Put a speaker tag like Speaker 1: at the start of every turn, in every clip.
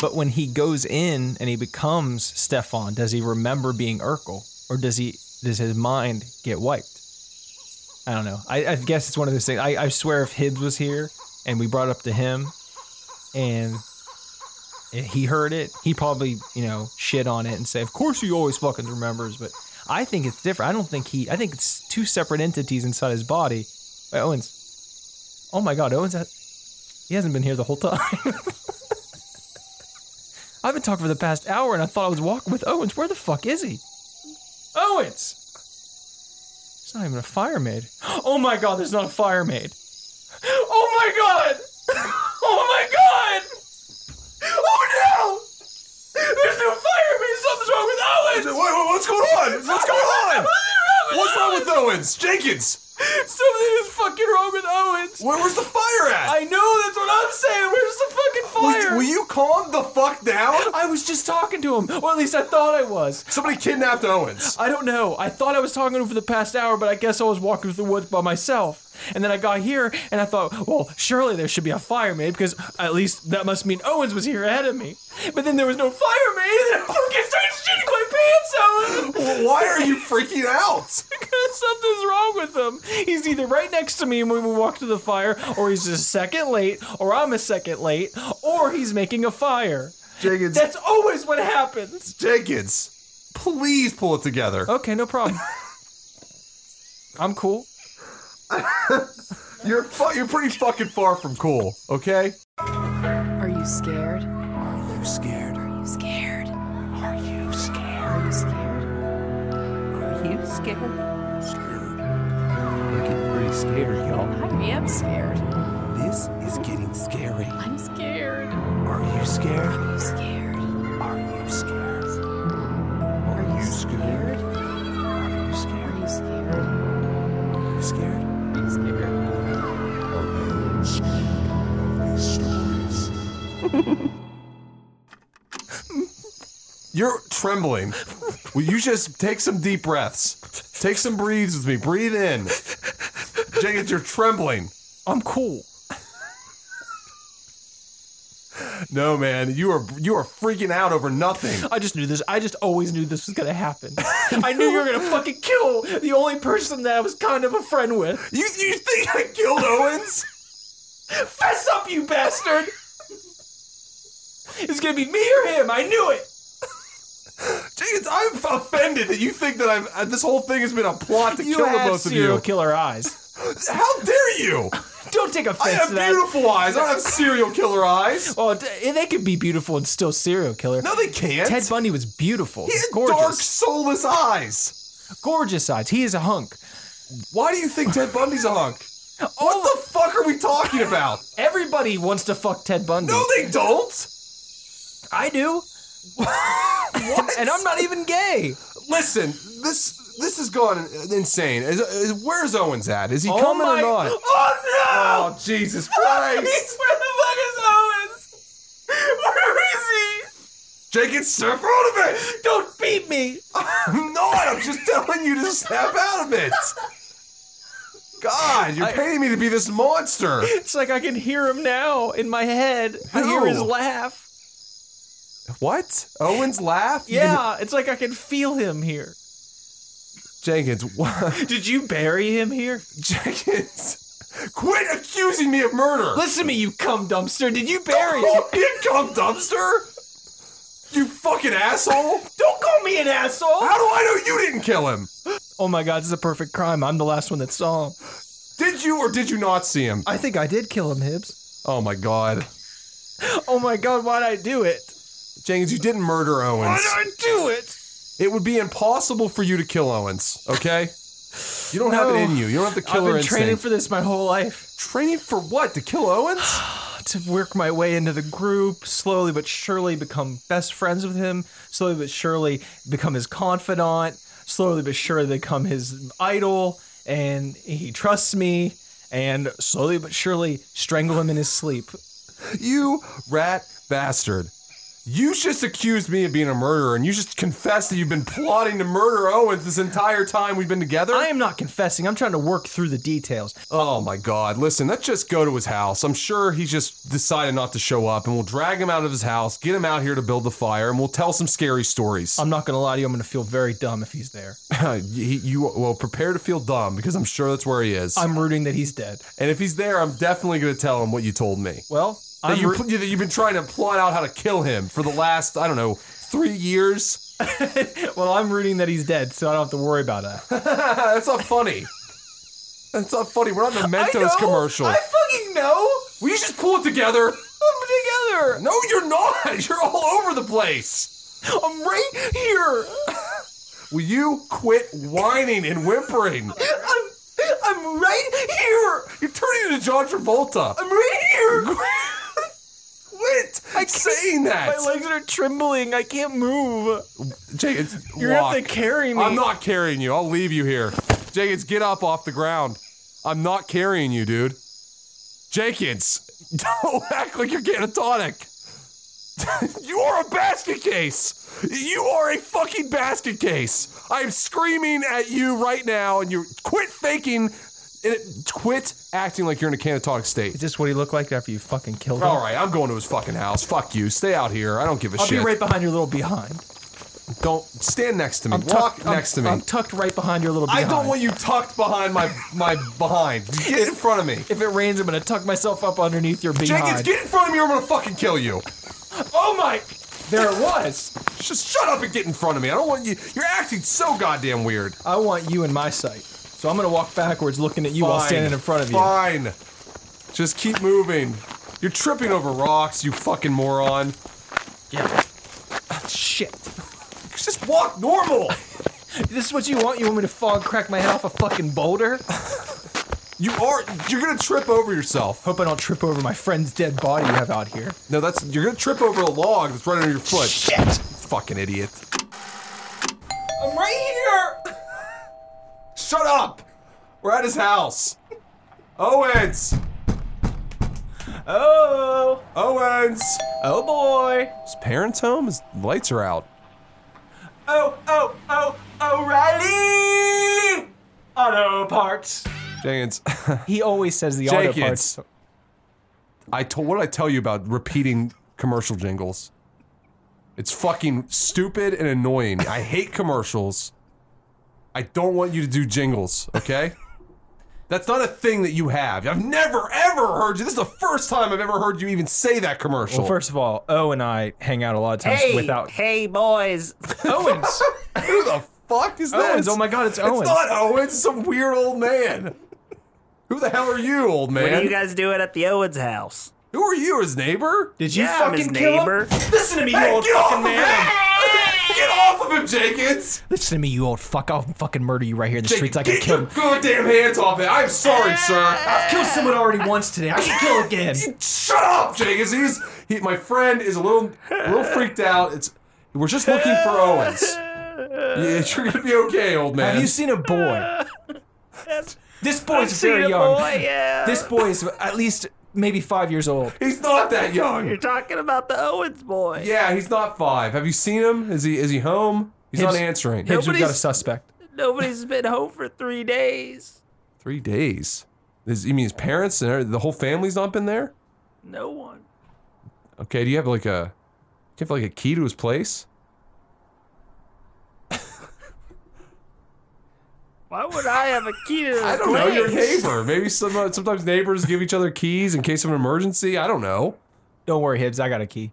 Speaker 1: But when he goes in and he becomes Stefan, does he remember being Urkel, or does he does his mind get wiped? I don't know. I, I guess it's one of those things. I, I swear, if Hibbs was here and we brought it up to him, and he heard it, he probably you know shit on it and say, "Of course, he always fucking remembers." But I think it's different. I don't think he. I think it's two separate entities inside his body. Wait, Owens. Oh my God, Owens. He hasn't been here the whole time. I've been talking for the past hour and I thought I was walking with Owens. Where the fuck is he? Owens! There's not even a fire maid. Oh my god, there's not a fire maid. Oh my god! Oh my god! Oh no! There's no fire maid! Something's wrong with Owens!
Speaker 2: What, what- what's going on? What's going on? What's wrong with Owens? Jenkins,
Speaker 1: Something is fucking wrong with Owens!
Speaker 2: where, where's the fire at?
Speaker 1: I know, that's what I'm saying! Where's the fucking
Speaker 2: Will,
Speaker 1: fire?
Speaker 2: will you calm the fuck down?
Speaker 1: I was just talking to him, or at least I thought I was.
Speaker 2: Somebody kidnapped Owens.
Speaker 1: I don't know. I thought I was talking to him for the past hour, but I guess I was walking through the woods by myself. And then I got here and I thought, well, surely there should be a fire maid because at least that must mean Owens was here ahead of me. But then there was no fire maid and then I fucking started shitting my pants out
Speaker 2: Why are you freaking out?
Speaker 1: because something's wrong with him. He's either right next to me when we walk to the fire, or he's just a second late, or I'm a second late, or he's making a fire.
Speaker 2: Jenkins,
Speaker 1: That's always what happens.
Speaker 2: Jenkins, please pull it together.
Speaker 1: Okay, no problem. I'm cool.
Speaker 2: You're fu- you're pretty fucking far from cool, okay?
Speaker 3: Are you scared? Are you scared? Are you scared? Are you scared? Are you scared? Are
Speaker 4: I'm getting pretty scared, y'all.
Speaker 3: you scared? I am scared.
Speaker 4: This is getting scary.
Speaker 3: I'm scared.
Speaker 4: Are you scared?
Speaker 3: Are you scared?
Speaker 4: Are you scared?
Speaker 3: Are you scared?
Speaker 4: Are you scared?
Speaker 3: Are you scared?
Speaker 4: Are you scared?
Speaker 3: Are you scared?
Speaker 2: You're trembling. Will you just take some deep breaths? Take some breathes with me. Breathe in. Jenkins, you're trembling.
Speaker 1: I'm cool.
Speaker 2: No, man, you are you are freaking out over nothing.
Speaker 1: I just knew this. I just always knew this was gonna happen. I knew you were gonna fucking kill the only person that I was kind of a friend with.
Speaker 2: You you think I killed Owens?
Speaker 1: Fess up, you bastard! It's gonna be me or him. I knew it.
Speaker 2: Jenkins, I'm offended that you think that I've uh, this whole thing has been a plot to
Speaker 1: You
Speaker 2: kill the
Speaker 1: have
Speaker 2: both of
Speaker 1: serial
Speaker 2: you.
Speaker 1: killer eyes.
Speaker 2: How dare you?
Speaker 1: Don't take
Speaker 2: I
Speaker 1: offense
Speaker 2: have
Speaker 1: to that.
Speaker 2: beautiful eyes. I don't have serial killer eyes.
Speaker 1: Oh, d- they could be beautiful and still serial killer.
Speaker 2: No, they can't.
Speaker 1: Ted Bundy was beautiful.
Speaker 2: he had
Speaker 1: gorgeous.
Speaker 2: dark, soulless eyes.
Speaker 1: Gorgeous eyes. He is a hunk.
Speaker 2: Why do you think Ted Bundy's a hunk? What the fuck are we talking about?
Speaker 1: Everybody wants to fuck Ted Bundy.
Speaker 2: No, they don't.
Speaker 1: I do.
Speaker 2: What?
Speaker 1: And I'm not even gay.
Speaker 2: Listen, this this has gone insane. Is, is, where's Owens at? Is he
Speaker 1: Oh
Speaker 2: coming
Speaker 1: my-
Speaker 2: or not?
Speaker 1: Oh no!
Speaker 2: Oh, Jesus Christ!
Speaker 1: Where the fuck is Owens? Where is
Speaker 2: Jenkins, snap out of
Speaker 1: he?
Speaker 2: it!
Speaker 1: Don't beat me!
Speaker 2: I'm not. I'm just telling you to snap out of it. God, you're
Speaker 1: I-
Speaker 2: paying me to be this monster.
Speaker 1: It's like I can hear him now in my head. I hear his
Speaker 2: Who?
Speaker 1: laugh.
Speaker 2: What? Owens laugh? You can-
Speaker 1: Yeah, it's like I can feel him here.
Speaker 2: Jenkins, what?
Speaker 1: Did you bury him here?
Speaker 2: Jenkins, quit accusing me of murder.
Speaker 1: Listen to me, you cum dumpster. Did you bury him?
Speaker 2: Call me a cum Oh, dumpster. You fucking asshole.
Speaker 1: Don't call me an asshole!
Speaker 2: How do I know you didn't kill him?
Speaker 1: Oh my god, this is a perfect crime. I'm the last one that saw him.
Speaker 2: Did you or did you not see him?
Speaker 1: I think I did kill him, Hibbs.
Speaker 2: Oh my god.
Speaker 1: Oh my god, why'd I do it?
Speaker 2: Jenkins, you didn't murder Owens.
Speaker 1: Why'd I do it?
Speaker 2: It would be impossible for you to kill Owens, okay? You don't have it
Speaker 1: No.
Speaker 2: in you. You don't have the
Speaker 1: I've
Speaker 2: killer
Speaker 1: been
Speaker 2: instinct.
Speaker 1: training for this my whole life.
Speaker 2: training for what? To kill Owens?
Speaker 1: to work my way into the group, slowly but surely become best friends with him, slowly but surely become his confidant, slowly but surely become his idol, and he trusts me, and slowly but surely strangle him in his sleep.
Speaker 2: you rat bastard. You just accused me of being a murderer, and you just confessed that you've been plotting to murder Owens this entire time we've been together.
Speaker 1: I am not confessing. I'm trying to work through the details.
Speaker 2: Oh my God! Listen, let's just go to his house. I'm sure he just decided not to show up, and we'll drag him out of his house, get him out here to build the fire, and we'll tell some scary stories.
Speaker 1: I'm not going to lie to you. I'm going to feel very dumb if he's there.
Speaker 2: He- you well, prepare to feel dumb because I'm sure that's where he is.
Speaker 1: I'm rooting that he's dead.
Speaker 2: and if he's there, I'm definitely going to tell him what you told me.
Speaker 1: Well,
Speaker 2: That
Speaker 1: I'm
Speaker 2: you,
Speaker 1: roo-
Speaker 2: pl- that you've been trying to plot out how to kill him for the last, I don't know, three years.
Speaker 1: well, I'm rooting that he's dead, so I don't have to worry about that.
Speaker 2: That's not funny. That's not funny. We're not in a
Speaker 1: I know.
Speaker 2: Mentos commercial.
Speaker 1: I fucking know.
Speaker 2: Will you just pull it together?
Speaker 1: I'm together.
Speaker 2: No, you're not. You're all over the place.
Speaker 1: I'm right here.
Speaker 2: Will you quit whining and whimpering?
Speaker 1: I'm, I'm right here.
Speaker 2: You're turning into John Travolta.
Speaker 1: I'm right here.
Speaker 2: Quit saying that.
Speaker 1: My legs are trembling. I can't move.
Speaker 2: Jake, it's,
Speaker 1: You're gonna
Speaker 2: walk.
Speaker 1: have to carry me.
Speaker 2: I'm not carrying you. I'll leave you here. Jenkins, get up off the ground. I'm not carrying you, dude. Jenkins, don't act like you're catatonic. you are a basket case. You are a fucking basket case. I'm screaming at you right now, and you quit faking. It, quit acting like you're in a catatonic
Speaker 1: Is
Speaker 2: state.
Speaker 1: this what he looked like after you fucking killed him?
Speaker 2: All right, I'm going to his fucking house. Fuck you. Stay out here. I don't give a
Speaker 1: I'll
Speaker 2: shit.
Speaker 1: be right behind your little behind.
Speaker 2: Don't stand next to me.
Speaker 1: I'm
Speaker 2: Walk
Speaker 1: tucked- I'm-
Speaker 2: next to me.
Speaker 1: I'm tucked right behind your little behind.
Speaker 2: I don't want you tucked behind my my behind. Get in front of me.
Speaker 1: If it rains, I'm gonna tuck myself up underneath your behind.
Speaker 2: Jenkins, get in front of me or I'm gonna fucking kill you.
Speaker 1: oh my! There it was.
Speaker 2: Just shut up and get in front of me. I don't want you. You're acting so goddamn weird.
Speaker 1: I want you in my sight, so I'm gonna walk backwards, looking at you while
Speaker 2: Fine.
Speaker 1: standing in front of you.
Speaker 2: Fine. Just keep moving. You're tripping over rocks, you fucking moron.
Speaker 1: Yeah. Ah, Shit.
Speaker 2: Just walk normal.
Speaker 1: This is what you want? You want me to fall and crack my head off a fucking boulder?
Speaker 2: You are. You're gonna trip over yourself.
Speaker 1: Hope I don't trip over my friend's dead body you have out here.
Speaker 2: No, that's. You're gonna trip over a log that's right under your foot.
Speaker 1: Shit.
Speaker 2: Fucking idiot.
Speaker 1: I'm right here.
Speaker 2: Shut up. We're at his house. Owens.
Speaker 1: Oh.
Speaker 2: Owens.
Speaker 1: Oh boy.
Speaker 2: His parents' home? His lights are out.
Speaker 1: Oh, oh, oh, O'Reilly! Auto parts.
Speaker 2: Jenkins,
Speaker 1: He always says the auto
Speaker 2: Jenkins.
Speaker 1: parts.
Speaker 2: I told what did I tell you about repeating commercial jingles? It's fucking stupid and annoying. I hate commercials. I don't want you to do jingles, okay? That's not a thing that you have. I've never ever heard you. This is the first time I've ever heard you even say that commercial.
Speaker 1: Well, first of all, O and I hang out a lot of times without
Speaker 5: hey boys.
Speaker 1: Owens.
Speaker 2: Who the fuck is that?
Speaker 1: Owens, oh my God, it's Owens.
Speaker 2: It's not Owens. It's some weird old man. Who the hell are you, old man?
Speaker 5: What are you guys doing at the Owens house?
Speaker 2: Who are you, his neighbor?
Speaker 1: Did you
Speaker 5: Yeah, I'm
Speaker 1: fucking
Speaker 5: his
Speaker 1: kill
Speaker 5: neighbor.
Speaker 1: him? Listen to me, you
Speaker 2: Hey,
Speaker 1: old
Speaker 2: get off
Speaker 1: fucking
Speaker 2: of
Speaker 1: man.
Speaker 2: him! Get off of him, Jenkins!
Speaker 1: Listen to me, you old fuck. I'll fucking murder you right here in the
Speaker 2: Jenkins,
Speaker 1: streets. I
Speaker 2: get
Speaker 1: can kill
Speaker 2: your
Speaker 1: him.
Speaker 2: goddamn hands off it! I'm sorry, sir.
Speaker 1: I've killed someone already once today. I can kill again.
Speaker 2: Shut up, Jenkins. He's he, my friend is a little a little freaked out. It's we're just looking for Owens. Yeah, you're gonna be okay, old man.
Speaker 1: Have you seen a boy? This boy's
Speaker 5: seen
Speaker 1: very
Speaker 5: a
Speaker 1: young.
Speaker 5: boy, yeah.
Speaker 1: This boy is at least maybe five years old.
Speaker 2: he's not that young.
Speaker 5: You're talking about the Owens boy.
Speaker 2: Yeah, he's not five. Have you seen him? Is he is he home? He's not
Speaker 1: Hibs-
Speaker 2: answering.
Speaker 1: Hibbs, we've got a
Speaker 5: Nobody's-
Speaker 1: suspect.
Speaker 5: Nobody's been home for three days.
Speaker 2: Three days. Is, you mean his parents and the whole family's not been there?
Speaker 5: No one.
Speaker 2: Okay, do you have like a do you have like a key to his place?
Speaker 5: Why would I have a key to
Speaker 2: I don't know, your neighbor. Maybe some, uh, sometimes neighbors give each other keys in case of an emergency. I don't know.
Speaker 1: Don't worry, Hibbs. I got a key.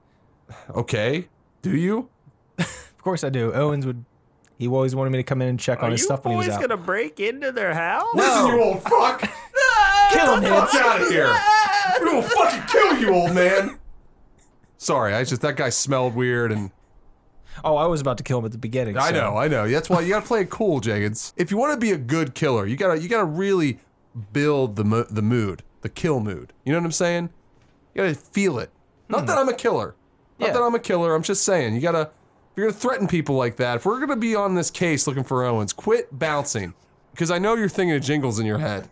Speaker 2: Okay. Do you?
Speaker 1: Of course I do. Owens would. He always wanted me to come in and check on
Speaker 5: Are
Speaker 1: his
Speaker 5: you
Speaker 1: stuff when he
Speaker 5: boys
Speaker 1: was out.
Speaker 5: gonna break into their house?
Speaker 2: Listen, you old fuck.
Speaker 1: Kill him,
Speaker 2: Get
Speaker 1: Hibbs.
Speaker 2: out of here. We will fucking kill you, old man. Sorry, I just, that guy smelled weird and.
Speaker 1: Oh, I was about to kill him at the beginning.
Speaker 2: I
Speaker 1: so-
Speaker 2: know, I know. That's why you gotta play it cool, Jenkins. If you want to be a good killer, you gotta you gotta really build the mo- the mood, the kill mood. You know what I'm saying? You gotta feel it. Not that I'm a killer. Not
Speaker 1: Hmm. Yeah.
Speaker 2: that I'm a killer. I'm just saying you gotta. If you're gonna threaten people like that, if we're gonna be on this case looking for Owens, quit bouncing. Because I know you're thinking of jingles in your head.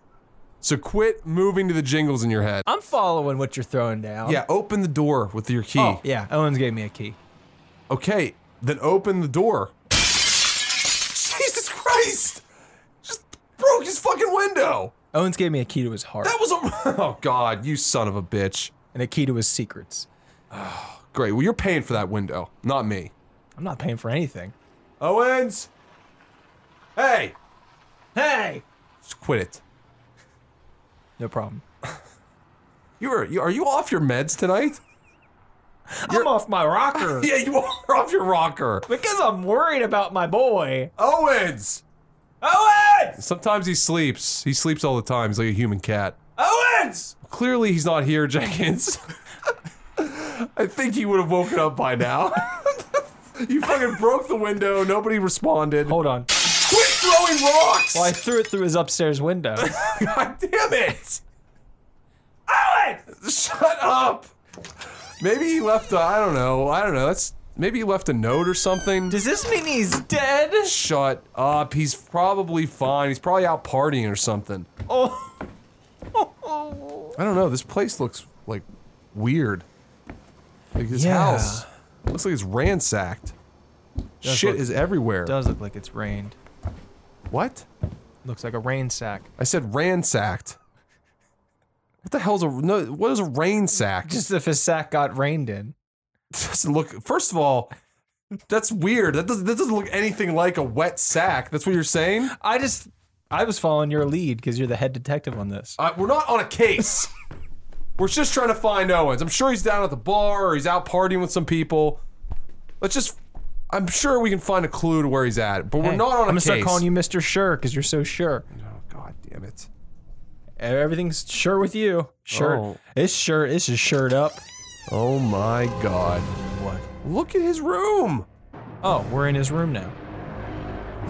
Speaker 2: So quit moving to the jingles in your head.
Speaker 1: I'm following what you're throwing down.
Speaker 2: Yeah, open the door with your key.
Speaker 1: Oh, yeah. Owens gave me a key.
Speaker 2: Okay, then open the door. Jesus Christ! Just broke his fucking window.
Speaker 1: Owens gave me a key to his heart
Speaker 2: That was a. Oh God, you son of a bitch.
Speaker 1: and a key to his secrets.
Speaker 2: Great. Well, you're paying for that window, not me.
Speaker 1: I'm not paying for anything.
Speaker 2: Owens. Hey,
Speaker 1: Hey!
Speaker 2: just quit it.
Speaker 1: No problem.
Speaker 2: You are. You, are you off your meds tonight?
Speaker 1: I'm off my rocker
Speaker 2: Yeah, you are off your rocker.
Speaker 1: because I'm worried about my boy.
Speaker 2: Owens.
Speaker 1: Owens!
Speaker 2: Sometimes he sleeps. He sleeps all the time. He's like a human cat.
Speaker 1: Owens!
Speaker 2: Clearly, he's not here, Jenkins. I think he would have woken up by now. you fucking broke the window. Nobody responded.
Speaker 1: Hold on.
Speaker 2: Quit throwing rocks!
Speaker 1: Well, I threw it through his upstairs window.
Speaker 2: God damn it! Alex! Shut up! Maybe he left a, I don't know, I don't know, that's, maybe he left a note or something.
Speaker 1: Does this mean he's dead?
Speaker 2: Shut up, he's probably fine, he's probably out partying or something.
Speaker 1: Oh.
Speaker 2: I don't know, this place looks, like, weird. Like, his
Speaker 1: Yeah.
Speaker 2: house looks like it's ransacked. Shit
Speaker 1: look-
Speaker 2: is everywhere.
Speaker 1: Does look like it's rained.
Speaker 2: What?
Speaker 1: Looks like a rain sack.
Speaker 2: I said ransacked. What the hell's a, no, what is a rain sack?
Speaker 1: Just if his sack got rained in.
Speaker 2: doesn't look. First of all, that's weird. That doesn't. That doesn't look anything like a wet sack. That's what you're saying.
Speaker 1: I just, I was following your lead because you're the head detective on this.
Speaker 2: Uh, we're not on a case. we're just trying to find Owens. I'm sure he's down at the bar or he's out partying with some people. Let's just. I'm sure we can find a clue to where he's at, but we're
Speaker 1: Hey,
Speaker 2: not on
Speaker 1: I'm
Speaker 2: a
Speaker 1: gonna
Speaker 2: case.
Speaker 1: start calling you Mr. Sure because you're so sure.
Speaker 2: Oh, God damn it.
Speaker 1: Everything's sure with you. Sure.
Speaker 2: Oh.
Speaker 1: It's sure. It's just shirt up.
Speaker 2: Oh my God.
Speaker 1: What?
Speaker 2: Look at his room.
Speaker 1: Oh, we're in his room now.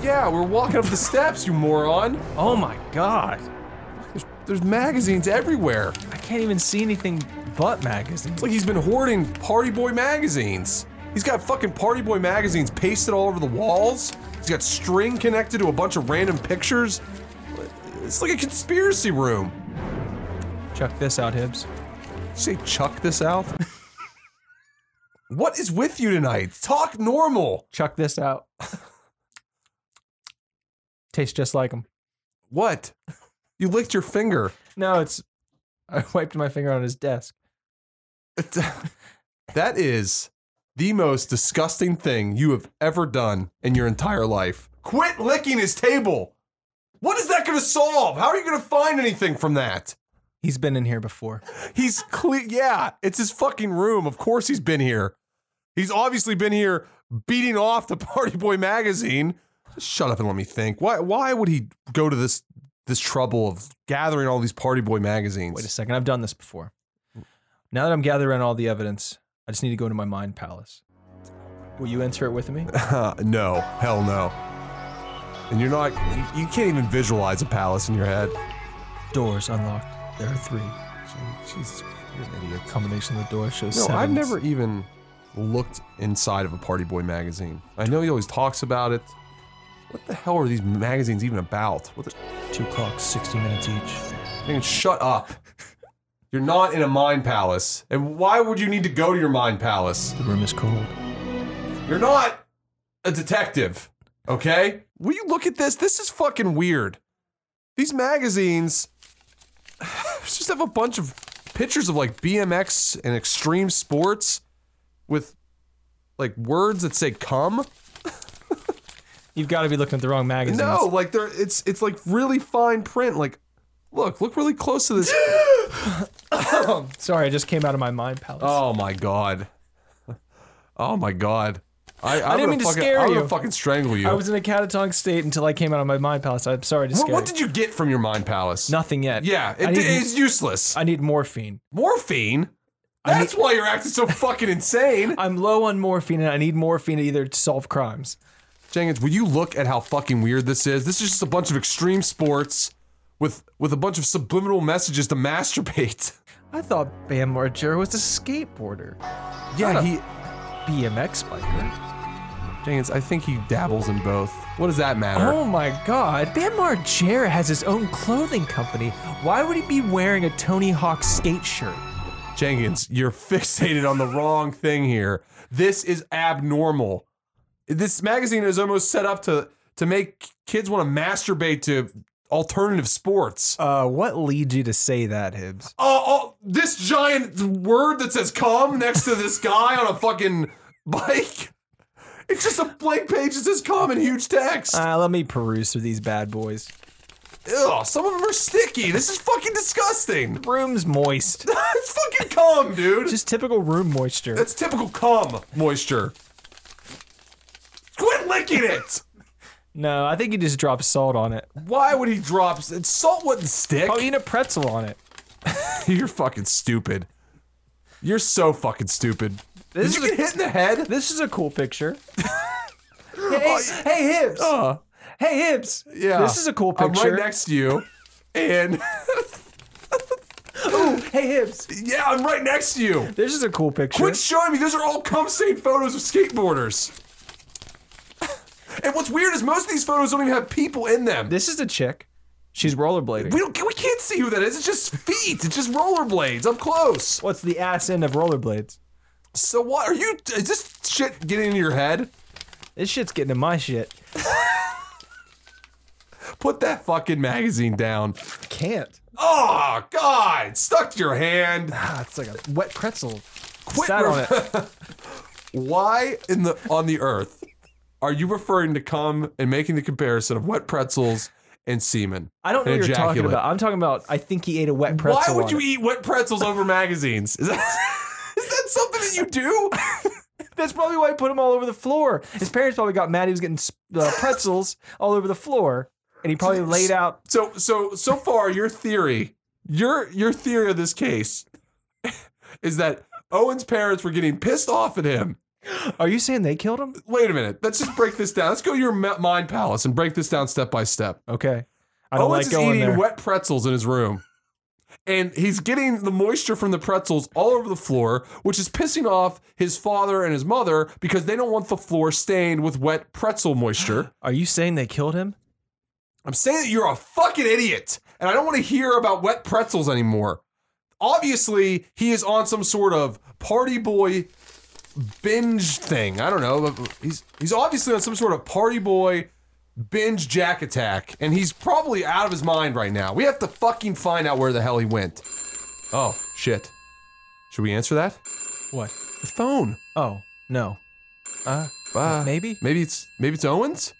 Speaker 2: Yeah, we're walking up the steps, you moron.
Speaker 1: Oh my god.
Speaker 2: There's, there's magazines everywhere.
Speaker 1: I can't even see anything but magazines.
Speaker 2: It's like he's been hoarding Party Boy magazines. He's got fucking Party Boy magazines pasted all over the walls. He's got string connected to a bunch of random pictures. It's like a conspiracy room.
Speaker 1: Check this out, Hibbs.
Speaker 2: You say chuck this out? what is with you tonight? Talk normal.
Speaker 1: Chuck this out. Tastes just like him.
Speaker 2: What? You licked your finger.
Speaker 1: No, it's. I wiped my finger on his desk.
Speaker 2: that is the most disgusting thing you have ever done in your entire life. Quit licking his table. What is that going to solve? How are you going to find anything from that?
Speaker 1: He's been in here before.
Speaker 2: He's clear. Yeah, it's his fucking room. Of course he's been here. He's obviously been here beating off the Party Boy magazine. Shut up and let me think. Why? Why would he go to this this trouble of gathering all these Party Boy magazines?
Speaker 1: Wait a second. I've done this before. Now that I'm gathering all the evidence, I just need to go into my mind palace. Will you enter it with me?
Speaker 2: no, hell no. And you're not. You, you can't even visualize a palace in your head.
Speaker 1: Doors unlocked. There are three.
Speaker 2: Jesus, you're an idiot.
Speaker 1: Combination of the door shows
Speaker 2: No,
Speaker 1: seven.
Speaker 2: I've never even looked inside of a Party Boy magazine. I know he always talks about it. What the hell are these magazines even about? What the,
Speaker 1: Two clocks, 60 minutes each.
Speaker 2: Man, shut up. You're not in a mind palace. And why would you need to go to your mind palace?
Speaker 1: The room is cold.
Speaker 2: You're not a detective, okay? Will you look at this? This is fucking weird. These magazines just have a bunch of pictures of like BMX and extreme sports with like words that say come.
Speaker 1: You've got to be looking at the wrong magazines.
Speaker 2: No, like they're it's it's like really fine print. Like, look, look really close to this.
Speaker 1: Sorry, I just came out of my mind palace.
Speaker 2: Oh my god. Oh my god. I, I,
Speaker 1: didn't
Speaker 2: would've
Speaker 1: mean to
Speaker 2: fucking,
Speaker 1: scare
Speaker 2: I
Speaker 1: you.
Speaker 2: would've fucking strangle you.
Speaker 1: I was in a catatonic state until I came out of my mind palace. I'm sorry to
Speaker 2: Wh-
Speaker 1: scare
Speaker 2: what, did you get from your mind palace?
Speaker 1: Nothing yet.
Speaker 2: Yeah,
Speaker 1: I
Speaker 2: it
Speaker 1: need,
Speaker 2: d- it's useless.
Speaker 1: I need morphine.
Speaker 2: Morphine. That's why you're acting so fucking insane.
Speaker 1: I'm low on morphine and I need morphine to either solve crimes.
Speaker 2: Jenkins, will you look at how fucking weird this is? This is just a bunch of extreme sports with with a bunch of subliminal messages to masturbate.
Speaker 1: I thought Bam Margera was a skateboarder,
Speaker 2: Yeah, he
Speaker 1: BMX biker.
Speaker 2: Jenkins, I think he dabbles in both. What does that matter?
Speaker 1: Oh my god, Bam Margera has his own clothing company. Why would he be wearing a Tony Hawk skate shirt?
Speaker 2: Jenkins, you're fixated on the wrong thing here. This is abnormal. This magazine is almost set up to to make kids want to masturbate to alternative sports.
Speaker 1: Uh, what leads you to say that, Hibbs?
Speaker 2: Oh, oh, this giant word that says "cum" next to this guy on a fucking bike. It's just a blank page that says "cum" in huge text.
Speaker 1: Uh, let me peruse through these bad boys.
Speaker 2: Ugh, some of them are sticky. This is fucking disgusting.
Speaker 1: Room's moist.
Speaker 2: it's fucking cum, dude.
Speaker 1: Just typical room moisture.
Speaker 2: That's typical cum moisture. Quit licking it.
Speaker 1: No, I think he just dropped salt on it.
Speaker 2: Why would he drop s- salt? Wouldn't stick.
Speaker 1: Oh, eat a pretzel on it.
Speaker 2: You're fucking stupid. You're so fucking stupid.
Speaker 1: This
Speaker 2: Did
Speaker 1: is
Speaker 2: you
Speaker 1: a-
Speaker 2: get hit in the head?
Speaker 1: This is a cool picture. hey, hey, Hibbs.
Speaker 5: Oh.
Speaker 2: Uh,
Speaker 1: Hey, Hibbs.
Speaker 2: yeah.
Speaker 1: This is a cool picture.
Speaker 2: I'm right next to you, and
Speaker 1: hey, Hibbs.
Speaker 2: yeah, I'm right next to you.
Speaker 1: This is a cool picture.
Speaker 2: Quit showing me. Those are all cum stained photos of skateboarders. and what's weird is most of these photos don't even have people in them.
Speaker 1: this is a chick. She's rollerblading.
Speaker 2: We don't. We can't see who that is. It's just feet. It's just rollerblades. I'm close.
Speaker 1: What's the ass end of rollerblades?
Speaker 2: So what are you? Is this shit getting into your head?
Speaker 1: This shit's getting in my shit.
Speaker 2: Put that fucking magazine down.
Speaker 1: Can't.
Speaker 2: Oh God! Stuck to your hand.
Speaker 1: Ah, it's like a wet pretzel.
Speaker 2: Quit.
Speaker 1: Sat on
Speaker 2: re-
Speaker 1: it.
Speaker 2: Why in the on the earth are you referring to cum and making the comparison of wet pretzels and semen?
Speaker 1: I don't know
Speaker 2: and
Speaker 1: what you're talking
Speaker 2: ejaculate?
Speaker 1: about. I'm talking about. I think he ate a wet pretzel.
Speaker 2: Why would
Speaker 1: on
Speaker 2: you
Speaker 1: it.
Speaker 2: eat wet pretzels over magazines? Is that, is that something that you do?
Speaker 1: That's probably why he put them all over the floor. His parents probably got mad he was getting s- uh, pretzels all over the floor, and he probably laid out.
Speaker 2: So so so far your theory, your your theory of this case is that Owen's parents were getting pissed off at him.
Speaker 1: Are you saying they killed him?
Speaker 2: Wait a minute. Let's just break this down. Let's go to your ma- mind palace and break this down step by step.
Speaker 1: Okay. I don't
Speaker 2: Owen's
Speaker 1: like
Speaker 2: is
Speaker 1: going
Speaker 2: eating
Speaker 1: there.
Speaker 2: wet pretzels in his room. And he's getting the moisture from the pretzels all over the floor, which is pissing off his father and his mother because they don't want the floor stained with wet pretzel moisture.
Speaker 1: Are you saying they killed him?
Speaker 2: I'm saying that you're a fucking idiot, and I don't want to hear about wet pretzels anymore. Obviously, he is on some sort of party boy binge thing. I don't know. He's he's obviously on some sort of party boy binge jack attack, and he's probably out of his mind right now. We have to fucking find out where the hell he went. Oh shit! Should we answer that?
Speaker 1: What?
Speaker 2: The phone.
Speaker 1: Oh no. Uh,
Speaker 2: Bye.
Speaker 1: Maybe.
Speaker 2: Maybe it's maybe it's Owens.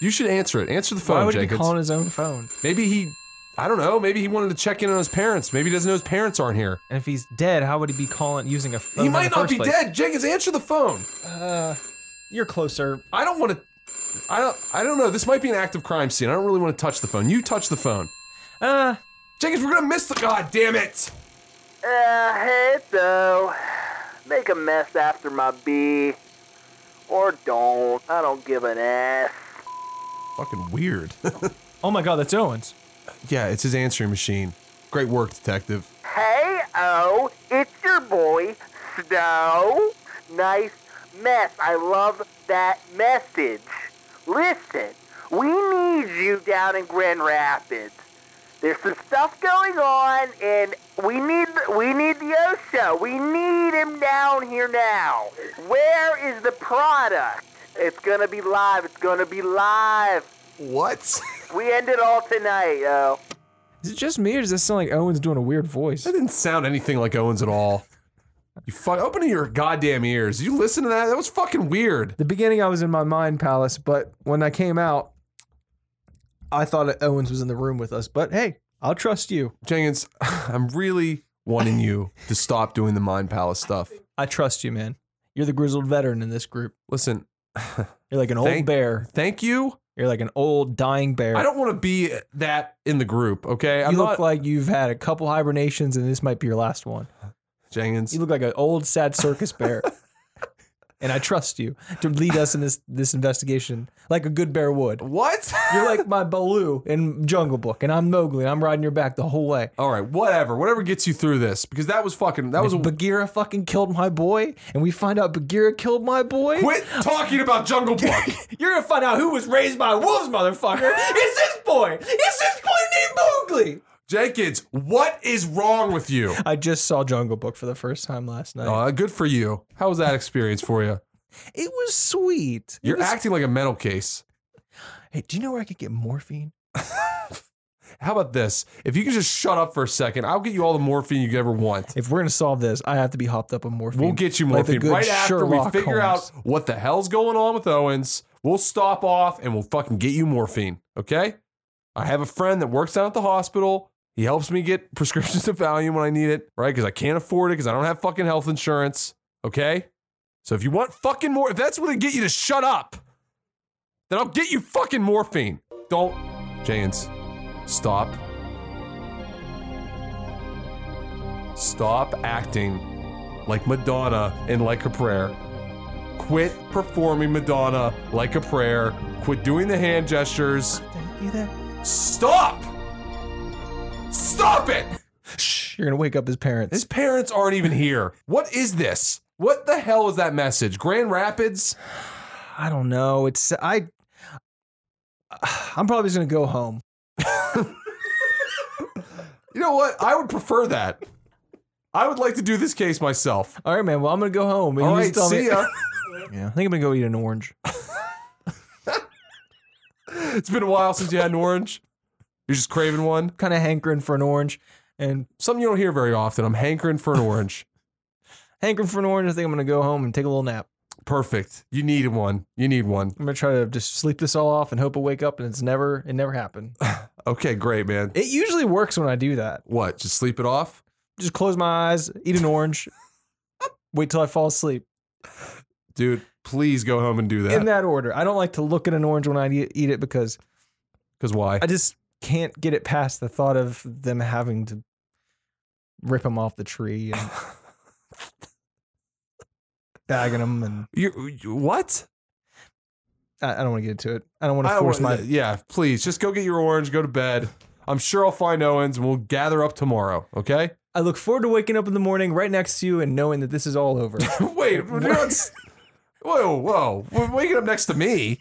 Speaker 2: You should answer it. Answer the phone,
Speaker 1: why would he
Speaker 2: Jenkins.
Speaker 1: be calling his own phone?
Speaker 2: Maybe he, I don't know. Maybe he wanted to check in on his parents. Maybe he doesn't know his parents aren't here.
Speaker 1: And if he's dead, how would he be calling using a phone?
Speaker 2: he
Speaker 1: in
Speaker 2: might
Speaker 1: the
Speaker 2: not
Speaker 1: first
Speaker 2: be
Speaker 1: place?
Speaker 2: dead. Jenkins, answer the phone.
Speaker 1: You're closer.
Speaker 2: I don't want to. I don't. I don't know. This might be an active crime scene. I don't really want to touch the phone. You touch the phone.
Speaker 1: Uh,
Speaker 2: Jenkins, we're gonna miss the. God damn it!
Speaker 6: Uh, hey, though. Make a mess after my bee. Or don't. I don't give an ass.
Speaker 2: Fucking weird.
Speaker 1: oh my God, that's Owens.
Speaker 2: yeah, it's his answering machine. Great work, detective.
Speaker 6: Hey, oh, it's your boy, Snow. Nice mess. I love that message. Listen, we need you down in Grand Rapids. There's some stuff going on, and we need we need the OSHA. We need him down here now. Where is the product? It's gonna be live. It's gonna be live.
Speaker 2: What?
Speaker 6: We end it all tonight, oh.
Speaker 1: Is it just me, or does this sound like Owens doing a weird voice?
Speaker 2: that didn't sound anything like Owens at all. You fuck. Open your goddamn ears. You listen to that. That was fucking weird.
Speaker 1: The beginning, I was in my mind palace, but when I came out, I thought that Owens was in the room with us. But hey, I'll trust you.
Speaker 2: Jenkins, I'm really wanting you to stop doing the Mind Palace stuff.
Speaker 1: I trust you, man. You're the grizzled veteran in this group.
Speaker 2: Listen,
Speaker 1: You're like an old
Speaker 2: Thank-
Speaker 1: bear.
Speaker 2: thank you.
Speaker 1: You're like an old dying bear.
Speaker 2: I don't want to be that in the group, okay? I'm
Speaker 1: you look
Speaker 2: not
Speaker 1: like you've had a couple hibernations, and this might be your last one.
Speaker 2: Jenkins.
Speaker 1: You look like an old sad circus bear. and I trust you to lead us in this this investigation like a good bear would.
Speaker 2: what?
Speaker 1: You're like my Baloo in Jungle Book, and I'm Mowgli, and I'm riding your back the whole way.
Speaker 2: All right, whatever. Whatever gets you through this because that was fucking that was a
Speaker 1: Bagheera fucking killed my boy, and we find out Bagheera killed my boy.
Speaker 2: Quit talking about Jungle Book.
Speaker 1: You're gonna find out who was raised by wolves, motherfucker. it's this boy. It's this boy named Mowgli.
Speaker 2: Jenkins, what is wrong with you?
Speaker 1: I just saw Jungle Book for the first time last night.
Speaker 2: Uh, good for you. How was that experience for you?
Speaker 1: it was sweet. It
Speaker 2: You're
Speaker 1: was-
Speaker 2: acting like a mental case.
Speaker 1: Hey, do you know where I could get morphine?
Speaker 2: How about this? If you could just shut up for a second, I'll get you all the morphine you could ever want.
Speaker 1: If we're gonna solve this, I have to be hopped up on morphine.
Speaker 2: We'll get you
Speaker 1: like the
Speaker 2: morphine
Speaker 1: good
Speaker 2: right after we
Speaker 1: Sherlock
Speaker 2: figure
Speaker 1: Holmes.
Speaker 2: out what the hell's going on with Owens. We'll stop off and we'll fucking get you morphine. Okay? I have a friend that works down at the hospital. He helps me get prescriptions of Valium when I need it, right? Because I can't afford it because I don't have fucking health insurance. Okay? So if you want fucking more, if that's what to get you to shut up, then I'll get you fucking morphine. Don't, James, stop. Stop acting like Madonna and like a prayer. Quit performing Madonna like a prayer. Quit doing the hand gestures.
Speaker 1: Did I do that?
Speaker 2: Stop! Stop it!
Speaker 1: Shh, you're gonna wake up his parents.
Speaker 2: His parents aren't even here. What is this? What the hell is that message? Grand Rapids?
Speaker 1: I don't know. It's I. I'm probably just gonna go home.
Speaker 2: You know what? I would prefer that. I would like to do this case myself.
Speaker 1: All right, man. Well, I'm gonna go home. and
Speaker 2: All
Speaker 1: you
Speaker 2: right,
Speaker 1: just tell
Speaker 2: see
Speaker 1: me-
Speaker 2: ya.
Speaker 1: Yeah, I think I'm gonna go eat an orange.
Speaker 2: it's been a while since you had an orange. You're just craving one.
Speaker 1: kind of hankering for an orange, and
Speaker 2: Something you don't hear very often. I'm hankering for an orange.
Speaker 1: hankering for an orange. I think I'm gonna go home and take a little nap.
Speaker 2: Perfect. You need one. You need one.
Speaker 1: I'm gonna try to just sleep this all off and hope I wake up and it's never it never happened.
Speaker 2: Okay, great, man.
Speaker 1: It usually works when I do that.
Speaker 2: What? Just sleep it off?
Speaker 1: Just close my eyes, eat an orange, wait till I fall asleep.
Speaker 2: Dude, please go home and do
Speaker 1: In
Speaker 2: that.
Speaker 1: that order. I don't like to look at an orange when I eat eat it because
Speaker 2: Because why?
Speaker 1: I just can't get it past the thought of them having to rip them off the tree and bagging them. And
Speaker 2: You, you- what?
Speaker 1: I, I don't want to get into it. I don't want
Speaker 2: I
Speaker 1: to
Speaker 2: don't
Speaker 1: force
Speaker 2: wa-
Speaker 1: my.
Speaker 2: Yeah, please. Just go get your orange, go to bed. I'm sure I'll find Owens and we'll gather up tomorrow, okay?
Speaker 1: I look forward to waking up in the morning right next to you and knowing that this is all over.
Speaker 2: Wait, we're not s- whoa, whoa. We're waking up next to me.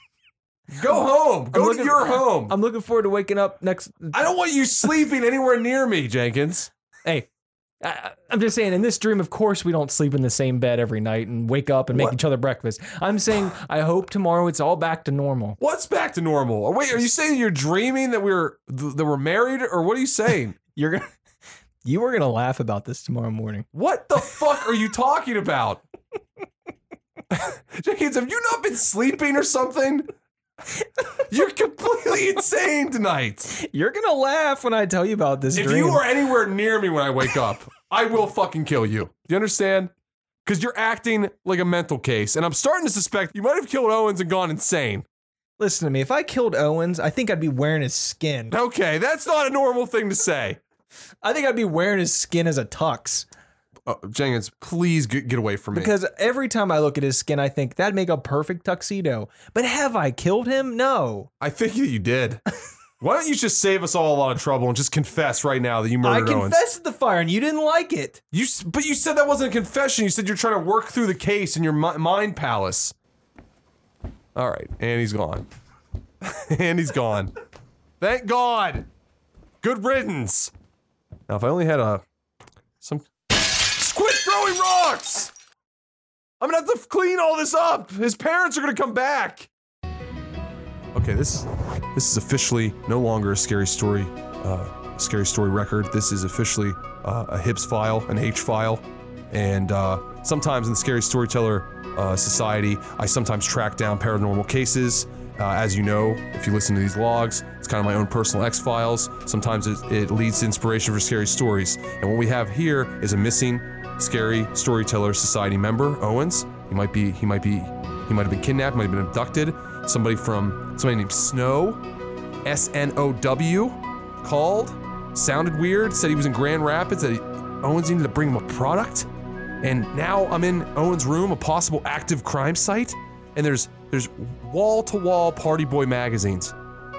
Speaker 2: Go home. Go
Speaker 1: looking-
Speaker 2: to your home.
Speaker 1: I'm looking forward to waking up next.
Speaker 2: I don't want you sleeping anywhere near me, Jenkins.
Speaker 1: Hey, I- I, I'm just saying, in this dream, of course, we don't sleep in the same bed every night and wake up and make each other breakfast. I'm saying, I hope tomorrow it's all back to normal.
Speaker 2: What's back to normal? Or Wait, are you saying you're dreaming that we're th- that we're married, or what are you saying?
Speaker 1: You're gonna, you were gonna laugh about this tomorrow morning.
Speaker 2: What the fuck are you talking about? Jenkins, have you not been sleeping or something? You're completely insane tonight.
Speaker 1: You're gonna laugh when I tell you about this
Speaker 2: If
Speaker 1: dream.
Speaker 2: you are anywhere near me when I wake up, I will fucking kill you. Do you understand? Because you're acting like a mental case, and I'm starting to suspect you might have killed Owens and gone insane.
Speaker 1: Listen to me. If I killed Owens, I think I'd be wearing his skin.
Speaker 2: Okay, that's not a normal thing to say.
Speaker 1: I think I'd be wearing his skin as a tux
Speaker 2: Uh, Jenkins, please get, get away from me.
Speaker 1: because every time I look at his skin, I think that'd make a perfect tuxedo. But have I killed him? No.
Speaker 2: I think that you did. Why don't you just save us all a lot of trouble and just confess right now that you
Speaker 1: I
Speaker 2: murdered Owens?
Speaker 1: confessed to the fire, and you didn't like it.
Speaker 2: You, s- but you said that wasn't a confession. You said you're trying to work through the case in your mi- mind palace. All right, and he's gone. and he's gone. Thank God. Good riddance. Now, if I only had a some. Quit throwing rocks. I'm gonna have to f- clean all this up. His parents are gonna come back. Okay, this this is officially no longer a scary story, uh, a scary story record. This is officially uh, a Hibbs file, an H file, and uh, sometimes in the Scary Storyteller uh, Society, I sometimes track down paranormal cases. Uh, as you know, if you listen to these logs, it's kind of my own personal X Files. Sometimes it, it leads to inspiration for scary stories. And what we have here is a missing scary storyteller society member, Owens. He might be, he might be, he might have been kidnapped, might have been abducted. Somebody from, somebody named Snow, S N O W, called, sounded weird, said he was in Grand Rapids, that he, Owens needed to bring him a product. And now I'm in Owens' room, a possible active crime site, and there's there's wall to wall Party Boy magazines.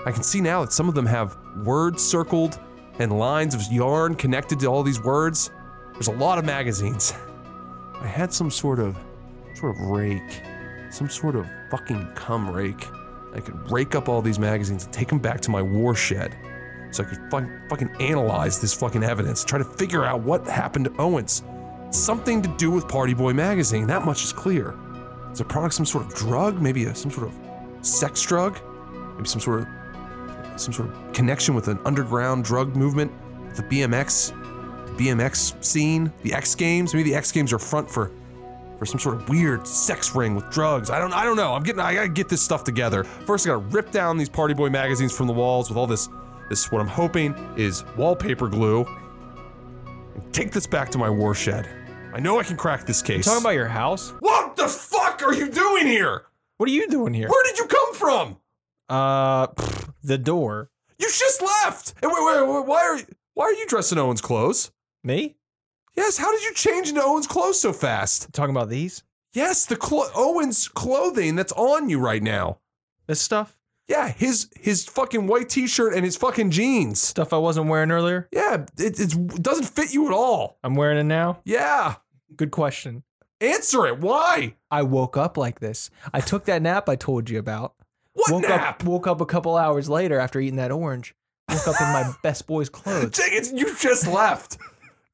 Speaker 2: I can see now that some of them have words circled and lines of yarn connected to all these words. There's a lot of magazines. I had some sort of sort of rake, some sort of fucking cum rake. I could rake up all these magazines and take them back to my war shed. so I could fucking, fucking analyze this fucking evidence, try to figure out what happened to Owens. Something to do with Party Boy magazine, that much is clear. Is the product some sort of drug? Maybe a, some sort of sex drug? Maybe some sort of some sort of connection with an underground drug movement, the BMX, the BMX scene, the X Games. Maybe the X Games are front for for some sort of weird sex ring with drugs. I don't I don't know. I'm getting I gotta get this stuff together. First I gotta rip down these party boy magazines from the walls with all this this what I'm hoping is wallpaper glue. And take this back to my war shed. I know I can crack this case.
Speaker 1: Talking about your house?
Speaker 2: what the fuck are you doing here?
Speaker 1: What are you doing here?
Speaker 2: Where did you come from?
Speaker 1: Uh, pfft, the door.
Speaker 2: You just left. And wait, wait, wait, why are you, why are you dressed in Owen's clothes?
Speaker 1: Me?
Speaker 2: Yes, how did you change into Owen's clothes so fast?
Speaker 1: Talking about these?
Speaker 2: Yes, the clo- Owen's clothing that's on you right now.
Speaker 1: This stuff?
Speaker 2: Yeah, his his fucking white t-shirt and his fucking jeans.
Speaker 1: Stuff I wasn't wearing earlier?
Speaker 2: Yeah, it, it's, it doesn't fit you at all.
Speaker 1: I'm wearing it now?
Speaker 2: Yeah,
Speaker 1: Good question.
Speaker 2: answer it. Why?
Speaker 1: I woke up like this. I took that nap I told you about.
Speaker 2: What
Speaker 1: woke
Speaker 2: nap?
Speaker 1: up woke up a couple hours later after eating that orange. Woke up in my best boy's clothes.
Speaker 2: Jenkins, you just left.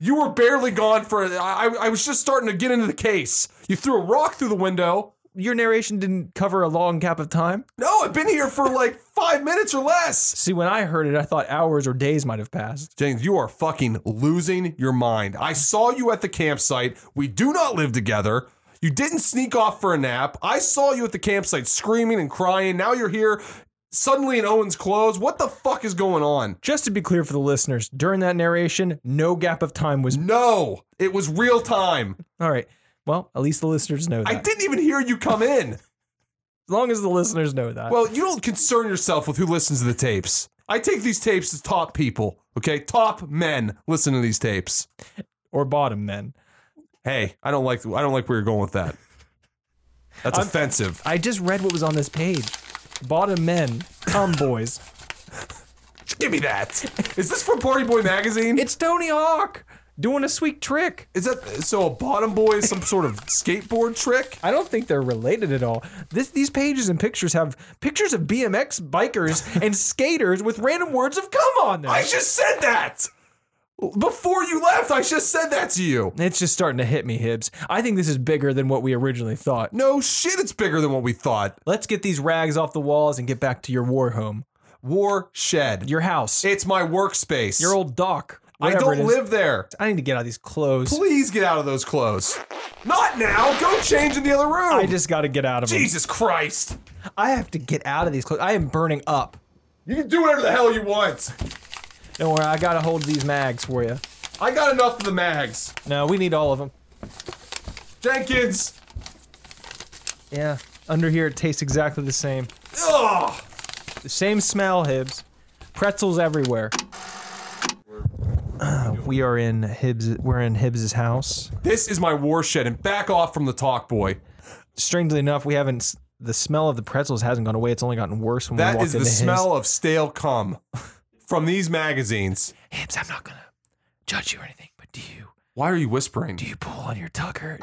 Speaker 2: You were barely gone for. I, I was just starting to get into the case. You threw a rock through the window.
Speaker 1: Your narration didn't cover a long gap of time.
Speaker 2: No, I've been here for like five minutes or less.
Speaker 1: See, when I heard it, I thought hours or days might have passed.
Speaker 2: James, you are fucking losing your mind. I saw you at the campsite. We do not live together. You didn't sneak off for a nap. I saw you at the campsite screaming and crying. Now you're here suddenly in Owen's clothes. What the fuck is going on?
Speaker 1: Just to be clear for the listeners, during that narration, no gap of time was.
Speaker 2: No, it was real time.
Speaker 1: All right. Well, at least the listeners know that.
Speaker 2: I didn't even hear you come in.
Speaker 1: As long as the listeners know that.
Speaker 2: Well, you don't concern yourself with who listens to the tapes. I take these tapes to top people, okay? Top men listen to these tapes.
Speaker 1: or bottom men.
Speaker 2: Hey, I don't like I don't like where you're going with that. That's offensive.
Speaker 1: I just read what was on this page. Bottom men, tomboys.
Speaker 2: Give me that. Is this from Party Boy magazine?
Speaker 1: it's Tony Hawk doing a sweet trick.
Speaker 2: Is that so? A bottom boy is some sort of skateboard trick?
Speaker 1: I don't think they're related at all. This these pages and pictures have pictures of BMX bikers and skaters with random words of come on them.
Speaker 2: I just said that before you left. I just said that to you.
Speaker 1: it's just starting to hit me, Hibbs. I think this is bigger than what we originally thought.
Speaker 2: No shit, it's bigger than what we thought.
Speaker 1: Let's get these rags off the walls and get back to your war home,
Speaker 2: War shed.
Speaker 1: your house,
Speaker 2: it's my workspace.
Speaker 1: your old dock.
Speaker 2: I
Speaker 1: whatever
Speaker 2: don't
Speaker 1: it is.
Speaker 2: live there.
Speaker 1: I need to get out of these clothes.
Speaker 2: Please get out of those clothes. Not now. Go change in the other room.
Speaker 1: I just got to get out of them.
Speaker 2: Jesus Christ.
Speaker 1: I have to get out of these clothes. I am burning up.
Speaker 2: You can do whatever the hell you want.
Speaker 1: Don't worry, I got a hold of these mags for you.
Speaker 2: I got enough of the mags.
Speaker 1: No, we need all of them.
Speaker 2: Jenkins.
Speaker 1: Yeah, under here it tastes exactly the same.
Speaker 2: Ugh.
Speaker 1: The same smell, Hibbs. Pretzels everywhere. Uh, we are in Hibbs. We're in Hibbs's house.
Speaker 2: This is my war shed, and back off from the talk, boy.
Speaker 1: Strangely enough, we haven't. s- The smell of the pretzels hasn't gone away. It's only gotten worse when we
Speaker 2: That
Speaker 1: walked
Speaker 2: is
Speaker 1: into
Speaker 2: the smell of stale cum from these magazines.
Speaker 1: His. Hibbs, I'm not gonna judge you or anything, but do you
Speaker 2: Why are you whispering?
Speaker 1: do you pull on your tucker?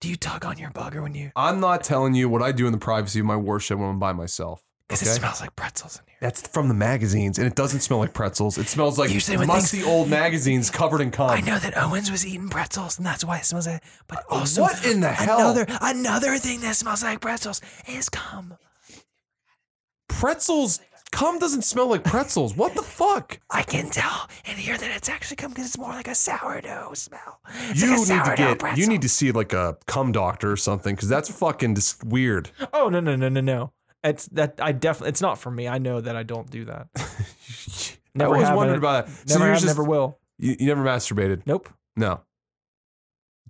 Speaker 1: do you tug on your bugger when you?
Speaker 2: I'm not telling you what I do in the privacy of my war shed when I'm by myself.
Speaker 1: Because it smells like pretzels in here.
Speaker 2: That's from the magazines, and it doesn't smell like pretzels. It smells like
Speaker 1: Usually when
Speaker 2: musty old magazines covered in cum.
Speaker 1: I know that Owens was eating pretzels, and that's why it smells like. But also,
Speaker 2: What in the hell?
Speaker 1: Another another thing that smells like pretzels is cum.
Speaker 2: Pretzels. Cum doesn't smell like pretzels. What the fuck?
Speaker 1: I can tell and hear that it's actually cum because it's more like a sourdough smell. It's
Speaker 2: You
Speaker 1: like a
Speaker 2: need to
Speaker 1: sourdough
Speaker 2: get.
Speaker 1: pretzel.
Speaker 2: You need to see like a cum doctor or something, because that's fucking just weird.
Speaker 1: Oh no no no no no! It's that I definitely. It's not for me. I know that I don't do that. Never
Speaker 2: I always
Speaker 1: have,
Speaker 2: wondered
Speaker 1: and-
Speaker 2: about that.
Speaker 1: Never
Speaker 2: you're
Speaker 1: have,
Speaker 2: just-
Speaker 1: never will.
Speaker 2: You, you never masturbated.
Speaker 1: Nope.
Speaker 2: No.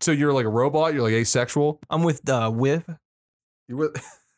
Speaker 2: So you're like a robot. You're like asexual.
Speaker 1: I'm with uh, Wiv
Speaker 2: You're with,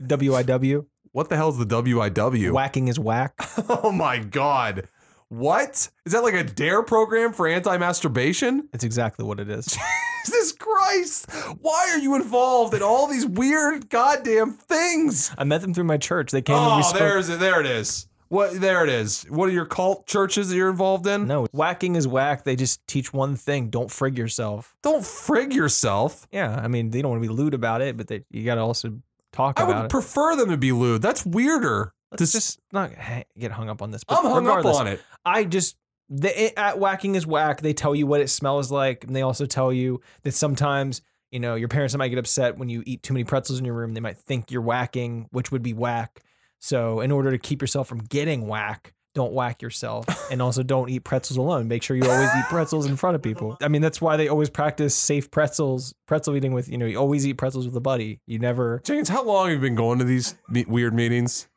Speaker 1: W I W.
Speaker 2: what the hell's the WIW?
Speaker 1: Whacking is whack.
Speaker 2: Oh my god. What is that like a dare program for anti-masturbation?
Speaker 1: It's exactly what it is.
Speaker 2: Jesus Christ! Why are you involved in all these weird goddamn things?
Speaker 1: I met them through my church. They came and we
Speaker 2: Oh,
Speaker 1: spoke.
Speaker 2: there's it. There it is. What? There it is. What are your cult churches that you're involved in?
Speaker 1: No, whacking is whack. They just teach one thing: don't frig yourself.
Speaker 2: Don't frig yourself.
Speaker 1: Yeah, I mean they don't want to be lewd about it, but they you got to also talk
Speaker 2: I
Speaker 1: about
Speaker 2: would
Speaker 1: it.
Speaker 2: prefer them to be lewd. That's weirder.
Speaker 1: Let's
Speaker 2: This-
Speaker 1: just not ha- get hung up on this.
Speaker 2: I'm hung up
Speaker 1: regardless,
Speaker 2: on it.
Speaker 1: I just the at whacking is whack. They tell you what it smells like, and they also tell you that sometimes you know your parents might get upset when you eat too many pretzels in your room. They might think you're whacking, which would be whack. So in order to keep yourself from getting whack, don't whack yourself, and also don't eat pretzels alone. Make sure you always eat pretzels in front of people. I mean, that's why they always practice safe pretzels, pretzel eating with you know you always eat pretzels with a buddy. You never
Speaker 2: Jenkins, how long have you been going to these me- weird meetings?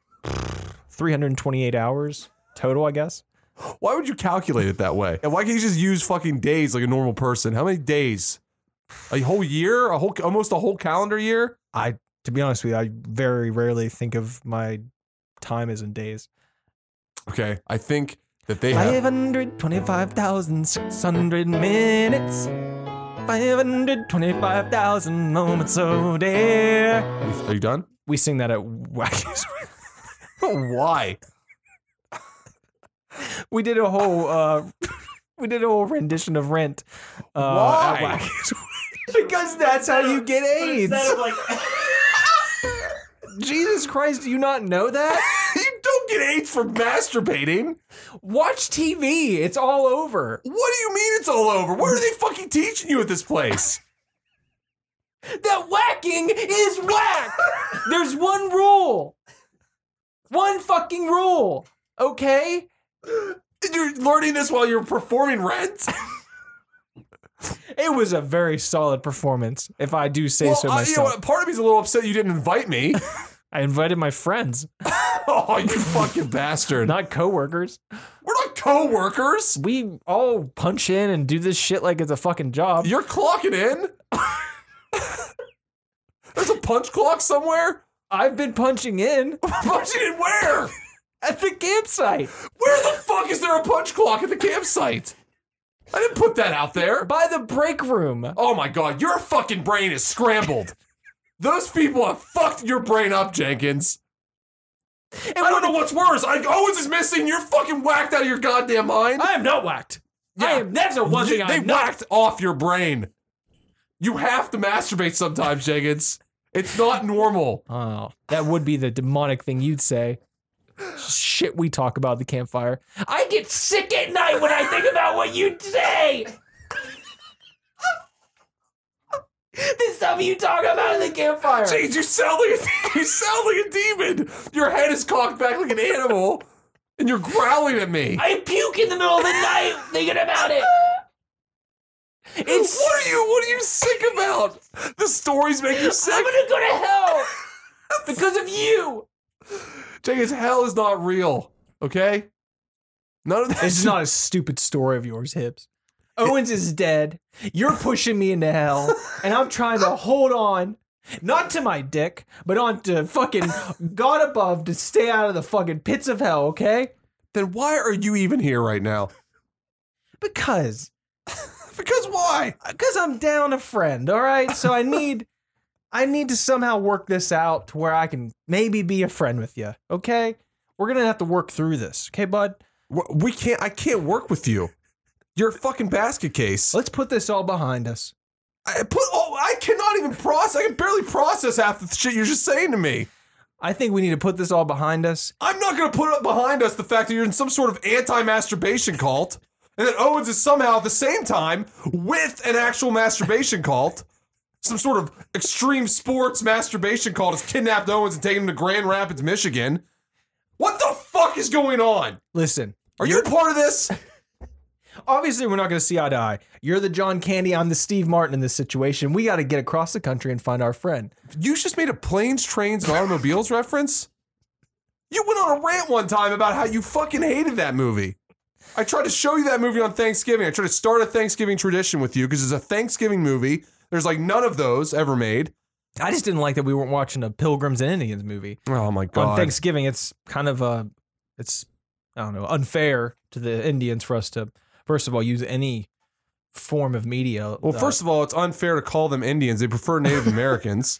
Speaker 1: 328 hours total, I guess.
Speaker 2: Why would you calculate it that way? And why can't you just use fucking days like a normal person? How many days? A whole year? A whole almost a whole calendar year?
Speaker 1: I, to be honest with you, I very rarely think of my time as in days.
Speaker 2: Okay, I think that they have.
Speaker 1: 525,600 minutes. 525,000 moments, oh dear.
Speaker 2: Are you done?
Speaker 1: We sing that at Wackies.
Speaker 2: why?
Speaker 1: we did a whole, uh, we did a whole rendition of Rent. Uh, at
Speaker 2: Why?
Speaker 1: Wackies. because that's how you get AIDS.
Speaker 5: Instead of like,
Speaker 1: Jesus Christ, do you not know that?
Speaker 2: you don't get AIDS for masturbating.
Speaker 1: Watch TV. It's all over.
Speaker 2: What do you mean it's all over? What are they fucking teaching you at this place?
Speaker 1: that whacking is whack. There's one rule. One fucking rule. Okay?
Speaker 2: You're learning this while you're performing rent?
Speaker 1: It was a very solid performance, if I do say so
Speaker 2: I, you know
Speaker 1: myself.
Speaker 2: what? Part of me's a little upset you didn't invite me.
Speaker 1: I invited my friends,
Speaker 2: oh, you fucking bastard.
Speaker 1: not coworkers.
Speaker 2: We're not co-workers.
Speaker 1: We all punch in and do this shit like it's a fucking job.
Speaker 2: You're clocking in. There's a punch clock somewhere.
Speaker 1: I've been punching in
Speaker 2: Punching in where?
Speaker 1: at the campsite
Speaker 2: Where the fuck is there a punch clock at the campsite? I didn't put that out there.
Speaker 1: by the break room.
Speaker 2: Oh my god, your fucking brain is scrambled. Those people have fucked your brain up, Jenkins. I don't know what's worse. Like Owens is missing. You're fucking whacked out of your goddamn mind.
Speaker 1: I am not whacked. I am. That's the one
Speaker 2: You-
Speaker 1: thing
Speaker 2: they
Speaker 1: I'm not.
Speaker 2: whacked off your brain. You have to masturbate sometimes, Jenkins. It's not normal.
Speaker 1: Oh, that would be the demonic thing you'd say. Shit, we talk about at the campfire. I get sick at night when I think about what you'd say. the stuff you talk about at the campfire.
Speaker 2: Jeez, you sound like a, you sound like a demon. Your head is cocked back like an animal, and you're growling at me.
Speaker 1: I puke in the middle of the night thinking about it. It's
Speaker 2: what are you? What are you sick about? The stories make you sick.
Speaker 1: I'm gonna go to hell because of you.
Speaker 2: Jenkins, hell is not real. Okay. None of that.
Speaker 1: This is not a stupid story of yours, Hibbs. Owens is dead. You're pushing me into hell, and I'm trying to hold on, not to my dick, but on to fucking God above to stay out of the fucking pits of hell, okay?
Speaker 2: Then why are you even here right now?
Speaker 1: Because,
Speaker 2: Because why?
Speaker 1: because I'm down a friend, all right? So I need, I need to somehow work this out to where I can maybe be a friend with you, okay? We're gonna have to work through this, okay, bud?
Speaker 2: Wh- We can't. I can't work with you. You're a fucking basket case.
Speaker 1: Let's put this all behind us.
Speaker 2: I put. Oh, I cannot even process. I can barely process half the shit you're just saying to me.
Speaker 1: I think we need to put this all behind us.
Speaker 2: I'm not going to put up behind us the fact that you're in some sort of anti-masturbation cult, and that Owens is somehow at the same time with an actual masturbation cult. Some sort of extreme sports masturbation cult has kidnapped Owens and taken him to Grand Rapids, Michigan. What the fuck is going on?
Speaker 1: Listen,
Speaker 2: Are you part of this?
Speaker 1: obviously we're not going to see eye to eye. You're the John Candy, I'm the Steve Martin in this situation. We got to get across the country and find our friend.
Speaker 2: You just made a planes, trains, and automobiles reference? You went on a rant one time about how you fucking hated that movie. I tried to show you that movie on Thanksgiving. I tried to start a Thanksgiving tradition with you because it's a Thanksgiving movie. There's like none of those ever made.
Speaker 1: I just didn't like that we weren't watching a Pilgrims and Indians movie
Speaker 2: Oh my
Speaker 1: on Thanksgiving. It's kind of uh it's I don't know, unfair to the Indians for us to first of all use any form of media. Uh,
Speaker 2: Well, first of all, it's unfair to call them Indians. They prefer Native Americans.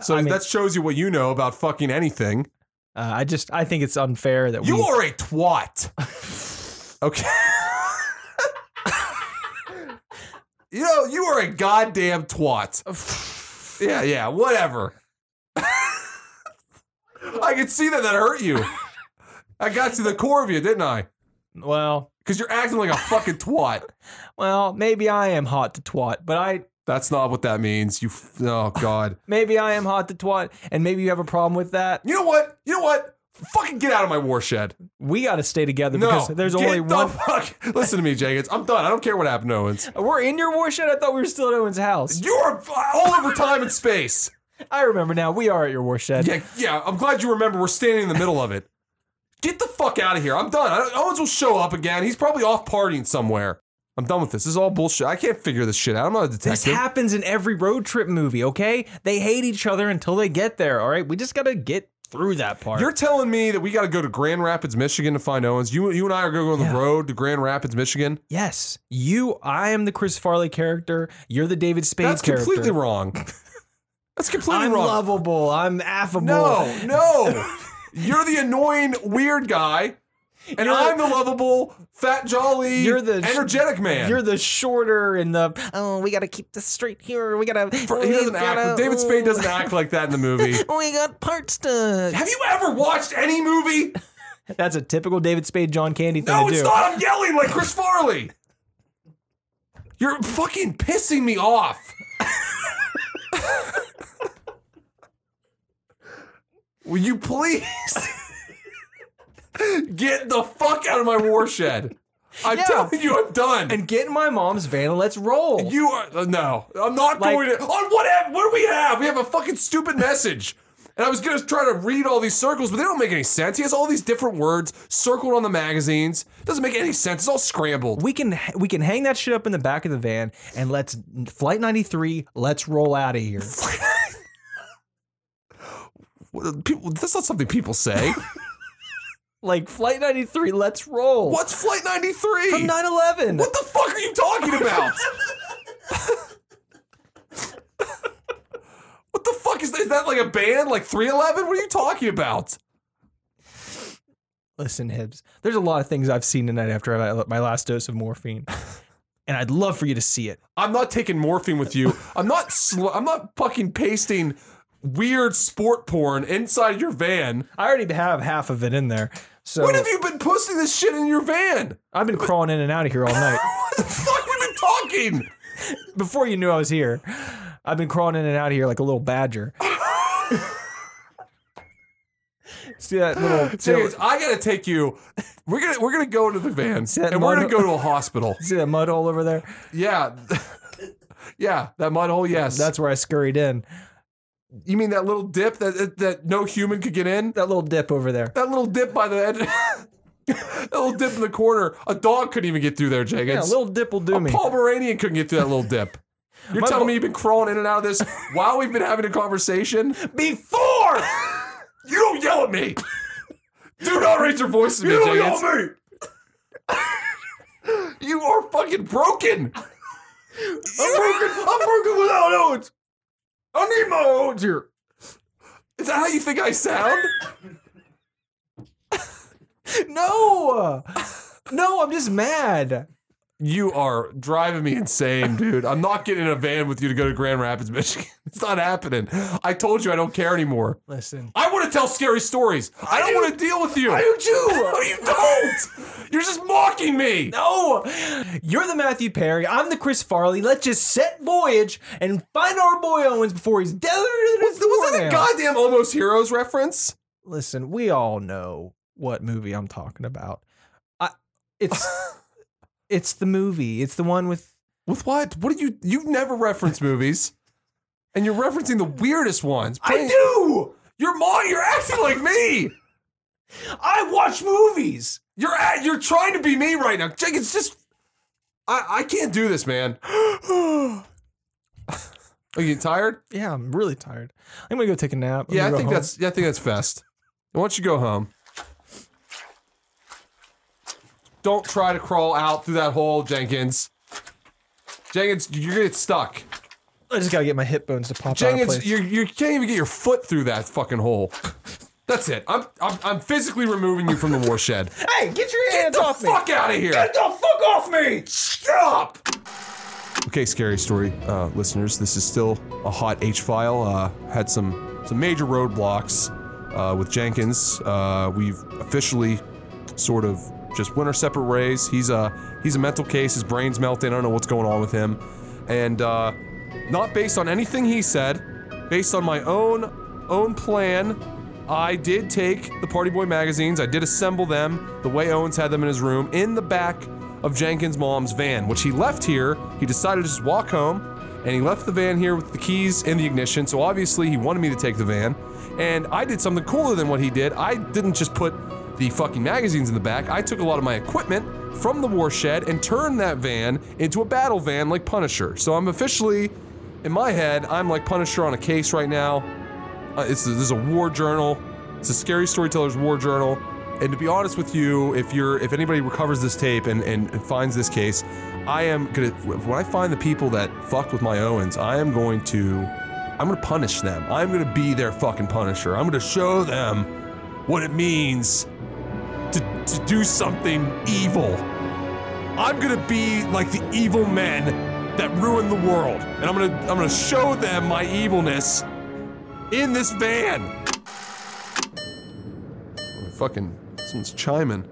Speaker 2: So
Speaker 1: I mean-
Speaker 2: that shows you what you know about fucking anything.
Speaker 1: uh, I just I think it's unfair that
Speaker 2: You
Speaker 1: we
Speaker 2: are a twat. Okay. you know, you are a goddamn twat. Yeah, yeah, whatever. I could see that that hurt you. I got to the core of you, didn't I?
Speaker 1: Well,
Speaker 2: Because you're acting like a fucking twat.
Speaker 1: well, maybe I am hot to twat, but I
Speaker 2: That's not what that means. You. F- oh God.
Speaker 1: maybe I am hot to twat, and maybe you have a problem with that.
Speaker 2: You know what? You know what? Fucking get out of my warshed.
Speaker 1: We got to stay together
Speaker 2: No,
Speaker 1: because there's
Speaker 2: get
Speaker 1: only
Speaker 2: the
Speaker 1: one.
Speaker 2: Fuck. Listen to me, Jenkins. I'm done. I don't care what happened to Owens.
Speaker 1: We're in your warshed. I thought we were still at Owen's house.
Speaker 2: You're all over time and space.
Speaker 1: I remember now. We are at your warshed.
Speaker 2: Yeah, yeah. I'm glad you remember. We're standing in the middle of it. Get the fuck out of here. I'm done. I don't- Owens will show up again. He's probably off partying somewhere. I'm done with this. This is all bullshit. I can't figure this shit out. I'm not a
Speaker 1: This
Speaker 2: detective.
Speaker 1: happens in every road trip movie, okay? They hate each other until they get there, all right? We just got to get through that part.
Speaker 2: You're telling me that we got to go to Grand Rapids, Michigan to find Owens. You, you and I are going to go on the
Speaker 1: Yeah.
Speaker 2: road to Grand Rapids, Michigan.
Speaker 1: yes, you, I am the Chris Farley character. You're the David Spade
Speaker 2: That's
Speaker 1: character.
Speaker 2: completely wrong. That's completely
Speaker 1: I'm
Speaker 2: wrong.
Speaker 1: lovable. I'm affable.
Speaker 2: No, no. You're the annoying weird guy, and
Speaker 1: You're-
Speaker 2: I'm the lovable, fat, jolly,
Speaker 1: You're the-
Speaker 2: energetic man.
Speaker 1: You're the shorter and the, oh, we got to keep this straight here. We got to.
Speaker 2: For- he doesn't act. David Spade doesn't act like that in the movie.
Speaker 1: We got parts to.
Speaker 2: Have you ever watched any movie?
Speaker 1: That's a typical David Spade, John Candy thing
Speaker 2: No,
Speaker 1: to
Speaker 2: it's
Speaker 1: do.
Speaker 2: not. I'm yelling like Chris Farley. You're fucking pissing me off. Will you please get the fuck out of my warshed? I'm
Speaker 1: Yeah.
Speaker 2: telling you, I'm done.
Speaker 1: And get in my mom's van and let's roll.
Speaker 2: You are uh, no. I'm not
Speaker 1: Like-
Speaker 2: going to. On what? app- What do we have? We have a fucking stupid message. And I was gonna try to read all these circles, but they don't make any sense. He has all these different words circled on the magazines. Doesn't make any sense. It's all scrambled.
Speaker 1: we can we can hang that shit up in the back of the van and let's flight 93 let's roll out of here
Speaker 2: Well, people- uh, that's not something people say.
Speaker 1: like flight 93 let's roll
Speaker 2: What's Flight 93?
Speaker 1: from 9-11
Speaker 2: What the fuck are you talking about? what the fuck is that? Is that like a band? Like 311? What are you talking about?
Speaker 1: listen hibbs there's a lot of things i've seen tonight after I- my last dose of morphine and i'd love for you to see it
Speaker 2: I'm not taking morphine with you. I'm not. Sl- I'm not fucking pasting weird sport porn inside your van.
Speaker 1: i already have half of it in there so
Speaker 2: When have you been posting this shit in your van?
Speaker 1: i've been crawling in and out of here all night
Speaker 2: What the fuck we been talking?
Speaker 1: before you knew i was here i've been crawling in and out of here like a little badger see that little see
Speaker 2: James,
Speaker 1: that,
Speaker 2: I gotta take you. We're gonna we're gonna go into the van
Speaker 1: that
Speaker 2: and we're
Speaker 1: mono-
Speaker 2: gonna go to a hospital.
Speaker 1: see that mud hole over there
Speaker 2: Yeah, yeah, that mud hole. Yes,
Speaker 1: that's where i scurried in
Speaker 2: you mean that little dip that that, that no human could get in.
Speaker 1: that little dip over there.
Speaker 2: That little dip by the edge. that little dip in the corner. A dog couldn't even get through there, Jacob.
Speaker 1: Yeah, a little dip will do
Speaker 2: A
Speaker 1: me.
Speaker 2: Pomeranian couldn't get through that little dip. You're
Speaker 1: My
Speaker 2: telling
Speaker 1: bo-
Speaker 2: me you've been crawling in and out of this while we've been having a conversation?
Speaker 1: Before
Speaker 2: You don't yell at me! Do not raise your voice to me, You don't yell at me! you are fucking broken! I'm broken! I'm broken without Owens! I need my Owens here! Is that how you think I sound?
Speaker 1: no, no, I'm just mad.
Speaker 2: You are driving me insane, dude. I'm not getting in a van with you to go to Grand Rapids, Michigan. It's not happening. I told you I don't care anymore.
Speaker 1: Listen,
Speaker 2: I want to tell scary stories. I, don't want to deal with you. I do too. no, you don't. You're just mocking me.
Speaker 1: no, you're the Matthew Perry. I'm the Chris Farley. Let's just set voyage and find our boy Owens before he's dead. Was,
Speaker 2: Was that a goddamn Almost Heroes reference?
Speaker 1: Listen, we all know what movie I'm talking about. I, it's it's the movie. It's the one with
Speaker 2: With what? What do you? You've never referenced movies, and you're referencing the weirdest ones. I do. You're ma. You're acting like me.
Speaker 1: I watch movies.
Speaker 2: You're at. You're trying to be me right now, Jake. It's just. I. I can't do this, man. Are you tired?
Speaker 1: Yeah, I'm really tired. I'm gonna go take a nap. I'm
Speaker 2: Yeah,
Speaker 1: gonna
Speaker 2: I
Speaker 1: go
Speaker 2: think
Speaker 1: home.
Speaker 2: that's. Yeah, I think that's fest. Why don't you go home? Don't try to crawl out through that hole, Jenkins. Jenkins, you're gonna get stuck.
Speaker 1: I just gotta get my hip bones to pop out. Of
Speaker 2: Jenkins,
Speaker 1: place.
Speaker 2: you you can't even get your foot through that fucking hole. That's it. I'm I'm, I'm physically removing you from the warshed.
Speaker 1: Hey, get your
Speaker 2: Get the fuck out of here! Get the fuck off me! Stop! Okay, scary story, uh, listeners. This is still a hot H file. Uh, had some some major roadblocks. uh, with Jenkins. Uh, we've officially sort of just went our separate ways. He's a he's a mental case. His brain's melting. I don't know what's going on with him, and uh, not based on anything he said, based on my own own plan. I did take the Party Boy magazines. I did assemble them the way Owens had them in his room in the back of Jenkins' mom's van, which he left here. He decided to just walk home and he left the van here with the keys and the ignition. So obviously he wanted me to take the van, and I did something cooler than what he did. I didn't just put the fucking magazines in the back. I took a lot of my equipment from the war shed and turned that van into a battle van like Punisher. So I'm officially, in my head, I'm like Punisher on a case right now. Uh, it's this is a war journal. It's a scary storyteller's war journal. And to be honest with you, if you're if anybody recovers this tape and, and, and finds this case, I am gonna when I find the people that fucked with my Owens, I am going to I'm gonna punish them. I'm gonna be their fucking punisher. I'm gonna show them what it means to, to do something evil. I'm gonna be like the evil men that ruined the world. And I'm gonna I'm gonna show them my evilness in this van. Oh, fucking, someone's chiming.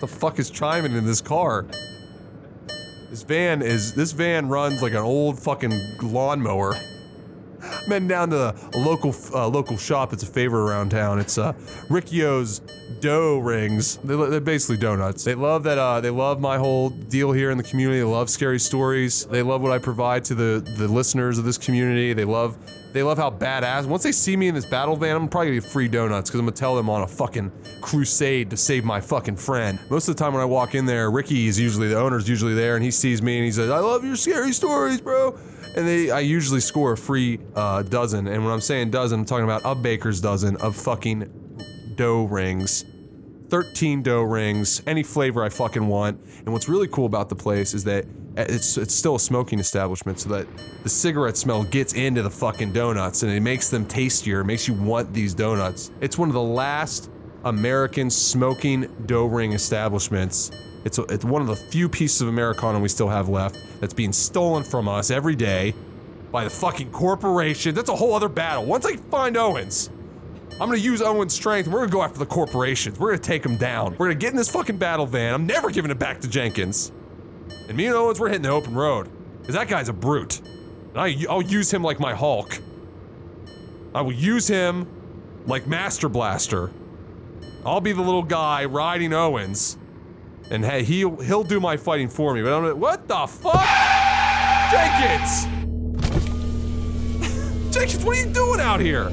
Speaker 2: The fuck is chiming in this car? This van is this van runs like an old fucking lawnmower. I'm heading down to a local uh, local shop that's a favorite around town. It's uh, Riccio's dough rings. They, they're basically donuts. They love that. Uh, they love my whole deal here in the community. They love scary stories. They love what I provide to the the listeners of this community. They love they love how badass. Once they see me in this battle van, I'm probably gonna get free donuts because I'm gonna tell them on a fucking crusade to save my fucking friend. Most of the time when I walk in there, Ricky is usually the owner's usually there, and he sees me and he says, "I love your scary stories, bro." and they I usually score a free uh, dozen. And when I'm saying dozen, I'm talking about a baker's dozen of fucking dough rings. 13 dough rings, any flavor I fucking want. And what's really cool about the place is that it's it's still a smoking establishment, so that the cigarette smell gets into the fucking donuts and it makes them tastier, it makes you want these donuts. It's one of the last American smoking dough ring establishments. It's, a, it's one of the few pieces of Americana we still have left that's being stolen from us every day by the fucking corporation. That's a whole other battle. Once I find Owens, I'm gonna use Owen's strength. and We're gonna go after the corporations. We're gonna take them down. We're gonna get in this fucking battle van. I'm never giving it back to Jenkins. And me and Owens, we're hitting the open road. Because that guy's a brute. And I, I'll use him like my Hulk. I will use him like Master Blaster. I'll be the little guy riding Owens. And hey, he'll, he'll do my fighting for me. But I'm gonna, what the fuck? Jenkins! Jenkins, what are you doing out here?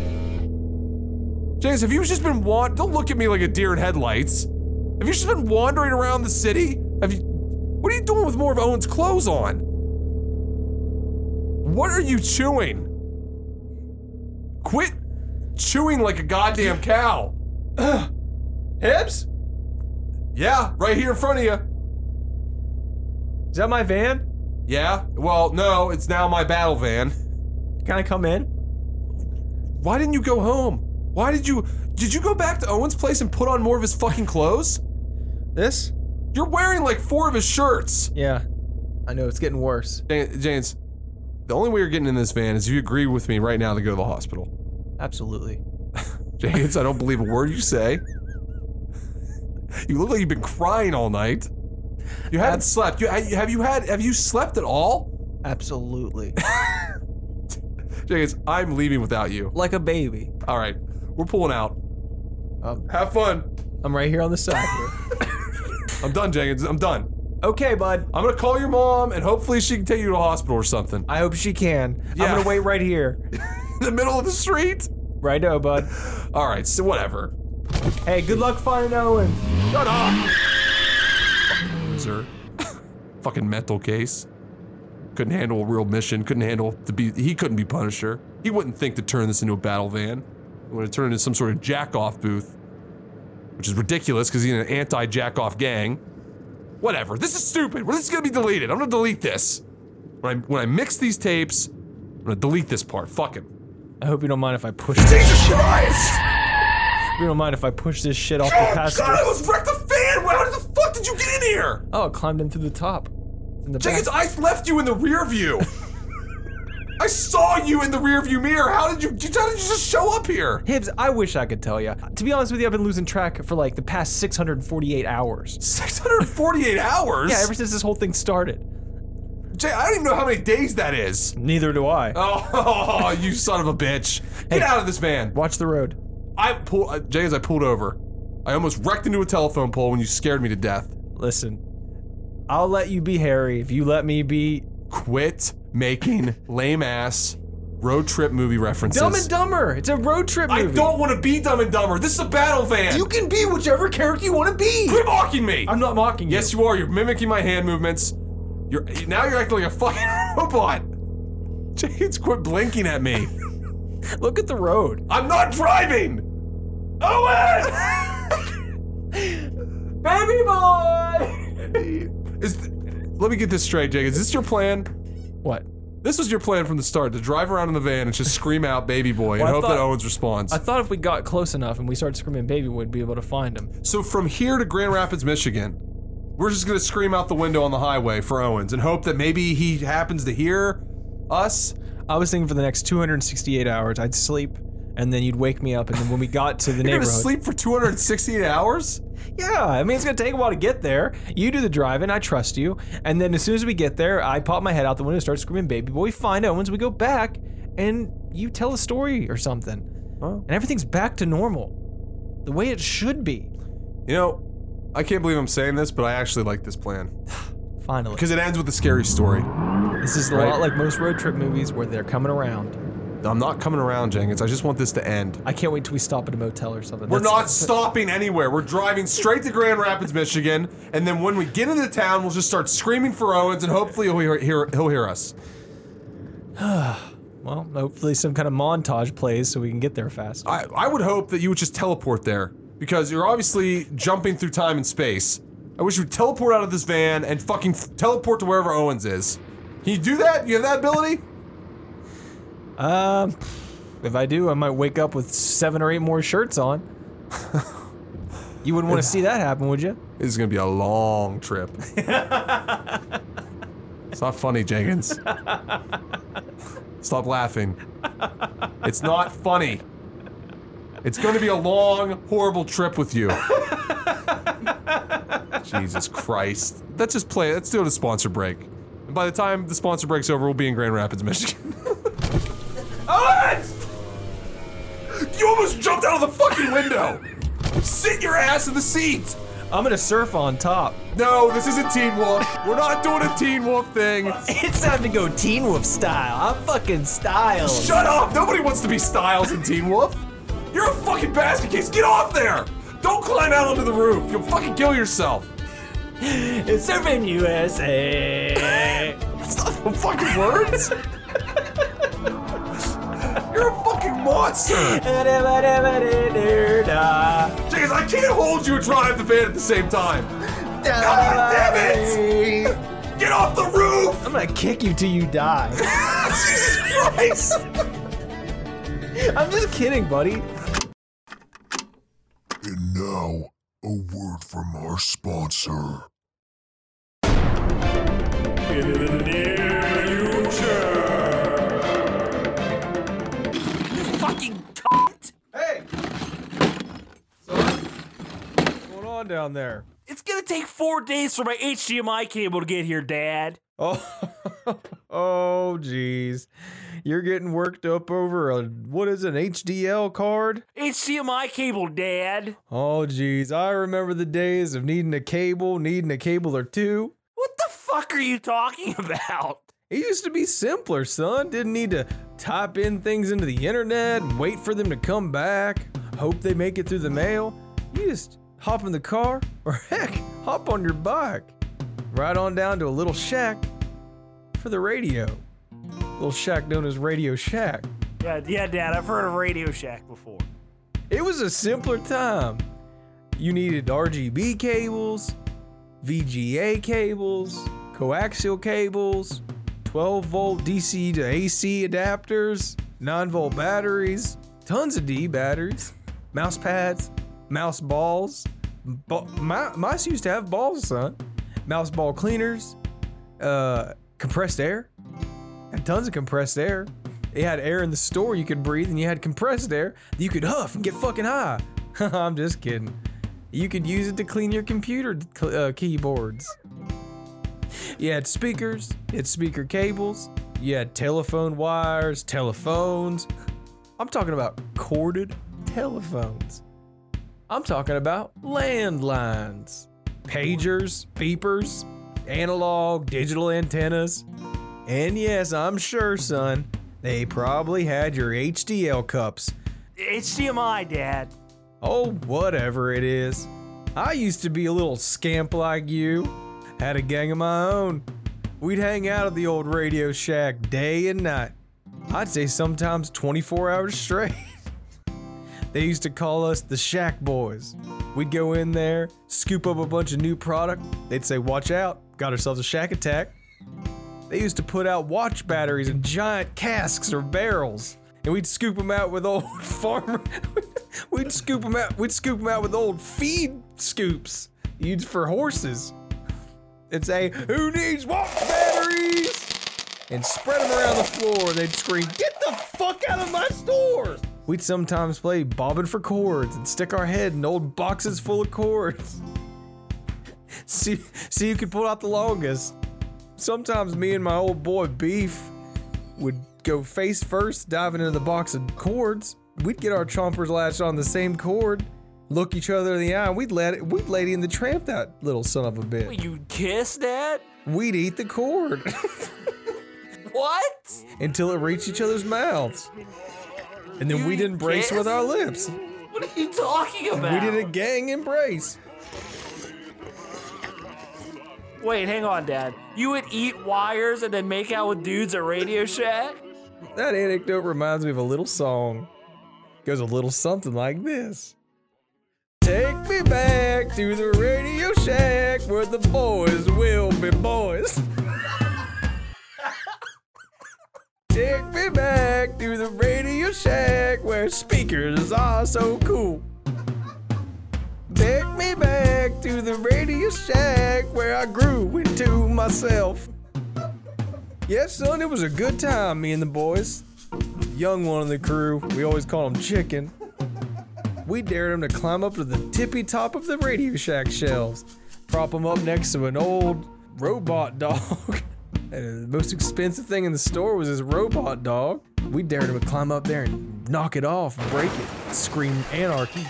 Speaker 2: James, have you just been want? Don't look at me like a deer in headlights. Have you just been wandering around the city? Have you? What are you doing with more of Owen's clothes on? What are you chewing? Quit chewing like a goddamn cow.
Speaker 1: Hibbs?
Speaker 2: Yeah, right here in front of you.
Speaker 1: Is that my van?
Speaker 2: Yeah. Well, no, it's now my battle van.
Speaker 1: Can I come in?
Speaker 2: Why didn't you go home? Why did you? Did you go back to Owen's place and put on more of his fucking clothes?
Speaker 1: This?
Speaker 2: You're wearing like four of his shirts.
Speaker 1: Yeah. I know it's getting worse.
Speaker 2: Jan- James, the only way you're getting in this van is if you agree with me right now to go to the hospital.
Speaker 1: Absolutely.
Speaker 2: James, I don't believe a word you say. You look like you've been crying all night. You haven't slept. You have you had have you slept at all?
Speaker 1: Absolutely.
Speaker 2: James, I'm leaving without you.
Speaker 1: like a baby.
Speaker 2: All right, we're pulling out.
Speaker 1: Um,
Speaker 2: Have fun.
Speaker 1: I'm right here on the side here.
Speaker 2: I'm done, Jenkins. I'm done.
Speaker 1: Okay, bud.
Speaker 2: I'm gonna call your mom and hopefully she can take you to a hospital or something.
Speaker 1: I hope she can.
Speaker 2: Yeah.
Speaker 1: I'm gonna wait right here.
Speaker 2: In the middle of the street.
Speaker 1: Righto, bud.
Speaker 2: All right, so whatever.
Speaker 1: Hey, good luck finding Owen.
Speaker 2: Shut up. Fucking Loser. Fucking mental case. Couldn't handle a real mission. Couldn't handle to be. He couldn't be Punisher. He wouldn't think to turn this into a battle van. He would turn it into some sort of jack off booth, which is ridiculous because he's in an anti jack off gang. Whatever. This is stupid. Well, this is gonna be deleted. I'm gonna delete this. When I when I mix these tapes, I'm gonna delete this part. Fuck him.
Speaker 1: I hope you don't mind if I push this
Speaker 2: Jesus Christ! Oh,
Speaker 1: you don't mind if I push this shit off the passenger.
Speaker 2: God, I was wrecked the fan. How did the fuck did you get in here?
Speaker 1: Oh, it climbed in through the top. In the back.
Speaker 2: Jenkins, I left you in the rear view. I I saw you in the rearview mirror. How did you? How did you just show up here?
Speaker 1: Hibbs, I wish I could tell you. To be honest with you, I've been losing track for like the past 648 hours.
Speaker 2: 648 hours.
Speaker 1: Yeah, ever since this whole thing started.
Speaker 2: Jay, I don't even know how many days that is.
Speaker 1: Neither do I.
Speaker 2: Oh, you son of a bitch! Get out of this van.
Speaker 1: Watch the road.
Speaker 2: I pull. Uh, Jay, as I pulled over, I almost wrecked into a telephone pole when you scared me to death.
Speaker 1: Listen, I'll let you be Harry if you let me be
Speaker 2: Quit making lame ass road trip movie references.
Speaker 1: Dumb and Dumber. It's a road trip
Speaker 2: I
Speaker 1: movie.
Speaker 2: don't want to be dumb and dumber. This is a battle van.
Speaker 1: You can be whichever character you want to be.
Speaker 2: Quit mocking me.
Speaker 1: I'm not mocking
Speaker 2: Yes,
Speaker 1: you.
Speaker 2: you are. You're mimicking my hand movements. You're now you're acting like a fucking robot. James, quit blinking at me.
Speaker 1: Yes, look at the road.
Speaker 2: I'm not driving. Owen, baby boy. Is th- let me get this straight, Jake. Is this your plan?
Speaker 1: What?
Speaker 2: This was your plan from the start to drive around in the van and just scream out "baby boy"
Speaker 1: Well, I
Speaker 2: and hope
Speaker 1: thought-
Speaker 2: that Owens responds.
Speaker 1: I thought if we got close enough and we started screaming baby, we'd be able to find him.
Speaker 2: so from here to Grand Rapids, Michigan, we're just gonna scream out the window on the highway for Owens and hope that maybe he happens to hear us.
Speaker 1: I was thinking for the next 268 hours, I'd sleep and then you'd wake me up. And then when we got to the
Speaker 2: You're
Speaker 1: neighborhood.
Speaker 2: gonna sleep for 268 hours?
Speaker 1: Yeah, I mean, it's going to take a while to get there. You do the driving, I trust you. And then as soon as we get there, I pop my head out the window, start screaming baby boy, find Owens, we go back, and you tell a story or something. And everything's back to normal. The way it should be.
Speaker 2: You know, I can't believe I'm saying this, but I actually like this plan
Speaker 1: Finally.
Speaker 2: because it ends with a scary story.
Speaker 1: This is a
Speaker 2: Right.
Speaker 1: lot like most road trip movies where they're coming around.
Speaker 2: I'm not coming around, Jenkins. I just want this to end.
Speaker 1: I can't wait till we stop at a motel or something.
Speaker 2: We're
Speaker 1: That's-
Speaker 2: not stopping anywhere. We're driving straight to Grand Rapids, Michigan, and then when we get into town, we'll just start screaming for Owens, and hopefully he'll hear, hear he'll hear us.
Speaker 1: Well, hopefully some kind of montage plays so we can get there fast.
Speaker 2: I, I would hope that you would just teleport there because you're obviously jumping through time and space. I wish you would teleport out of this van and fucking f- teleport to wherever Owens is. Can you do that? You have that ability?
Speaker 1: Um, if I do, I might wake up with seven or eight more shirts on. you wouldn't want to see that happen, would you?
Speaker 2: This is gonna be a long trip. it's not funny, Jenkins. Stop laughing. It's not funny. It's gonna be a long, horrible trip with you. Jesus Christ. Let's just play. Let's do it a sponsor break. And by the time the sponsor break's over, we'll be in Grand Rapids, Michigan. Alex! You almost jumped out of the fucking window! Sit your ass in the seat!
Speaker 1: I'm gonna surf on top.
Speaker 2: No, this isn't Teen Wolf. We're not doing a Teen Wolf thing.
Speaker 1: It's time to go Teen Wolf style. I'm fucking style.
Speaker 2: Shut up! Nobody wants to be Styles in Teen Wolf. You're a fucking basket case. Get off there! Don't climb out onto the roof. You'll fucking kill yourself.
Speaker 1: It's Surfing USA.
Speaker 2: That's not the fucking words. You're a fucking monster.
Speaker 1: Da-da-ba-da-ba-da-da-da.
Speaker 2: Jeez, I can't hold you and drive the van at the same time. God damn it! Get off the roof!
Speaker 1: I'm gonna kick you till you die.
Speaker 2: Jesus Christ!
Speaker 1: I'm just kidding, buddy.
Speaker 7: And now, a word from our sponsor.
Speaker 5: Fucking cunt!
Speaker 2: Hey!
Speaker 1: What's going on down there?
Speaker 5: It's gonna take four days for my HDMI cable to get here, Dad.
Speaker 1: Oh, oh, jeez. You're getting worked up over a what is an HDL card?
Speaker 5: HDMI cable, Dad.
Speaker 1: Oh, jeez. I remember the days of needing a cable, needing a cable or two.
Speaker 5: What the fuck are you talking about?
Speaker 1: It used to be simpler, son. Didn't need to type in things into the internet and wait for them to come back, hope they make it through the mail. You just hop in the car, or heck, hop on your bike, right on down to a little shack for the radio. Little shack known as Radio Shack.
Speaker 5: Yeah, yeah, Dad. I've heard of Radio Shack before.
Speaker 1: It was a simpler time. You needed RGB cables, VGA cables, coaxial cables, 12 volt DC to AC adapters, 9 volt batteries, tons of D batteries, mouse pads, mouse balls. Ba- mi- mice used to have balls, son. Mouse ball cleaners, uh, compressed air. God had tons of compressed air. It had air in the store you could breathe, and you had compressed air that you could huff and get fucking high. I'm just kidding. You could use it to clean your computer cl- uh, keyboards. You had speakers, you had speaker cables, you had telephone wires, telephones. I'm talking about corded telephones. I'm talking about landlines, pagers, beepers, analog, digital antennas. And yes, I'm sure, son, they probably had your HDL cups.
Speaker 5: HDMI, Dad.
Speaker 1: Oh, whatever it is. I used to be a little scamp like you. Had a gang of my own. We'd hang out at the old Radio Shack day and night. I'd say sometimes 24 hours straight. they used to call us the Shack Boys. We'd go in there, scoop up a bunch of new product. They'd say, Watch out, got ourselves a shack attack. They used to put out watch batteries in giant casks or barrels, and we'd scoop them out with old farmer. we'd scoop them out. We'd scoop 'em out with old feed scoops used for horses, and say, "Who needs watch batteries?" and spread them around the floor. They'd scream, "Get the fuck out of my store!" We'd sometimes play bobbing for chords and stick our head in old boxes full of chords. see, see who could pull out the longest sometimes me and my old boy Beef would go face first, diving into the box of cords. We'd get our chompers latched on the same cord, look each other in the eye, and we'd let it, we'd Lady in the Tramp that little son of a bitch.
Speaker 5: You'd kiss, Dad?
Speaker 1: We'd eat the cord
Speaker 5: What?
Speaker 1: until it reached each other's mouths, and then we'd embrace with our lips.
Speaker 5: What are you talking about?
Speaker 1: We did a gang embrace.
Speaker 5: Wait, hang on, Dad. You would eat wires and then make out with dudes at Radio Shack?
Speaker 1: That anecdote reminds me of a little song. Goes a little something like this. Take me back to the Radio Shack where the boys will be boys. Take me back to the Radio Shack where speakers are so cool. Take me back to the Radio Shack where I grew into myself. Yes, son, it was a good time, me and the boys. Young one of the crew, we always called him Chicken. We dared him to climb up to the tippy top of the Radio Shack shelves, prop him up next to an old robot dog. and the most expensive thing in the store was his robot dog. We dared him to climb up there and knock it off, break it, scream anarchy.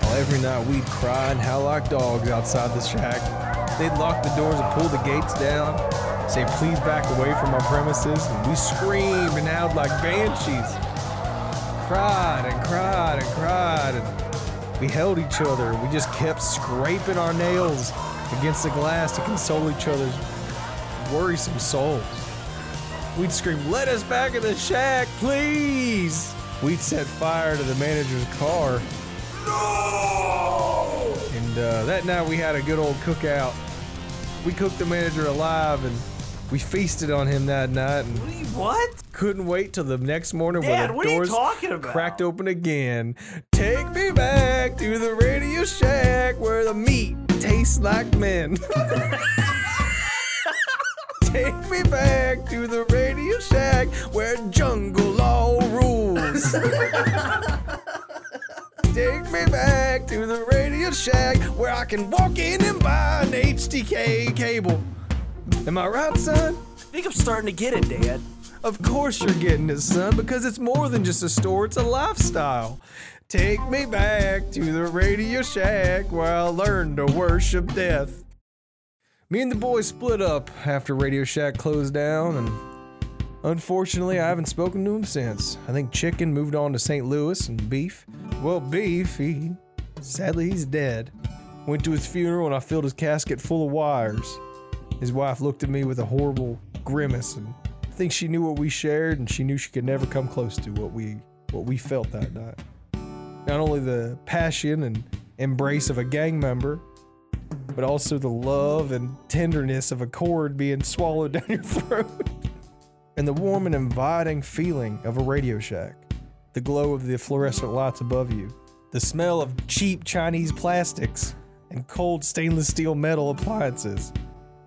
Speaker 1: Well, every night we'd cry and howl like dogs outside the shack. They'd lock the doors and pull the gates down, say, please back away from our premises, and we screamed and howled like banshees. Cried and cried and cried, and we held each other. We just kept scraping our nails against the glass to console each other's worrisome souls. We'd scream, let us back in the shack, please! We'd set fire to the manager's car. And uh, that night we had a good old cookout. We cooked the manager alive and we feasted on him that night and
Speaker 5: What?
Speaker 1: couldn't wait till the next morning when
Speaker 5: Dad,
Speaker 1: the
Speaker 5: what are you
Speaker 1: doors
Speaker 5: talking about?
Speaker 1: cracked open again. Take me back to the radio shack where the meat tastes like men. Take me back to the radio shack where jungle law rules. Take me back to the radio shack where I can walk in and buy an HDK cable. Am I right, son?
Speaker 5: I think I'm starting to get it, Dad.
Speaker 1: Of course you're getting it, son, because it's more than just a store, it's a lifestyle. Take me back to the Radio Shack where I learned to worship death. Me and the boys split up after Radio Shack closed down, and unfortunately, I haven't spoken to him since. I think Chicken moved on to St. Louis, and Beef, well, Beef, he sadly, he's dead. Went to his funeral, and I filled his casket full of wires. His wife looked at me with a horrible grimace and I think she knew what we shared and she knew she could never come close to what we what we felt that night. Not only the passion and embrace of a gang member, but also the love and tenderness of a cord being swallowed down your throat. and the warm and inviting feeling of a Radio Shack. The glow of the fluorescent lights above you. The smell of cheap Chinese plastics and cold stainless steel metal appliances.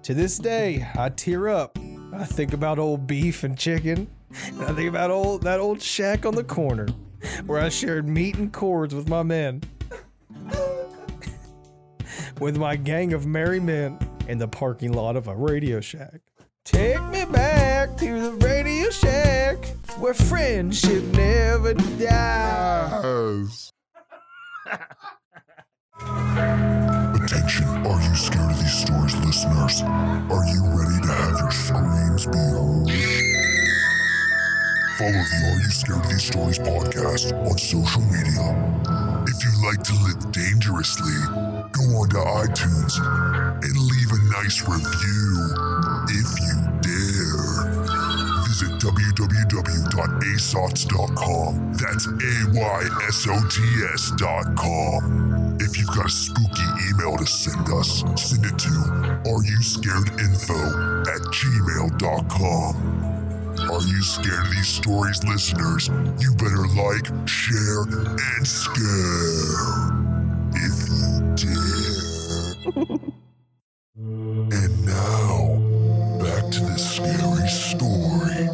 Speaker 1: To this day, I tear up
Speaker 8: I think about old beef and chicken. And I think about old that old shack on the corner where I shared meat and cords with my men. with my gang of merry men in the parking lot of a Radio Shack. Take me back to the Radio Shack where friendship never dies.
Speaker 7: Yes. Attention, are you scared of these stories, listeners? Are you ready to have your screams be heard? Follow the Are You Scared of These Stories podcast on social media. If you like to live dangerously, go on to iTunes and leave a nice review if you dare. Visit www.asots.com. That's A Y S O T S dot com. If you've got a spooky email to send us, send it to areyouscaredinfo at gmail.com. Are you scared of these stories, listeners? You better like, share, and scare. If you dare. and now, back to the scary story.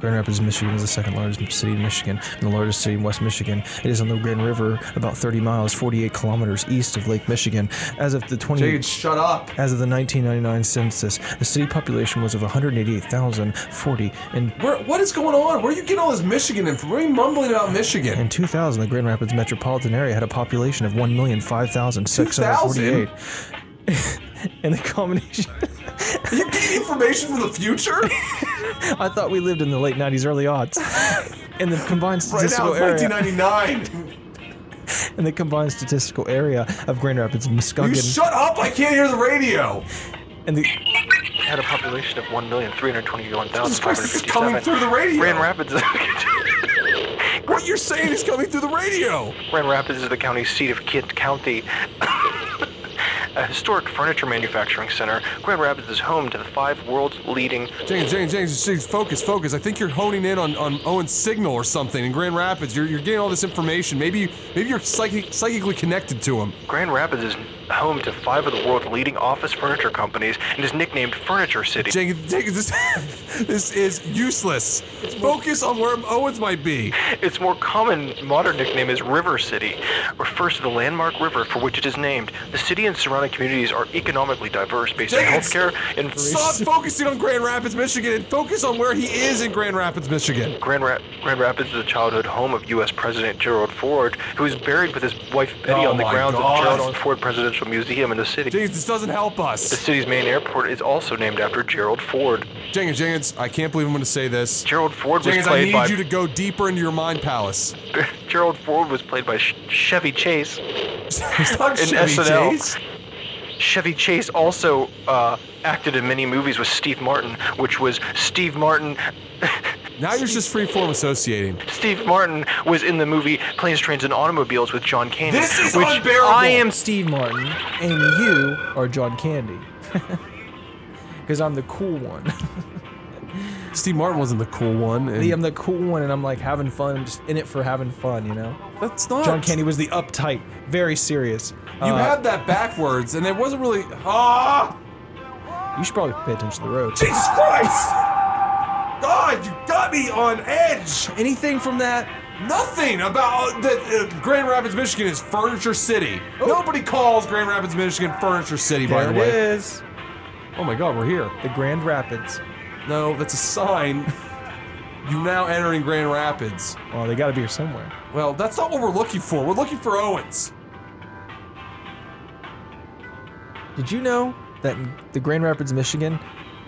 Speaker 1: Grand Rapids, Michigan is the second largest city in Michigan and the largest city in West Michigan. It is on the Grand River, about 30 miles, 48 kilometers east of Lake Michigan. As of the 20-
Speaker 2: Jade, shut up.
Speaker 1: As of the 1999 census, the city population was of 188,040. In,
Speaker 2: Where, what is going on? Where are you getting all this Michigan info? Where are you mumbling about Michigan?
Speaker 1: in 2000, the Grand Rapids metropolitan area had a population of 1,005,648. and the combination.
Speaker 2: Are you getting information from the future? right
Speaker 1: I thought we lived in the late 90s, early aughts. And the combined
Speaker 2: now,
Speaker 1: statistical
Speaker 2: it's
Speaker 1: area,
Speaker 2: 1999.
Speaker 1: and the combined statistical area of Grand Rapids,
Speaker 2: you
Speaker 1: Muskegon,
Speaker 2: shut up. I can't hear the radio.
Speaker 1: and the
Speaker 9: had a population of 1,321,557.
Speaker 2: Jesus Christ, this is coming through the radio.
Speaker 9: Grand Rapids.
Speaker 2: What you're saying is coming through the radio.
Speaker 9: Grand Rapids is the county seat of Kent County. A historic furniture manufacturing center, Grand Rapids is home to the five world's leading.
Speaker 2: James, James, James, James, focus, focus. I think you're honing in on, on Owen's signal or something in Grand Rapids. You're, you're getting all this information. Maybe maybe you're psychic, psychically connected to him.
Speaker 9: Grand Rapids is home to five of the world's leading office furniture companies and is nicknamed Furniture City.
Speaker 2: Jenkins, Jenkins, this, this is useless. Focus on where Owens might be.
Speaker 9: Its more common modern nickname is River City, refers to the landmark river for which it is named. The city and surrounding communities are economically diverse based on
Speaker 2: Jenkins,
Speaker 9: healthcare and
Speaker 2: Stop focusing on Grand Rapids, Michigan, and focus on where he is in Grand Rapids, Michigan.
Speaker 9: Grand, Ra- Grand Rapids is the childhood home of U.S. President Gerald Ford, who is buried with his wife Betty
Speaker 2: Oh
Speaker 9: on the
Speaker 2: my
Speaker 9: grounds
Speaker 2: God.
Speaker 9: of Gerald Ford Presidential Museum in the city.
Speaker 2: Jenkins, this doesn't help
Speaker 9: The
Speaker 2: us.
Speaker 9: city's main airport is also named after Gerald Ford.
Speaker 2: Jenkins, Jenkins, I can't believe I'm going to say this.
Speaker 9: Gerald Ford was
Speaker 2: Jenkins, I
Speaker 9: played
Speaker 2: need
Speaker 9: by
Speaker 2: you to go deeper into your mind palace.
Speaker 9: Gerald Ford was played by Sh- Chevy Chase.
Speaker 2: It's not
Speaker 9: In
Speaker 2: Chevy
Speaker 9: SNL.
Speaker 2: Chase.
Speaker 9: Chevy Chase also uh, acted in many movies with Steve Martin, which was Steve Martin.
Speaker 2: Now you're just free form associating.
Speaker 9: Steve Martin was in the movie Planes, Trains, and Automobiles with John Candy.
Speaker 2: This is
Speaker 9: which
Speaker 2: unbearable.
Speaker 1: I am Steve Martin, and you are John Candy. Because I'm the cool one.
Speaker 2: Steve Martin wasn't the cool one. and-
Speaker 1: I'm the cool one, and I'm like having fun. I'm just in it for having fun, you know?
Speaker 2: That's not.
Speaker 1: John Candy was the uptight, very serious.
Speaker 2: You
Speaker 1: Uh,
Speaker 2: had that backwards, and it wasn't really. Ah!
Speaker 1: you should probably pay attention to the road.
Speaker 2: Jesus Christ! God, you got me on edge!
Speaker 1: Anything from that?
Speaker 2: Nothing about that. Uh, Grand Rapids, Michigan is Furniture City. Nobody calls Grand Rapids, Michigan Furniture City, by
Speaker 1: There
Speaker 2: the
Speaker 1: it
Speaker 2: way.
Speaker 1: is.
Speaker 2: Oh my god, we're here.
Speaker 1: The Grand Rapids.
Speaker 2: No, that's a sign. You're now entering Grand Rapids.
Speaker 1: Well, they gotta be here somewhere.
Speaker 2: Well, that's not what we're looking for. We're looking for Owens.
Speaker 1: Did you know that in the Grand Rapids, Michigan,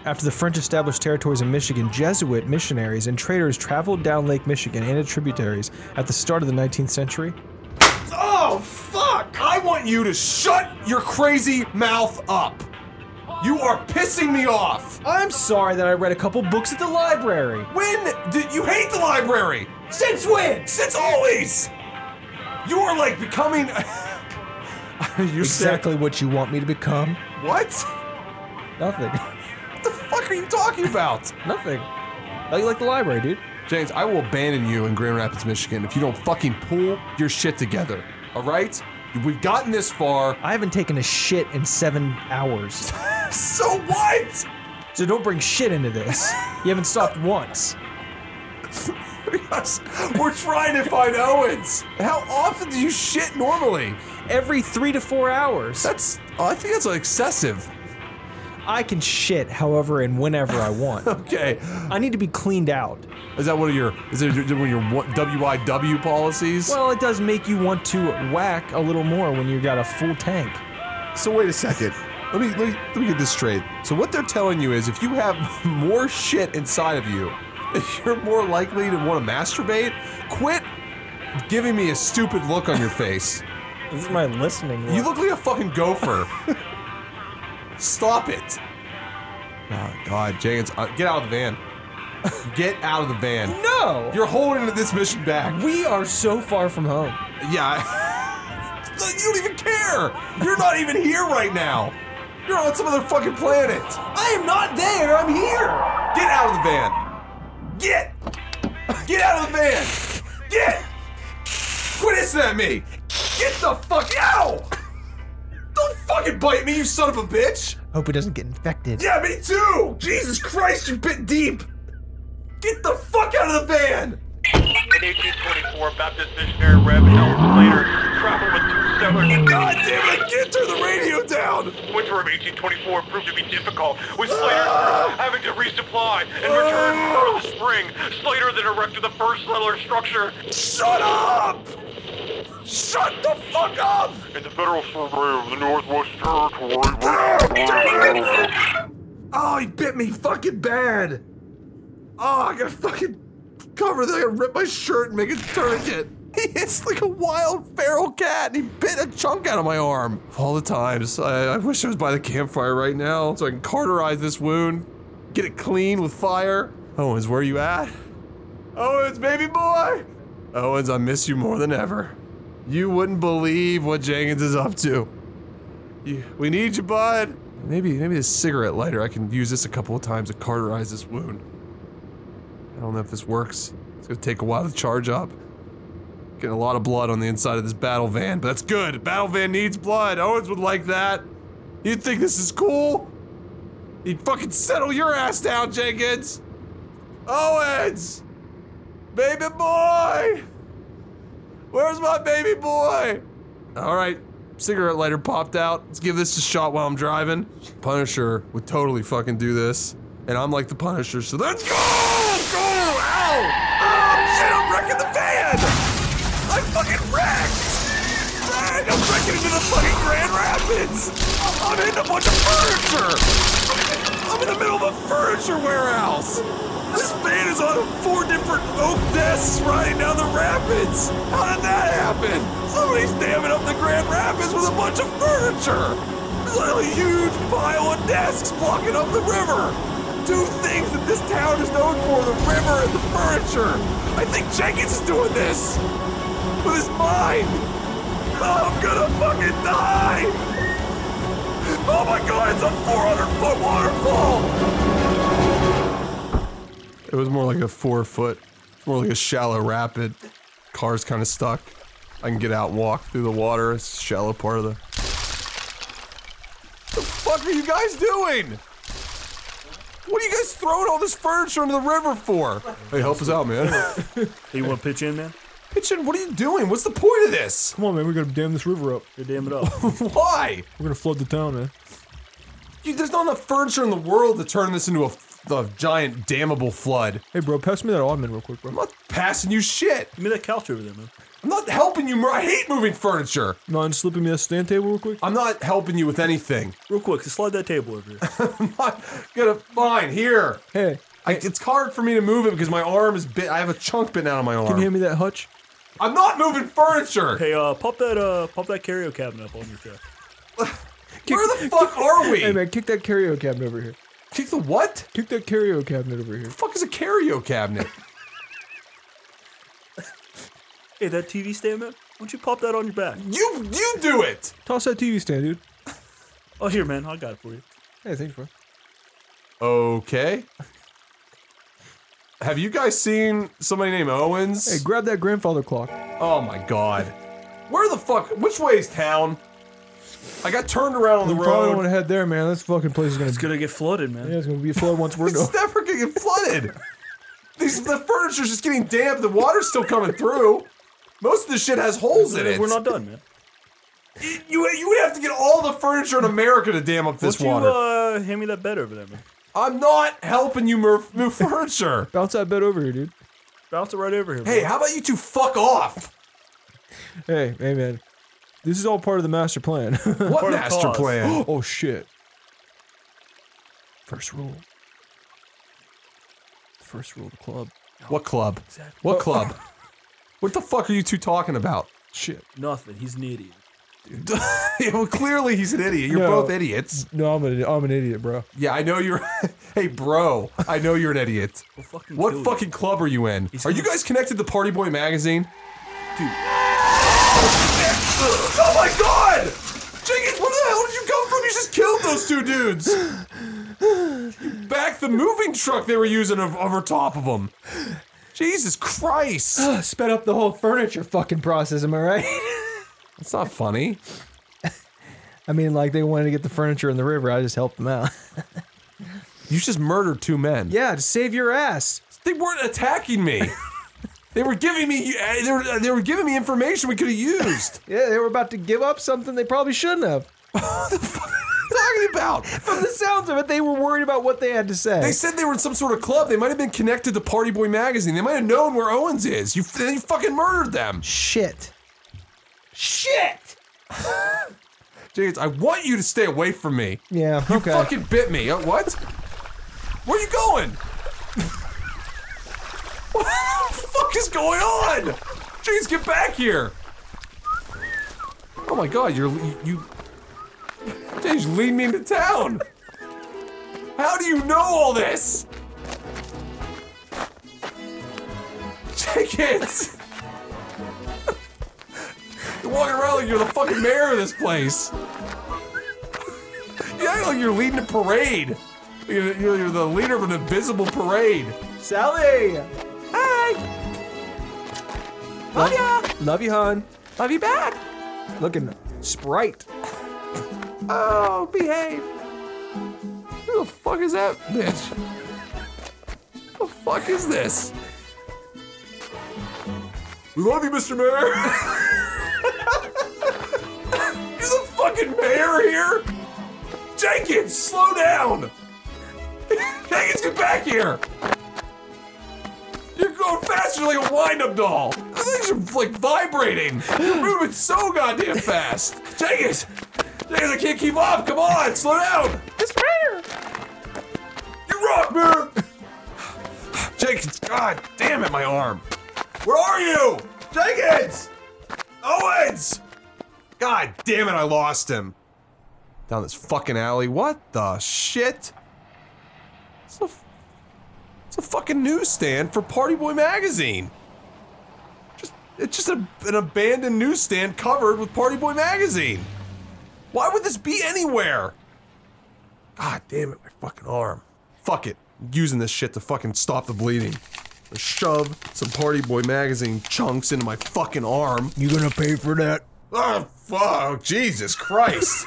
Speaker 1: after the French established territories in Michigan, Jesuit missionaries and traders traveled down Lake Michigan and its tributaries at the start of the 19th century?
Speaker 2: Oh, fuck! I want you to shut your crazy mouth up. You are pissing me off.
Speaker 1: I'm sorry that I read a couple books at the library.
Speaker 2: When did you hate the library? Since when? Since always. You are like becoming. You're
Speaker 1: Exactly what you want me to become?
Speaker 2: What? What
Speaker 1: Nothing.
Speaker 2: the fuck are you talking about?
Speaker 1: Nothing. How you like the library, dude?
Speaker 2: James, I will abandon you in Grand Rapids, Michigan if you don't fucking pull your shit together. All right? We've gotten this far.
Speaker 1: I haven't taken a shit in seven hours.
Speaker 2: so what?
Speaker 1: So don't bring shit into this. You haven't stopped once.
Speaker 2: Yes, We're trying to find Owens. How often do you shit normally?
Speaker 1: Every three to four hours,
Speaker 2: That's, I think that's excessive.
Speaker 1: I can shit however and whenever I want.
Speaker 2: Okay,
Speaker 1: I need to be cleaned out.
Speaker 2: is that one of your, is it one of your what- WIW policies?
Speaker 1: Well, it does make you want to whack a little more when you got a full tank.
Speaker 2: So wait a second. Let me, let me let me get this straight. So what they're telling you is, if you have more shit inside of you, you're more likely to want to masturbate. Quit giving me a stupid look on your face.
Speaker 1: This is my listening.
Speaker 2: You look like a fucking gopher. Stop it. Oh God, Jenkins, uh, get out of the van. Get out of the van.
Speaker 1: no.
Speaker 2: You're holding this mission back.
Speaker 1: we are so far from home.
Speaker 2: Yeah. you don't even care. You're not even here right now. You're on some other fucking planet. I am not there. I'm here. Get out of the van. Get. Get out of the van. Get. Quit hissing at me. Get the fuck out. Don't fucking bite me, you son of a bitch.
Speaker 1: Hope it doesn't get infected.
Speaker 2: Yeah, me too. Jesus Christ, you bit deep. Get the fuck out of the van.
Speaker 10: In 1824, Baptist missionary Reb Howard Slater traveled with two settlers.
Speaker 2: God damn it, get turn the radio down.
Speaker 10: Winter of 1824 proved to be difficult, with Slater's crew having to resupply and
Speaker 11: Uh,
Speaker 10: return
Speaker 2: Ah!
Speaker 10: early spring. Slater then erected the first settler structure
Speaker 2: Shut up! Shut the fuck up!
Speaker 10: in the federal survey of the Northwest
Speaker 2: Damn
Speaker 10: Territory.
Speaker 2: it! Oh, he bit me fucking bad. Oh, I gotta fucking cover that. I gotta rip my shirt and make a tourniquet. It's like a wild feral cat, and he bit a chunk out of my arm. Of All the times. I, I wish I was by the campfire right now so I can carterize this wound, get it clean with fire. Owens, where you at? Owens, baby boy! Owens, I miss you more than ever. You wouldn't believe what Jenkins is up to. You, we need you, bud. Maybe, maybe this cigarette lighter. I can use this a couple of times to carterize this wound. I don't know if this works. It's gonna take a while to charge up. Getting a lot of blood on the inside of this battle van, but that's good. Battle van needs blood. Owens would like that. You'd think this is cool. He'd fucking settle your ass down, Jenkins. Owens, baby boy, where's my baby boy? All right, cigarette lighter popped out. Let's give this a shot while I'm driving. Punisher would totally fucking do this, and I'm like the Punisher, so let's go! Go! Ow! Oh shit! I'm wrecking the van. I'm fucking wrecked. Ah, Dang, I'm wrecking into the fucking Grand Rapids. I'm hitting a bunch of furniture. I'm in the middle of a furniture warehouse. This van is on four different oak desks riding down the rapids. How did that happen? Somebody's damming up the Grand Rapids with a bunch of furniture. There's like a huge pile of desks blocking up the river. Two things that this town is known for the river and the furniture. I think Jenkins is doing this with his mind. Oh, I'm gonna fucking die. Oh my god, it's a 400 foot waterfall. It was more like a four foot, more like a shallow rapid. Car's kind of stuck. I can get out and walk through the water. It's a shallow part of the. The fuck are you guys doing? What are you guys throwing all this furniture into the river for? Hey, help us out, man.
Speaker 11: Hey, you want to pitch in, man?
Speaker 2: Pitchin, what are you doing? What's the point of this?
Speaker 1: Come on, man. We're gonna dam this river up.
Speaker 11: You're damn it up.
Speaker 2: Why?
Speaker 1: We're gonna flood the town, man.
Speaker 2: You, there's not enough furniture in the world to turn this into a, f- a giant dammable flood.
Speaker 1: Hey, bro, pass me that oddman real quick,
Speaker 2: I'm
Speaker 1: bro.
Speaker 2: not passing you shit.
Speaker 11: Give me that couch over there, man.
Speaker 2: I'm not helping you. mo- I hate moving furniture.
Speaker 1: Mind slipping me that stand table real quick?
Speaker 2: I'm not helping you with anything.
Speaker 11: Real quick, just slide that table over here.
Speaker 2: I'm not gonna fine here.
Speaker 1: Hey,
Speaker 2: I, it's hard for me to move it because my arm is bit. I have a chunk bitten out of my
Speaker 1: can
Speaker 2: arm.
Speaker 1: you hand me that hutch?
Speaker 2: I'm not moving furniture.
Speaker 11: Hey, uh, pop that, uh, pop that carryout cabinet up on your truck.
Speaker 2: Where the fuck are we?
Speaker 1: Hey, man, kick that karaoke cabinet over here.
Speaker 2: Kick the what?
Speaker 1: Kick that karaoke cabinet over here.
Speaker 2: The fuck is a karaoke cabinet?
Speaker 11: Hey, that TV stand, man. Why don't you pop that on your back?
Speaker 2: you you do it.
Speaker 1: Toss that TV stand, dude.
Speaker 11: Oh, here, man. I got it for you.
Speaker 1: Hey, thanks, bro.
Speaker 2: Okay. Have you guys seen somebody named Owens?
Speaker 1: Hey, grab that grandfather clock.
Speaker 2: oh my god. Where the fuck? Which way is town? I got turned around on the
Speaker 1: we probably
Speaker 2: road.
Speaker 1: want to head there, man. This fucking place is gonna. It's
Speaker 11: gonna get flooded, man.
Speaker 1: Yeah, it's gonna be a flood once we're done.
Speaker 2: It's never getting flooded. These, the furniture's just getting damp. The water's still coming through. Most of this shit has holes in it.
Speaker 11: We're not done, man.
Speaker 2: You, you would have to get all the furniture in America to dam up this
Speaker 11: Why don't
Speaker 2: water.
Speaker 11: You, uh, hand me that bed over there, man.
Speaker 2: I'm not helping you move, move furniture.
Speaker 1: Bounce that bed over here, dude.
Speaker 11: Bounce it right over here.
Speaker 2: Hey,
Speaker 11: bro.
Speaker 2: how about you two fuck off?
Speaker 1: Hey, hey, man. This is all part of the master plan.
Speaker 2: What Part of the master cause. plan?
Speaker 1: oh shit. First rule. First rule of the club.
Speaker 2: What club? What club? what the fuck are you two talking about?
Speaker 1: Shit.
Speaker 11: Nothing. He's an idiot.
Speaker 2: yeah, well, clearly he's an idiot. You're
Speaker 1: No.
Speaker 2: both idiots.
Speaker 1: No, I'm an idiot. I'm an idiot, bro.
Speaker 2: Yeah, I know you're. hey, bro, I know you're an idiot.
Speaker 11: fucking
Speaker 2: what
Speaker 11: kill you.
Speaker 2: fucking club are you in? are you guys connected to Party Boy magazine?
Speaker 11: Dude.
Speaker 2: Oh my god! Jenkins, where the hell did you come from? You just killed those two dudes. You backed the moving truck they were using over, over top of them. Jesus Christ!
Speaker 1: Sped up the whole furniture fucking process. Am I right?
Speaker 2: That's not funny.
Speaker 1: I mean, like they wanted to get the furniture in the river. I just helped them out.
Speaker 2: You just murdered two men.
Speaker 1: yeah, to save your ass.
Speaker 2: They weren't attacking me. they were giving me uh, they were, they were giving me information we could have used.
Speaker 1: Yeah, they were about to give up something they probably shouldn't have.
Speaker 2: talking about?
Speaker 1: From the sounds of it, they were worried about what they had to say.
Speaker 2: They said they were in some sort of club. They might have been connected to Party Boy magazine. They might have known where Owens is. You, you fucking murdered them.
Speaker 1: Shit. Shit.
Speaker 2: James, I want you to stay away from me.
Speaker 1: Yeah. Okay.
Speaker 2: Fucking bit me. Uh, what? Where are you going? what the fuck is going on? James, get back here. Oh my god, you're you. you James, you lead me into town. How do you know all this? Jenkins! you're walking around like you're the fucking mayor of this place. You act like you're leading a parade. You're, you're- you're the leader of an invisible parade.
Speaker 1: Sally.
Speaker 2: Hi.
Speaker 1: Love you. Love you, hon.
Speaker 2: Love you back.
Speaker 1: Looking sprite.
Speaker 2: Oh, behave. Who the fuck is that bitch? The fuck is this? We love you, Mr. Mayor. you're the fucking mayor here. Jenkins, slow down. Jenkins, get back here. You're going faster like a wind-up doll. These things are like vibrating. You're moving so goddamn fast. Jenkins, Jenkins, I can't keep up. Come on, slow down. It's Mayor. You rock, Mayor. Jenkins, god damn it, my arm. Where are you, Jenkins? Owens. God damn it, I lost him. Down this fucking alley. What the shit? It's a it's a fucking newsstand for Party Boy magazine. Just it's just a, an abandoned newsstand covered with Party Boy magazine. Why would this be anywhere? God damn it, my fucking arm. Fuck it. I'm using this shit to fucking stop the bleeding. I shove some Party Boy magazine chunks into my fucking arm.
Speaker 1: You gonna pay for that?
Speaker 2: Oh fuck, Jesus Christ.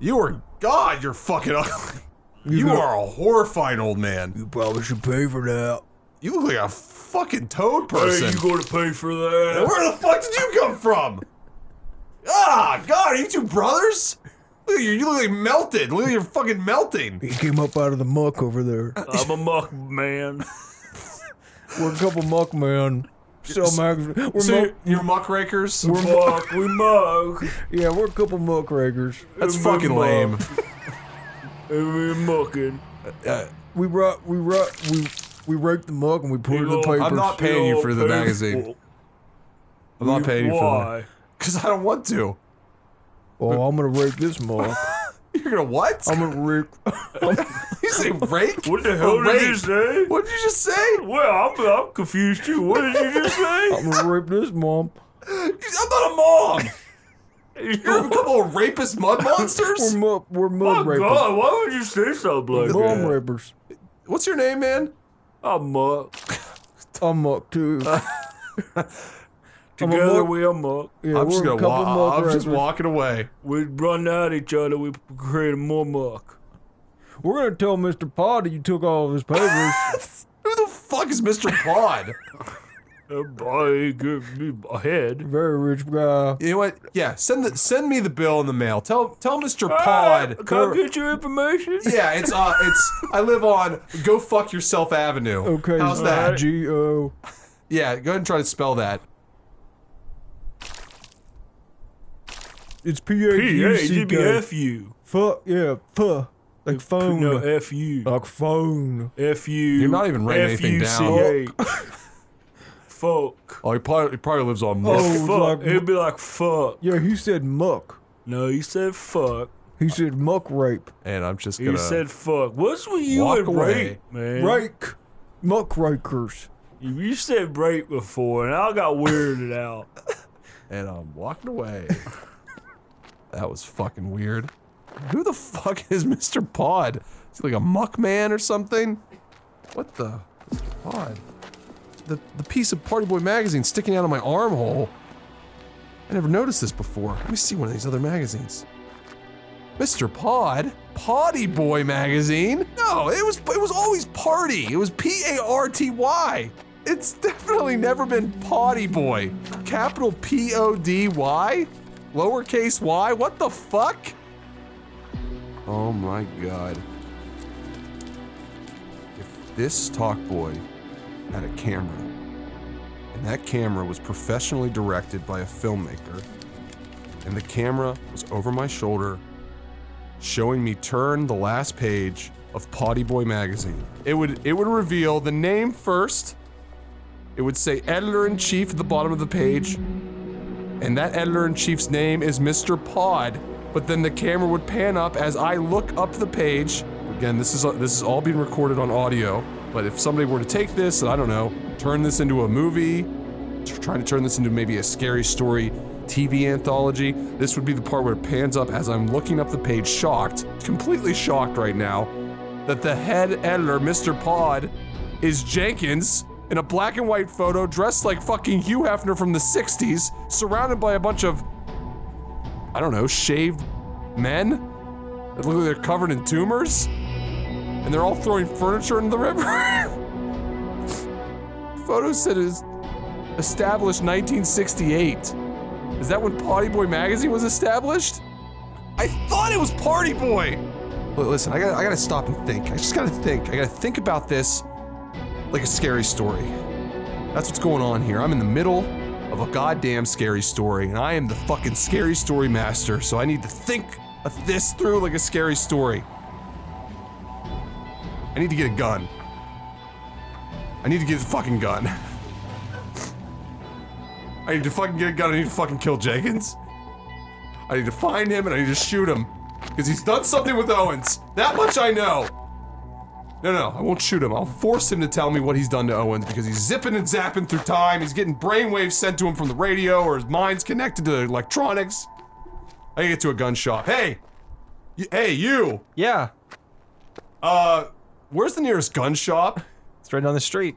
Speaker 2: you are God, you're fucking ugly. You are a horrifying old man. You
Speaker 1: probably should pay for that.
Speaker 2: You look like a fucking toad person.
Speaker 11: gonna pay for that?
Speaker 2: Where the fuck did you come from? Ah, God, are you two brothers? Look at you, you look like melted. Look at you're fucking melting.
Speaker 1: He came up out of the muck over there.
Speaker 11: I'm a muck man.
Speaker 1: We're a couple muck man. So, muck. We're
Speaker 2: So
Speaker 1: muck.
Speaker 2: you're, you're muckrakers?
Speaker 1: We're
Speaker 11: muck. We muck.
Speaker 1: Yeah, we're a couple muck rakers.
Speaker 2: That's
Speaker 11: we're
Speaker 2: fucking
Speaker 11: muck.
Speaker 2: lame.
Speaker 11: We're mucking.
Speaker 2: Uh,
Speaker 1: We brought, we brought, we we raked the muck and we put it in the papers.
Speaker 2: I'm not paying you for the
Speaker 11: Pay
Speaker 2: magazine. I'm not paying you for that.
Speaker 11: Why?
Speaker 2: Because I don't want to.
Speaker 1: Oh, I'm gonna rake this muck.
Speaker 2: You're gonna what?
Speaker 1: I'm gonna rake.
Speaker 2: you say rake?
Speaker 11: What the hell did you say?
Speaker 2: What did you just say?
Speaker 11: Well, I'm, I'm confused too. What did you just say?
Speaker 1: I'm gonna rape this mom.
Speaker 2: I'm not a mom. You're a couple of rapist mud monsters.
Speaker 1: We're muck. We're
Speaker 11: My
Speaker 1: mud rapers.
Speaker 11: Oh, God, why would you say something like
Speaker 1: Mom
Speaker 11: that?
Speaker 1: rapers.
Speaker 2: What's your name, man?
Speaker 11: I'm muck.
Speaker 1: I'm muck too.
Speaker 5: Together
Speaker 11: we
Speaker 5: we are muck.
Speaker 2: I'm just gonna walk. I'm just walking away.
Speaker 5: We run at each other. We create more muck.
Speaker 8: We're gonna tell Mr. Pod that you took all of his papers.
Speaker 2: Who the fuck is Mr. Pod?
Speaker 5: I give me a head.
Speaker 8: Very rich guy.
Speaker 2: You know what? Yeah, send the send me the bill in the mail. Tell tell Mr.
Speaker 11: Ah,
Speaker 2: Pod.
Speaker 5: Come get your information.
Speaker 2: yeah, it's uh, it's I live on Go Fuck Yourself Avenue.
Speaker 8: Okay,
Speaker 2: how's that?
Speaker 8: G O.
Speaker 2: Yeah, go ahead and try to spell that.
Speaker 8: It's P A G C K.
Speaker 5: P-A-G-B-F-U.
Speaker 8: Fuck yeah, fuh. Like phone.
Speaker 5: No, F-U.
Speaker 8: like phone.
Speaker 5: F-U.
Speaker 2: You're not even writing anything down.
Speaker 5: F-U-C-H. Fuck.
Speaker 2: Oh, he probably, he probably lives on.
Speaker 8: Oh,
Speaker 2: Murph.
Speaker 8: it's
Speaker 5: Fuck.
Speaker 8: like-
Speaker 5: It'd be like fuck.
Speaker 8: Yeah, he said muck.
Speaker 5: No, you said fuck.
Speaker 8: He said muck rape.
Speaker 2: and I'm just gonna.
Speaker 5: You said fuck. What's with you
Speaker 2: Walk
Speaker 5: and
Speaker 2: away.
Speaker 5: rape, man?
Speaker 8: Rake. Muck rakers.
Speaker 5: You- You said rape before, and I got weirded out.
Speaker 2: and I'm walking away. that was fucking weird. Who the fuck is Mr. Pod? Is he like a muck man or something? What the Mr. Pod? The the piece of Party Boy magazine sticking out of my armhole. I never noticed this before. Let me see one of these other magazines. Mr. Pod, Potty Boy magazine. No, it was it was always party. It was P A R T Y. It's definitely never been Potty Boy. Capital P O D Y, lowercase y. What the fuck? Oh my god. If this talk boy had a camera, and that camera was professionally directed by a filmmaker, and the camera was over my shoulder showing me turn the last page of Potty Boy magazine. It would it would reveal the name first. It would say editor in chief at the bottom of the page. And that editor in chief's name is Mr. Pod. But then the camera would pan up as I look up the page. Again, this is this is all being recorded on audio. But if somebody were to take this and I don't know, turn this into a movie, t- trying to turn this into maybe a scary story TV anthology. This would be the part where it pans up as I'm looking up the page, shocked, completely shocked right now, that the head editor, Mr. Pod, is Jenkins in a black and white photo, dressed like fucking Hugh Hefner from the 60s, surrounded by a bunch of, I don't know, shaved men that look like they're covered in tumors. And they're all throwing furniture into the river. Photo said it is established 1968. Is that when Potty Boy magazine was established? I thought it was Party Boy. L- Listen, I gotta, I gotta stop and think. I just gotta think. I gotta think about this like a scary story. That's what's going on here. I'm in the middle of a goddamn scary story, and I am the fucking scary story master. So I need to think of this through like a scary story. I need to get a gun. I need to get a fucking gun. I need to fucking get a gun. I need to fucking kill Jenkins. I need to find him and I need to shoot him. Because he's done something with Owens. That much I know. No, no, I won't shoot him. I'll force him to tell me what he's done to Owens because he's zipping and zapping through time. He's getting brainwaves sent to him from the radio or his mind's connected to electronics. I gotta get to a gun shop. Hey! Y- hey, you!
Speaker 1: Yeah,
Speaker 2: Uh, where's the nearest gun shop?
Speaker 1: it's right down the street.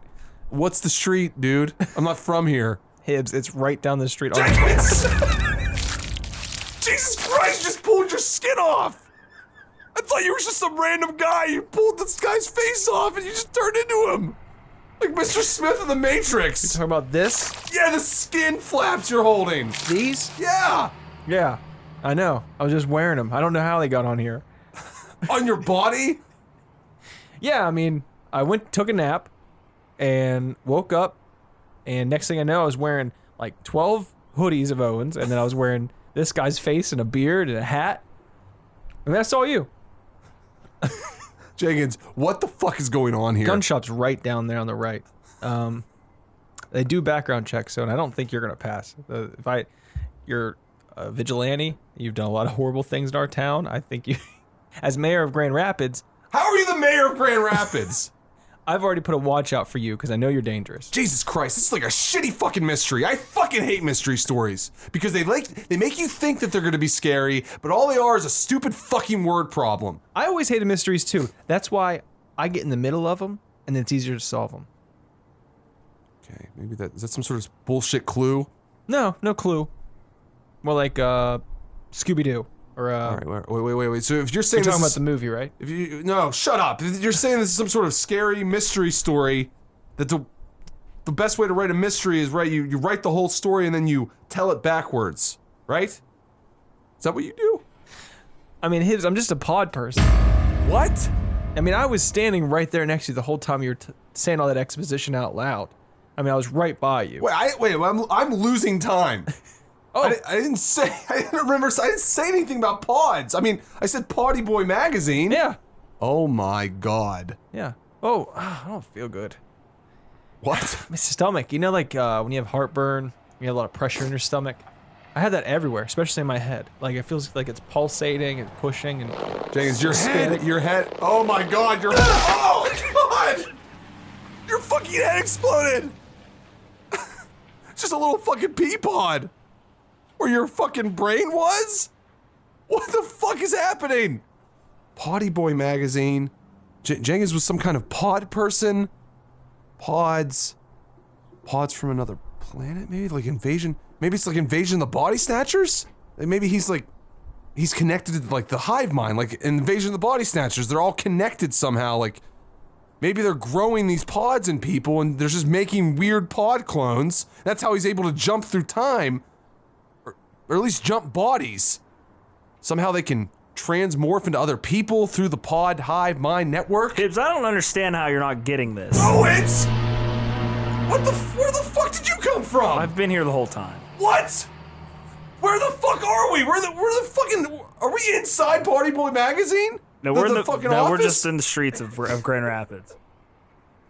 Speaker 2: What's the street, dude? I'm not from here.
Speaker 1: Hibbs, it's right down the street.
Speaker 2: Jenkins! Jesus Christ, you just pulled your skin off! I thought you were just some random guy. You pulled this guy's face off and you just turned into him. Like Mr. Smith in the Matrix.
Speaker 1: Talking about this,
Speaker 2: Yeah, the skin flaps you're holding.
Speaker 1: these.
Speaker 2: Yeah!
Speaker 1: Yeah, I know. I was just wearing them. I don't know how they got on here.
Speaker 2: On your body?
Speaker 1: Yeah, I mean, I went took a nap, and woke up, and next thing I know, I was wearing like twelve hoodies of Owens, and then I was wearing this guy's face and a beard and a hat, and that's all you.
Speaker 2: Jenkins, what the fuck is going on here?
Speaker 1: Gun shop's right down there on the right. Um, they do background checks, so and I don't think you're gonna pass. Uh, if I, you're a vigilante, you've done a lot of horrible things in our town. I think you, as mayor of Grand Rapids,
Speaker 2: How are you the mayor of Grand Rapids?
Speaker 1: I've already put a watch out for you because I know you're dangerous.
Speaker 2: Jesus Christ, this is like a shitty fucking mystery. I fucking hate mystery stories because they like they make you think that they're going to be scary, but all they are is a stupid fucking word problem.
Speaker 1: I always hated mysteries too. That's why I get in the middle of them, and it's easier to solve them.
Speaker 2: Okay, maybe that is that some sort of bullshit clue?
Speaker 1: No, no clue. More like uh, Scooby Doo or uh.
Speaker 2: All right, wait, wait, wait, wait, wait. So if you're saying
Speaker 1: You're talking
Speaker 2: this
Speaker 1: about
Speaker 2: is-
Speaker 1: the movie, right?
Speaker 2: If you no, shut up. If You're saying this is some sort of scary mystery story. That the the best way to write a mystery is right. You you write the whole story and then you tell it backwards, right? Is that what you do?
Speaker 1: I mean, Hibbs, I'm just a pod person.
Speaker 2: What?
Speaker 1: I mean, I was standing right there next to you the whole time you were t- saying all that exposition out loud. I mean, I was right by you.
Speaker 2: Wait, I, wait. I'm I'm losing time. Oh, I, di- I didn't say. I didn't remember. I didn't say anything about pods. I mean, I said Potty Boy magazine.
Speaker 1: Yeah.
Speaker 2: Oh my god.
Speaker 1: Yeah. Oh, ah, I don't feel good.
Speaker 2: What?
Speaker 1: My stomach. You know, like uh, when you have heartburn, you have a lot of pressure in your stomach. I had that everywhere, especially in my head. Like it feels like it's pulsating and pushing and.
Speaker 2: Jenkins, your
Speaker 1: Panic.
Speaker 2: head, your head. Oh my god, your Oh god! Your fucking head exploded! it's just a little fucking pea pod! Where your fucking brain was? What the fuck is happening? Potty Boy magazine. J- Jenkins was some kind of pod person. Pods. Pods from another planet, maybe? Like invasion? Maybe it's like invasion of the body snatchers? Like, Maybe he's like he's connected to like the hive mind, like invasion of the body snatchers. They're all connected somehow. Like maybe they're growing these pods in people, and they're just making weird pod clones. That's how he's able to jump through time, or, or at least jump bodies. Somehow they can transmorph into other people through the pod hive mind network.
Speaker 5: Hibbs, I don't understand how you're not getting this.
Speaker 2: Oh, it's what the f- where the fuck did you come from?
Speaker 5: I've been here the whole time.
Speaker 2: What? Where the fuck are we? Where the where the fucking are we inside Party Boy magazine?
Speaker 5: No,
Speaker 2: The-
Speaker 5: we're in
Speaker 2: the
Speaker 5: the,
Speaker 2: fucking
Speaker 5: no, we're
Speaker 2: office?
Speaker 5: just in the streets of, of Grand Rapids.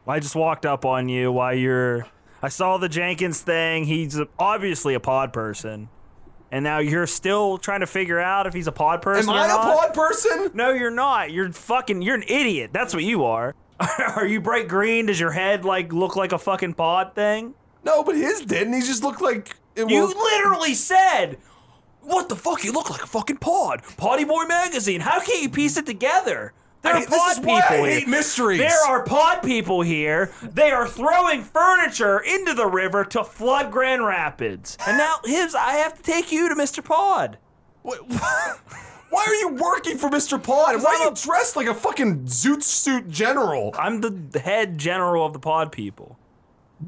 Speaker 5: I just walked up on you while you're. I saw the Jenkins thing. He's obviously a pod person, and now you're still trying to figure out if he's a pod person.
Speaker 2: Am
Speaker 5: or
Speaker 2: I a
Speaker 5: not?
Speaker 2: pod person?
Speaker 5: No, you're not. You're fucking. You're an idiot. That's what you are. are you bright green? Does your head like look like a fucking pod thing?
Speaker 2: No, but his didn't. He just looked like it
Speaker 5: you
Speaker 2: was-
Speaker 5: literally said. What the fuck? You look like a fucking pod. Potty Boy Magazine. How can't you piece it together? There
Speaker 2: I-
Speaker 5: are
Speaker 2: this
Speaker 5: pod
Speaker 2: is
Speaker 5: people
Speaker 2: why I
Speaker 5: here.
Speaker 2: hate mysteries.
Speaker 5: There are pod people here. They are throwing furniture into the river to flood Grand Rapids. And now, Hibbs, I have to take you to Mr. Pod.
Speaker 2: Why are you working for Mr. Pod? And Why are you dressed like a fucking zoot suit general?
Speaker 5: I'm the head general of the pod people.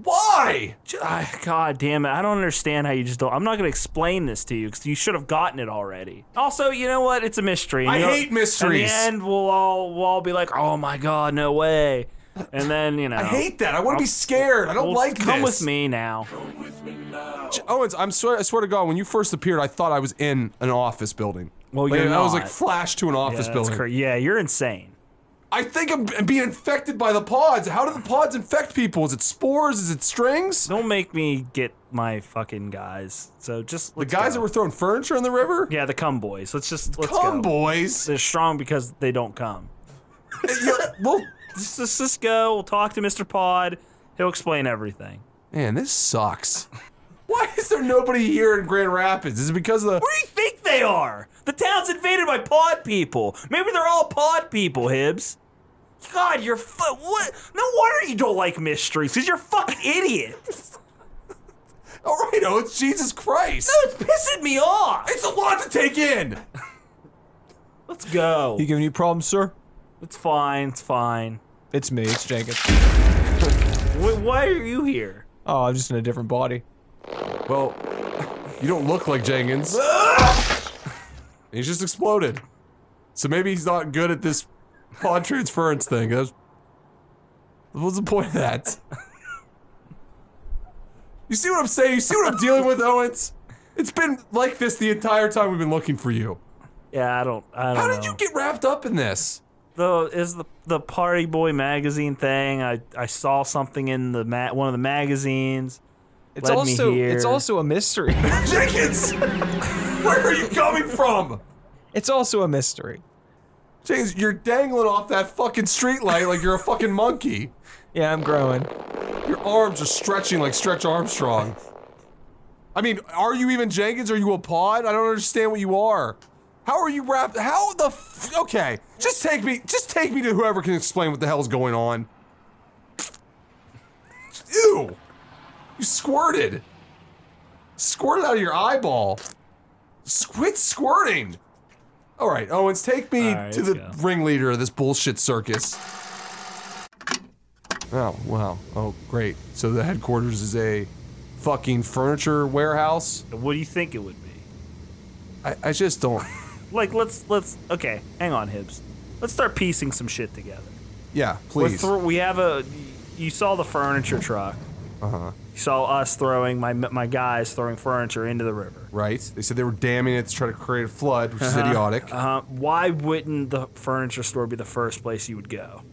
Speaker 2: Why?
Speaker 5: J- I- God damn it. I don't understand how you just don't. I'm not going to explain this to you because you should have gotten it already. Also, you know what? It's a mystery. and
Speaker 2: I
Speaker 5: you know-
Speaker 2: hate mysteries.
Speaker 5: In the end, we'll all, we'll all be like, oh my God, no way. And then, you know.
Speaker 2: I hate that. I want to be scared. I don't
Speaker 5: well,
Speaker 2: like
Speaker 5: Come
Speaker 2: this.
Speaker 5: with me now.
Speaker 2: J- Owens, I'm swear, I swear to God, when you first appeared, I thought I was in an office building.
Speaker 5: Well,
Speaker 2: Like,
Speaker 5: you're
Speaker 2: I was
Speaker 5: not.
Speaker 2: like flashed to an
Speaker 5: yeah,
Speaker 2: office
Speaker 5: that's
Speaker 2: building.
Speaker 5: cra- yeah, you're insane.
Speaker 2: I think I'm I'm being infected by the pods. How do the pods infect people? Is it spores? Is it strings?
Speaker 5: Don't make me get my fucking guys. So just
Speaker 2: The guys that were throwing furniture in the river?
Speaker 5: Yeah, the cum boys. Let's just let's
Speaker 2: Cum
Speaker 5: go.
Speaker 2: boys?
Speaker 5: They're strong because they don't come.
Speaker 2: well,
Speaker 5: let's, let's just go. We'll talk to Mr. Pod. He'll explain everything.
Speaker 2: Man, this sucks. Why is there nobody here in Grand Rapids? Is it because of the
Speaker 5: Where do you think they are? The town's invaded by pod people. Maybe they're all pod people, Hibbs. God, you're fu- what? No wonder you don't like mysteries, cause you're a fucking idiot.
Speaker 2: All right, oh, it's Jesus Christ.
Speaker 5: No, it's pissing me off.
Speaker 2: It's a lot to take in.
Speaker 5: Let's go.
Speaker 1: You giving you problems, sir?
Speaker 5: It's fine. It's fine.
Speaker 1: It's me. It's Jenkins.
Speaker 5: Wh- why are you here?
Speaker 1: Oh, I'm just in a different body.
Speaker 2: Well, you don't look like Jenkins. he's just exploded. So maybe he's not good at this pod transference thing. That's, what's the point of that? You see what I'm saying? You see what I'm dealing with, Owens? It's been like this the entire time we've been looking for you.
Speaker 5: Yeah, I don't. I don't
Speaker 2: How
Speaker 5: know.
Speaker 2: did you get wrapped up in this?
Speaker 5: though is the the party boy magazine thing i i saw something in the ma- one of the magazines
Speaker 1: It's
Speaker 5: led
Speaker 1: also
Speaker 5: me here.
Speaker 1: it's also a mystery.
Speaker 2: Jenkins, where are you coming from?
Speaker 1: it's also a mystery.
Speaker 2: James, you're dangling off that fucking streetlight like you're a fucking monkey.
Speaker 1: Yeah, I'm growing.
Speaker 2: Your arms are stretching like Stretch Armstrong. I mean, are you even Jenkins? Are you a pod? I don't understand what you are. How are you wrapped? How the? F- okay, just take me. Just take me to whoever can explain what the hell's going on. Ew! You squirted. Squirt it out of your eyeball. Quit squirting. All right, Owens, take me to the ringleader of this bullshit circus. Oh, wow. Oh, great. So the headquarters is a fucking furniture warehouse?
Speaker 5: What do you think it would be?
Speaker 2: I, I just don't.
Speaker 5: Like, let's let's okay. Hang on, Hibbs. Let's start piecing some shit together.
Speaker 2: Yeah,
Speaker 5: We're
Speaker 2: please.
Speaker 5: thro- we have a. You saw the furniture truck.
Speaker 2: Uh huh.
Speaker 5: You saw us throwing my my guys throwing furniture into the river.
Speaker 2: Right? They said they were damming it to try to create a flood, which is
Speaker 5: Uh-huh.
Speaker 2: idiotic.
Speaker 5: Uh, why wouldn't the furniture store be the first place you would go?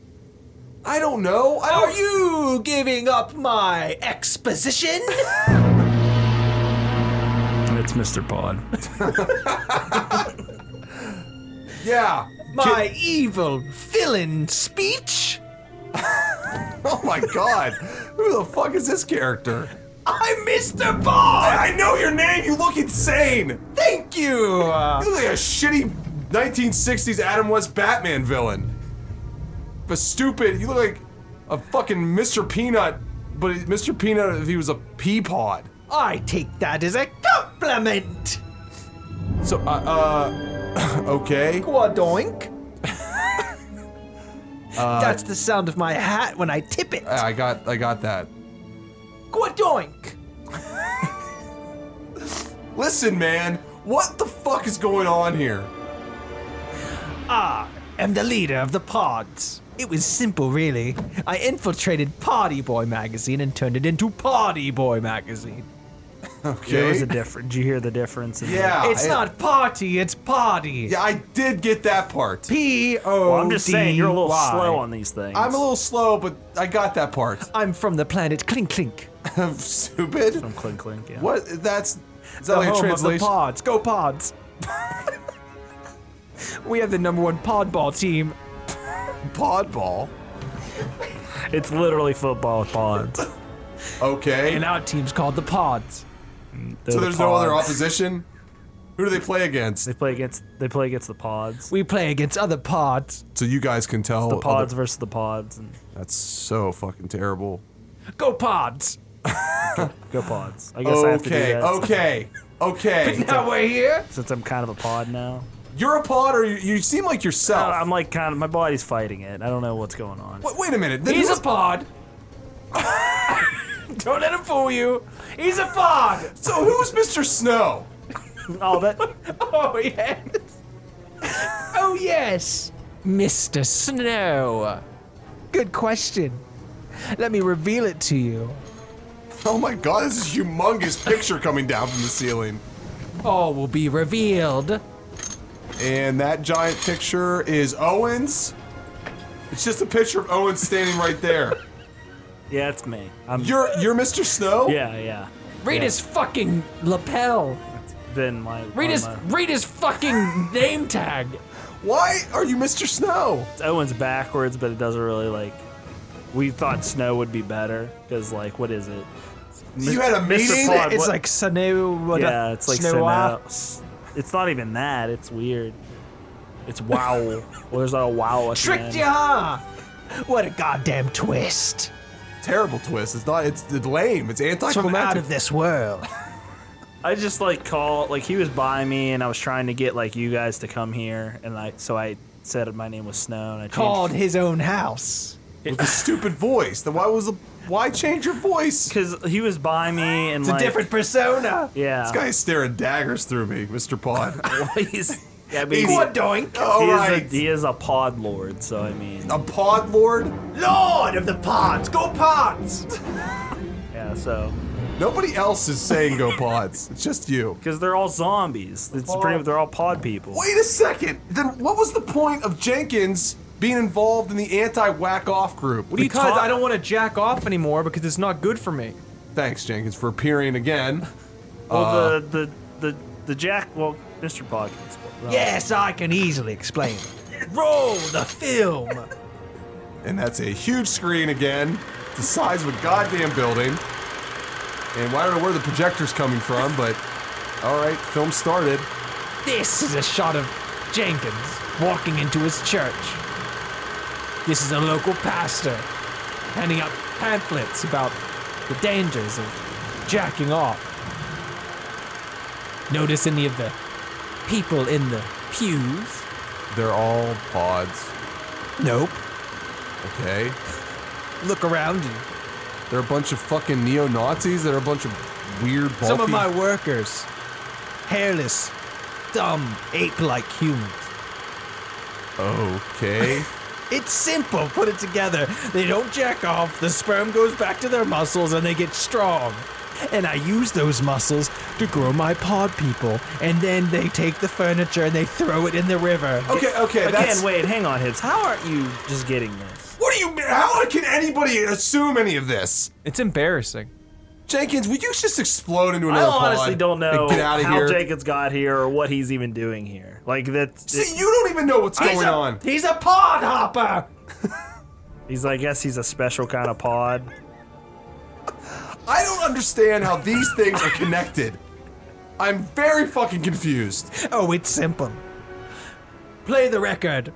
Speaker 2: I don't know.
Speaker 1: Are you giving up my exposition?
Speaker 11: It's Mr. Pod.
Speaker 2: Yeah.
Speaker 1: My evil villain speech?
Speaker 2: oh my god. Who the fuck is this character?
Speaker 1: I'm Mr. Bond!
Speaker 2: I know your name. You look insane.
Speaker 1: Thank you. uh,
Speaker 2: You look like a shitty 1960s Adam West Batman villain. But stupid. You look like a fucking Mr. Peanut, but Mr. Peanut if he was a pea pod.
Speaker 1: I take that as a compliment.
Speaker 2: So, uh, uh okay.
Speaker 1: Quadoink.
Speaker 2: Uh,
Speaker 1: That's the sound of my hat when I tip it.
Speaker 2: Ah, I got, I got that.
Speaker 1: Quadoink.
Speaker 2: Listen, man, what the fuck is going on here?
Speaker 1: I am the leader of the pods. It was simple, really. I infiltrated Party Boy magazine and turned it into Party Boy magazine.
Speaker 5: There was a difference. Did you hear the difference? in the-
Speaker 2: Ah,
Speaker 1: it's not party, it's party.
Speaker 2: Yeah, I did get that part.
Speaker 1: P O.
Speaker 5: Well, I'm just saying you're a little
Speaker 1: D-Y.
Speaker 5: slow on these things.
Speaker 2: I'm a little slow, but I got that part.
Speaker 1: I'm from the planet Clink Clink.
Speaker 2: Stupid.
Speaker 5: From Clink Clink. Yeah.
Speaker 2: What? That's is that
Speaker 1: the
Speaker 2: like
Speaker 1: home
Speaker 2: a
Speaker 1: Of
Speaker 2: translation?
Speaker 1: the pods. Go pods. we have the number one podball team.
Speaker 2: Podball.
Speaker 5: It's literally football with pods.
Speaker 2: Okay.
Speaker 1: And our team's called the Pods.
Speaker 5: They're
Speaker 2: so
Speaker 5: the
Speaker 2: there's no other
Speaker 5: pods.
Speaker 2: opposition. Who do they play against?
Speaker 5: They play against they play against the pods.
Speaker 1: We play against other pods.
Speaker 2: So you guys can tell.
Speaker 5: The pods
Speaker 2: other-
Speaker 5: versus the pods. And
Speaker 2: that's so fucking terrible.
Speaker 1: Go pods.
Speaker 5: go pods. I guess I have to do
Speaker 2: Okay.
Speaker 5: that.
Speaker 2: Okay. Okay.
Speaker 1: Now we're here.
Speaker 5: Since I'm kind of a pod now. Uh,
Speaker 2: You're a pod, or you, you seem like yourself.
Speaker 5: I'm like kind of my body's fighting it. I don't know what's going on.
Speaker 2: wait, wait a minute. Then
Speaker 1: He's a
Speaker 2: who's-
Speaker 1: pod. Don't let him fool you. He's a pod.
Speaker 2: So who's Mr. Snow?
Speaker 5: Oh, that
Speaker 1: Oh yes. oh yes. Mr. Snow. Good question. Let me reveal it to you.
Speaker 2: Oh my god, this is a humongous picture coming down from the ceiling.
Speaker 1: All will be revealed.
Speaker 2: And that giant picture is Owens. It's just a picture of Owens standing right there.
Speaker 5: yeah, it's me. I'm
Speaker 2: You're you're Mr. Snow?
Speaker 5: yeah, yeah.
Speaker 1: Read his fucking lapel.
Speaker 5: Then my one
Speaker 1: Read
Speaker 5: of
Speaker 1: his
Speaker 5: my-
Speaker 1: read his fucking name tag.
Speaker 2: Why are you Mr. Snow?
Speaker 5: it's Owen's backwards, but it doesn't really like. We thought snow would be better because like what is it?
Speaker 2: You had a meeting?
Speaker 5: Pod, what-
Speaker 1: Snow.
Speaker 5: yeah, it's like snow. It's not even that. It's weird. It's wow. well, there's not a wow. at the
Speaker 1: Tricked
Speaker 5: end.
Speaker 1: ya! huh? What a goddamn twist.
Speaker 2: Terrible twist. It's not. It's, it's lame. It's
Speaker 1: It's from out
Speaker 2: anticlimactic.
Speaker 1: of this world.
Speaker 5: I just like call like he was by me and I was trying to get like you guys to come here and I so I said my name was Snow and I changed-
Speaker 1: Called his own house.
Speaker 2: With the stupid voice. Then why was the why change your voice? This
Speaker 5: because he was by me and
Speaker 1: It's
Speaker 5: like
Speaker 1: a different persona.
Speaker 5: yeah
Speaker 2: guy is staring daggers through me, Mr. Pod.
Speaker 5: he's I mean, he,
Speaker 1: What doink?
Speaker 2: All
Speaker 5: he is
Speaker 2: right,
Speaker 5: a, he is a pod lord so I mean
Speaker 2: a pod lord.
Speaker 1: Lord of the pods, go pods!
Speaker 5: yeah so
Speaker 2: Nobody else is saying go pods. It's just you.
Speaker 5: because they're all zombies it's pretty they're all pod people
Speaker 2: Wait a second. Then what was the point of Jenkins being involved in the anti-whack off group? What do you?
Speaker 1: Because
Speaker 5: talk-
Speaker 1: I don't want to jack off anymore because it's not good for me.
Speaker 2: Thanks, Jenkins, for appearing again.
Speaker 5: well
Speaker 1: Uh.
Speaker 5: the, the the the Jack well Mr Pod can explain.
Speaker 1: Yes, I can easily explain. Roll the film.
Speaker 2: And that's a huge screen again, the size of a goddamn building. And I don't know where the projector's coming from, but all right, film started.
Speaker 1: This is a shot of Jenkins walking into his church. This is a local pastor handing out pamphlets about the dangers of jacking off.
Speaker 12: Notice any of the people in the pews?
Speaker 2: They're all pods.
Speaker 12: Nope.
Speaker 2: Okay.
Speaker 1: Look around you.
Speaker 2: They're a bunch of fucking neo Nazis. They're a bunch of weird. Bulky...
Speaker 1: Some of my workers, hairless, dumb, ape-like humans.
Speaker 2: Okay.
Speaker 1: It's simple. Put it together. They don't jack off. The sperm goes back to their muscles, and they get strong. And I use those muscles to grow my pod people. And then they take the furniture and they throw it in the river.
Speaker 2: Okay, okay,
Speaker 5: Again,
Speaker 2: that's-
Speaker 5: wait, hang on, Hibbs. How aren't you just getting this?
Speaker 2: What do you mean? How can anybody assume any of this?
Speaker 1: It's embarrassing.
Speaker 2: Jenkins, would you just explode into
Speaker 5: I
Speaker 2: another pod?
Speaker 5: honestly don't know
Speaker 2: and get out of
Speaker 5: how
Speaker 2: here.
Speaker 5: Jacobs got here or what he's even doing here. Like that. See,
Speaker 2: you don't even know what's going on.
Speaker 1: He's a pod hopper.
Speaker 5: He's, I guess, he's a special kind of pod.
Speaker 2: I don't understand how these things are connected. I'm very fucking confused.
Speaker 1: Oh, it's simple. Play the record.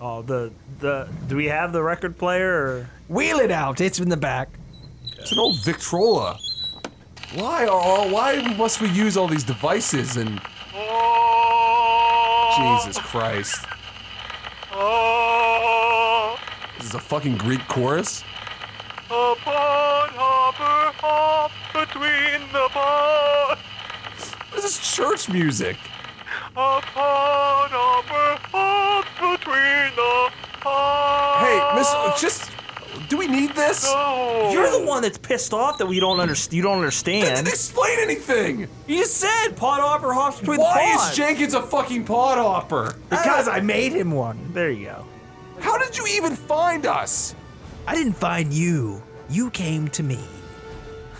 Speaker 5: Oh, the the. Do we have the record player? Or?
Speaker 1: Wheel it out. It's in the back.
Speaker 2: It's an old Victrola. Why are all, why must we use all these devices and Jesus Christ. This is a fucking Greek chorus?
Speaker 10: A pod hopper hop between the pods.
Speaker 2: This is church music.
Speaker 10: A pod hopper hop between the pods.
Speaker 2: Hey, Miss, just do we need this?
Speaker 5: You're the one that's pissed off that we don't understand. You don't understand. That
Speaker 2: didn't explain anything.
Speaker 5: You just said pod opera hops between
Speaker 2: Why
Speaker 5: the
Speaker 2: is Jenkins a fucking pod hopper?
Speaker 1: Because I made him one.
Speaker 5: There you go.
Speaker 2: How did you even find us?
Speaker 1: I didn't find you. You came to me.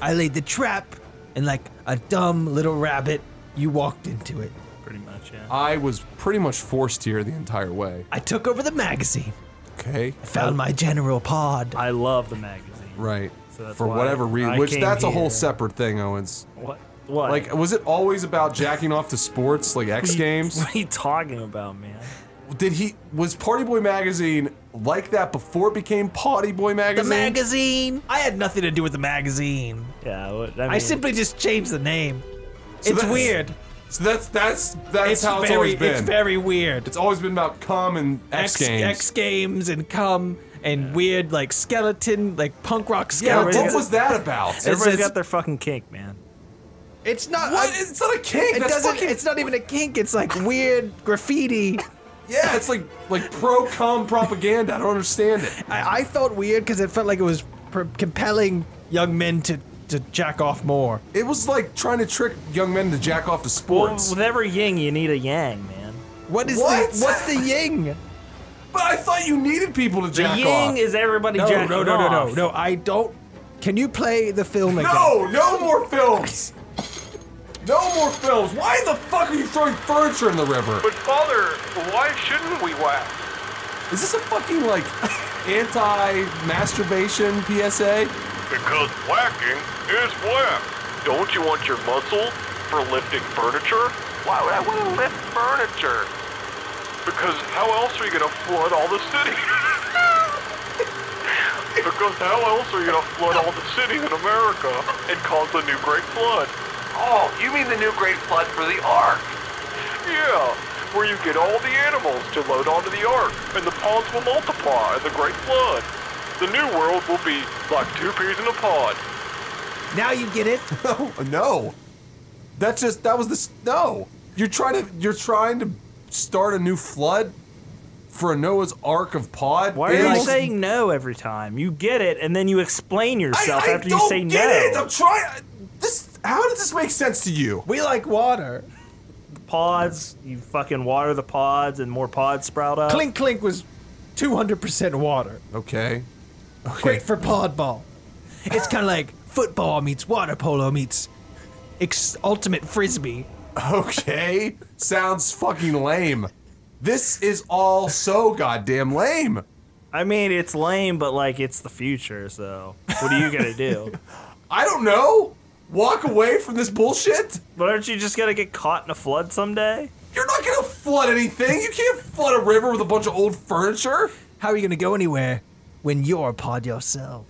Speaker 1: I laid the trap, and like a dumb little rabbit, you walked into it.
Speaker 5: Pretty much, yeah.
Speaker 2: I was pretty much forced here the entire way.
Speaker 1: I took over the magazine.
Speaker 2: Okay. I
Speaker 1: found my general pod.
Speaker 5: I love the magazine.
Speaker 2: Right.
Speaker 5: So that's
Speaker 2: For
Speaker 5: why
Speaker 2: whatever
Speaker 5: I
Speaker 2: reason, which
Speaker 5: came
Speaker 2: that's a whole
Speaker 5: here.
Speaker 2: separate thing, Owens.
Speaker 5: What? What?
Speaker 2: Like, was it always about jacking off to sports, like X Games?
Speaker 5: What are you talking about, man?
Speaker 2: Did he was Party Boy magazine like that before it became Potty Boy magazine?
Speaker 1: The magazine. I had nothing to do with the magazine.
Speaker 5: Yeah, what,
Speaker 1: I,
Speaker 5: I,
Speaker 1: simply just changed the name. it's
Speaker 2: So that's-
Speaker 1: weird.
Speaker 2: So that's that's that's
Speaker 1: It's
Speaker 2: how it's
Speaker 1: very-
Speaker 2: always been.
Speaker 1: it's very weird.
Speaker 2: It's always been about cum and X, Games.
Speaker 1: X Games and cum and weird like skeleton, like punk rock
Speaker 2: yeah,
Speaker 1: skeleton.
Speaker 2: what was that about?
Speaker 5: Everybody's got their fucking kink, man.
Speaker 1: It's not.
Speaker 2: What? it's not a kink.
Speaker 1: It
Speaker 2: That's
Speaker 1: doesn't.
Speaker 2: fucking-
Speaker 1: It's not even a kink. It's like weird graffiti.
Speaker 2: yeah, it's like like pro cum propaganda. I don't understand it.
Speaker 1: I, I felt weird because it felt like it was pr- compelling young men to to jack off more.
Speaker 2: It was like trying to trick young men to jack off to
Speaker 5: Well,
Speaker 2: sports.
Speaker 5: with every yin, you need a yang, man.
Speaker 1: What is
Speaker 2: What?
Speaker 1: the what's the ying?
Speaker 2: but I thought you needed people to
Speaker 5: The
Speaker 2: jack
Speaker 5: yin
Speaker 2: off.
Speaker 5: is everybody
Speaker 1: No,
Speaker 5: jacking
Speaker 1: Oh, no, no, no, no,
Speaker 5: off.
Speaker 1: no. I don't. Can you play the film again?
Speaker 2: No, no more films. No more films. Why the fuck are you throwing furniture in the river?
Speaker 10: But father, why shouldn't we wax?
Speaker 2: Is this a fucking like anti-masturbation PSA?
Speaker 10: Because whacking is whack. Don't you want your muscle for lifting furniture? Why would I want to lift furniture? Because how else are you going to flood all the city? because how else are you going to flood all the cities in America and cause the new great flood? Oh, you mean the new great flood for the ark? Yeah, where you get all the animals to load onto the ark, and the ponds will multiply in the great flood. The new world will be like two peas in a pod.
Speaker 1: Now you get it.
Speaker 2: No, no. That's just that was this. No, you're trying to you're trying to start a new flood for a Noah's Ark of Pod.
Speaker 5: Why are you
Speaker 2: Animals-
Speaker 5: saying no every time? You get it, and then you explain yourself
Speaker 2: I
Speaker 5: after
Speaker 2: don't
Speaker 5: you say
Speaker 2: get it.
Speaker 5: no.
Speaker 2: I'm trying. This. How does this make sense to you?
Speaker 1: We like water.
Speaker 5: Pods, you fucking water the pods, and more pods sprout up.
Speaker 1: Clink Clink was 200% water.
Speaker 2: Okay. Okay.
Speaker 1: Great for podball. It's kind of like football meets water polo meets ex- ultimate frisbee.
Speaker 2: Okay. Sounds fucking lame. This is all so goddamn lame.
Speaker 5: I mean, it's lame, but like it's the future. So what are you gonna do?
Speaker 2: I don't know. Walk away from this bullshit.
Speaker 5: but aren't you just gonna get caught in a flood someday?
Speaker 2: You're not gonna flood anything. You can't flood a river with a bunch of old furniture.
Speaker 1: How are you going to go anywhere when you're a pod yourself?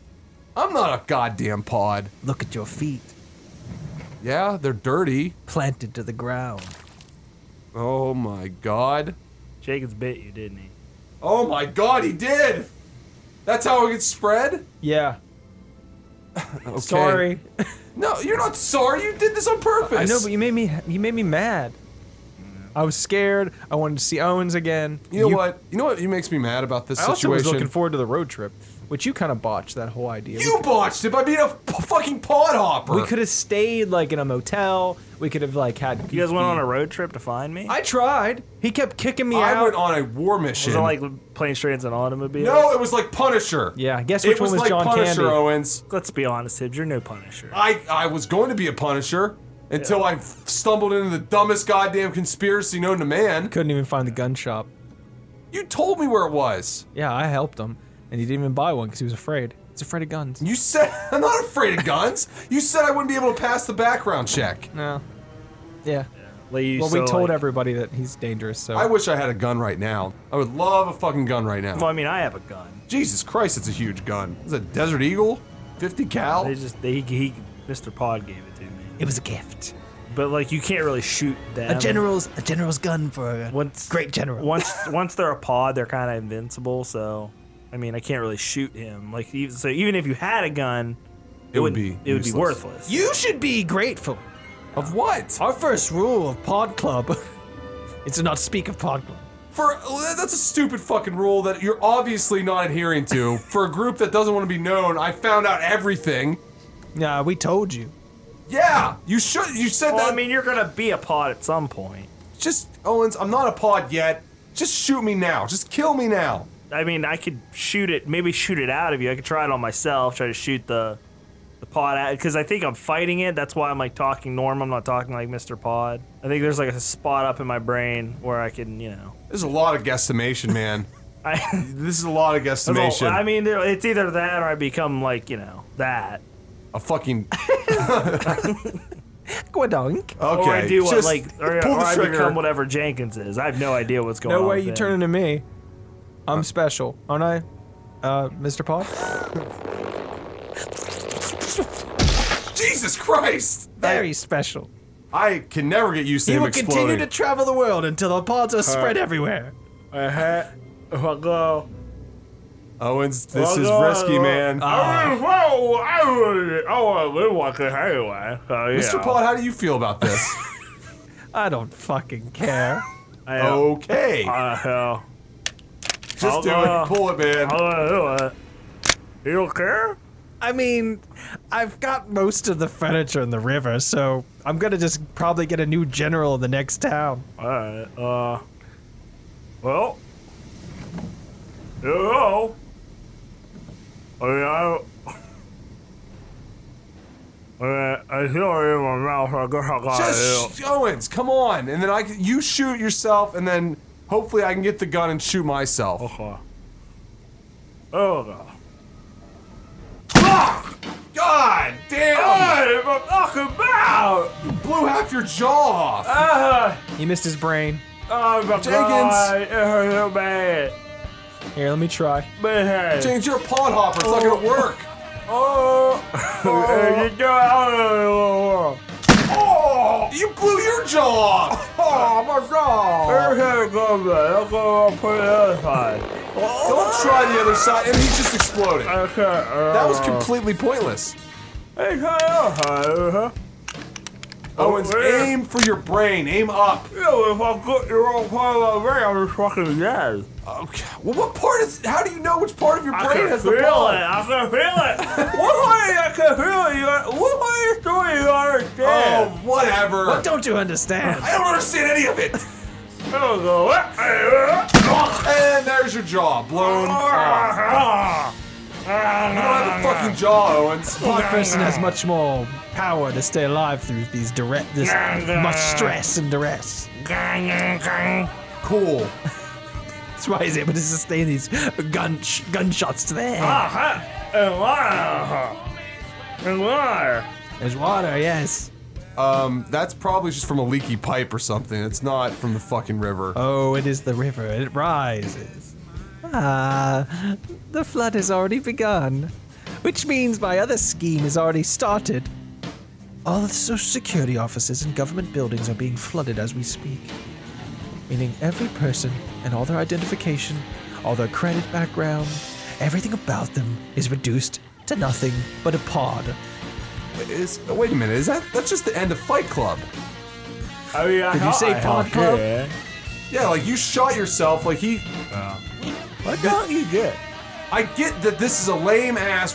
Speaker 2: I'm not a goddamn pod.
Speaker 1: Look at your feet.
Speaker 2: Yeah, they're dirty.
Speaker 12: Planted to the ground.
Speaker 2: Oh my god.
Speaker 5: Jacob's bit you, didn't he?
Speaker 2: Oh my god, he did! That's how it gets spread?
Speaker 1: Yeah.
Speaker 2: Okay.
Speaker 1: Sorry.
Speaker 2: No, you're not sorry. You did this on purpose.
Speaker 1: I know, but you made me you made me mad. I was scared. I wanted to see Owens again.
Speaker 2: You know what? You know what makes me mad about this
Speaker 1: I
Speaker 2: situation?
Speaker 1: also was looking forward to the road trip, which you kind of botched that whole idea. We
Speaker 2: you botched it by being a f- fucking pod hopper.
Speaker 1: We could have stayed like in a motel. We could have like had.
Speaker 5: You guys went on a road trip to find me.
Speaker 1: I tried. He kept kicking me
Speaker 2: I
Speaker 1: out.
Speaker 2: went on a war mission.
Speaker 5: Was it like planes, trains, and automobiles?
Speaker 2: no, it was like Punisher.
Speaker 1: Yeah, guess
Speaker 2: it was like Punisher, Owens.
Speaker 5: Let's be honest, Hibbs. You're no Punisher.
Speaker 2: I I was going to be a Punisher until I stumbled into the dumbest goddamn conspiracy known to man.
Speaker 1: Couldn't even find the gun shop.
Speaker 2: You told me where it was.
Speaker 1: Yeah, I helped him, and he didn't even buy one because he was afraid. He's afraid of guns.
Speaker 2: You said I'm not afraid of guns. you said I wouldn't be able to pass the background check.
Speaker 1: No. Yeah.
Speaker 5: Like, you-
Speaker 1: well,
Speaker 5: so,
Speaker 1: we told
Speaker 5: like-
Speaker 1: everybody that he's dangerous. So
Speaker 2: I wish I had a gun right now. I would love a fucking gun right now.
Speaker 5: Well, I mean, I have a gun.
Speaker 2: Jesus Christ, it's a huge gun. It's a Desert Eagle, 50 cal.
Speaker 12: Oh.
Speaker 5: They just they he, Mr. Pod gave it to me.
Speaker 12: It was a gift.
Speaker 5: But like, you can't really shoot them.
Speaker 12: A general's a general's gun for a
Speaker 5: Once
Speaker 12: great general.
Speaker 5: once once they're a pod, they're kind of invincible. So, I mean, I can't really shoot him. Like, even, so even if you had a gun, it,
Speaker 2: would
Speaker 5: wouldn't-
Speaker 2: be
Speaker 5: it would be
Speaker 2: useless.
Speaker 5: worthless.
Speaker 12: You should be grateful.
Speaker 2: Of what?
Speaker 1: Our first rule of Pod Club is to not speak of Pod Club.
Speaker 2: For that's a stupid fucking rule that you're obviously not adhering to. For a group that doesn't want to be known, I found out everything.
Speaker 1: Nah, we told you.
Speaker 2: Yeah, you should. You said
Speaker 5: Well,
Speaker 2: that.
Speaker 5: I mean, you're gonna be a pod at some point.
Speaker 2: just Owens, I'm not a pod yet. Just shoot me now. Just kill me now.
Speaker 5: I mean, I could shoot it, maybe shoot it out of you. I could try it on myself, try to shoot the the pod out because I think I'm fighting it. That's why I'm like talking norm. I'm not talking like Mr. Pod. I think there's like a spot up in my brain where I can, you know.
Speaker 2: There's a lot of guesstimation, man.
Speaker 5: I,
Speaker 2: this is a lot of guesstimation.
Speaker 5: I mean, there- it's either that or I become like, you know, that.
Speaker 2: a fucking
Speaker 1: Guadunk.
Speaker 2: okay.
Speaker 5: Or I do what,
Speaker 2: just
Speaker 5: like, or,
Speaker 2: pull
Speaker 5: or
Speaker 2: the
Speaker 5: I
Speaker 2: trigger.
Speaker 5: become whatever Jenkins is. I have no idea what's going on.
Speaker 1: No way
Speaker 5: with
Speaker 1: you
Speaker 5: him.
Speaker 1: turn into me. I'm special, aren't I, uh, Mr. Pod?
Speaker 2: Jesus Christ!
Speaker 1: Very special.
Speaker 2: I can never get used to
Speaker 12: He
Speaker 2: him
Speaker 12: will
Speaker 2: exploding.
Speaker 12: continue to travel the world until the pods are spread everywhere.
Speaker 5: Hello.
Speaker 2: Owens, this is risky, man.
Speaker 12: Uh,
Speaker 5: Whoa! I would walk anyway. Oh,
Speaker 2: Mr. Pod, how do you feel about this?
Speaker 1: I don't fucking care.
Speaker 2: Oh. okay.
Speaker 5: Uh, hell.
Speaker 2: Just do it. Pull it, man.
Speaker 5: I'll do it. You don't care?
Speaker 1: I mean, I've got most of the furniture in the river, so I'm gonna just probably get a new general in the next town.
Speaker 5: Alright, uh. Well. Hello? I mean, I. I mean, I feel it in my mouth. I guess I gotta
Speaker 2: Just sh- Owens, come on. And then I can, you shoot yourself, and then hopefully I can get the gun and shoot myself.
Speaker 5: do it. Oh, God.
Speaker 2: God damn!
Speaker 5: Hey, my fucking mouth!
Speaker 2: You blew half your jaw off.
Speaker 5: Uh,
Speaker 1: He missed his brain.
Speaker 5: oh, my God. It hurts so bad.
Speaker 1: Here, let me try.
Speaker 5: Man.
Speaker 2: James, you're a pod hopper. It's not gonna work.
Speaker 5: Oh, you do it all over the world.
Speaker 2: Oh! You blew your jaw off. Oh my god!
Speaker 5: Okay, go man. I'll go and put it on the side.
Speaker 2: Don't try the other side, and he just exploded.
Speaker 5: Okay, uh,
Speaker 2: That was completely pointless.
Speaker 5: hey, try it on the side, uh-huh. Oh,
Speaker 2: Owens,
Speaker 5: yeah.
Speaker 2: aim for your brain. Aim up.
Speaker 5: Yeah, if I got the wrong part of my brain, I'm just fucking dead.
Speaker 2: Okay. Well, what part is? How do you know which part of your
Speaker 5: I
Speaker 2: brain
Speaker 5: can
Speaker 2: has
Speaker 5: feel
Speaker 2: the
Speaker 5: it.
Speaker 2: ball?
Speaker 5: I can feel it. what part of I can feel it? You got- what part of the story you
Speaker 2: Oh,
Speaker 5: understand?
Speaker 2: whatever.
Speaker 12: What don't you understand?
Speaker 2: I don't understand any of it.
Speaker 5: Oh, go. uh, uh,
Speaker 2: and there's your jaw blown
Speaker 5: Ah,
Speaker 2: off.
Speaker 5: uh,
Speaker 2: You don't have a fucking jaw, Owens.
Speaker 12: Pod person has much more power to stay alive through these direct this much stress and duress.
Speaker 2: Cool.
Speaker 12: That's why he's able to sustain these gun sh- gunshots to the head.
Speaker 5: uh-huh, and why, uh-huh, and why?
Speaker 12: There's water, yes.
Speaker 2: Um, that's probably just from a leaky pipe or something. It's not from the fucking river. Uh,
Speaker 12: Oh, it is the river. It rises. Ah, the flood has already begun, which means my other scheme has already started.
Speaker 11: All the social security offices and government buildings are being flooded as we speak. Meaning every person and all their identification, all their credit background, everything about them is reduced to nothing but a pod.
Speaker 2: Is, wait a minute, is that that's just the end of Fight Club?
Speaker 7: Oh yeah,
Speaker 2: Did you say
Speaker 7: I-
Speaker 2: Pod
Speaker 7: I-
Speaker 2: Club?
Speaker 7: yeah.
Speaker 2: Yeah, like you shot yourself. Like he.
Speaker 11: What don't you get?
Speaker 2: Uh, I get that this is a lame ass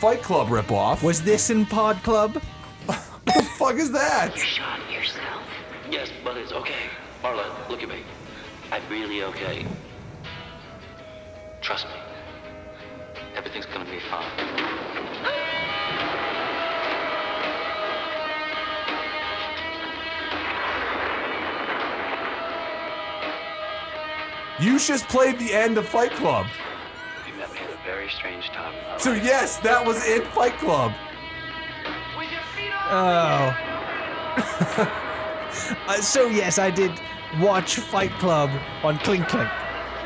Speaker 2: Fight Club ripoff.
Speaker 11: Was this in Pod Club?
Speaker 2: what the fuck is that?
Speaker 13: shot yourself. Yes, but it's okay. Marla, look at me. I'm really okay. Trust me. Everything's gonna be fine.
Speaker 2: You just played the end of Fight Club.
Speaker 13: You met me at a very strange time. in my
Speaker 2: So
Speaker 13: life.
Speaker 2: yes, that was in Fight Club.
Speaker 11: Oh. Uh, so yes, I did watch Fight Club on Clink Clink.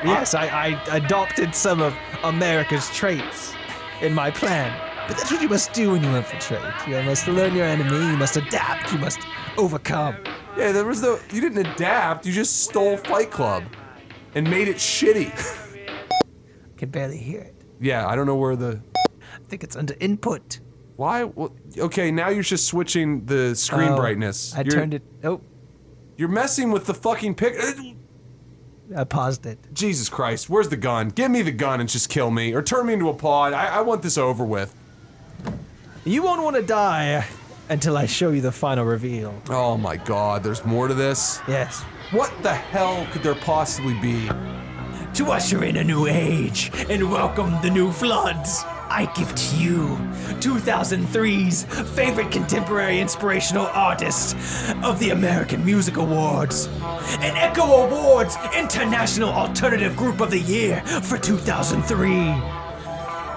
Speaker 11: Yes, I, I adopted some of America's traits in my plan. But that's what you must do when you infiltrate. You must learn your enemy. You must adapt. You must overcome.
Speaker 2: Yeah, there was no. You didn't adapt. You just stole Fight Club, and made it shitty.
Speaker 11: I can barely hear it.
Speaker 2: yeah, I don't know where the.
Speaker 11: I think it's under input.
Speaker 2: Why? Well, okay, now you're just switching the screen
Speaker 11: Oh,
Speaker 2: brightness.
Speaker 11: I
Speaker 2: You're-
Speaker 11: turned it. Oh,
Speaker 2: You're messing with the fucking pic. uh,
Speaker 11: I paused it.
Speaker 2: Jesus Christ, where's the gun? Give me the gun and just kill me, or turn me into a pod. I, I want this over with.
Speaker 11: You won't want to die until I show you the final reveal.
Speaker 2: Oh my God, there's more to this.
Speaker 11: Yes.
Speaker 2: What the hell could there possibly be?
Speaker 1: To usher in a new age and welcome the new floods, I give to you 2003's favorite contemporary inspirational artist of the American Music Awards and Echo Awards International Alternative Group of the Year for 2003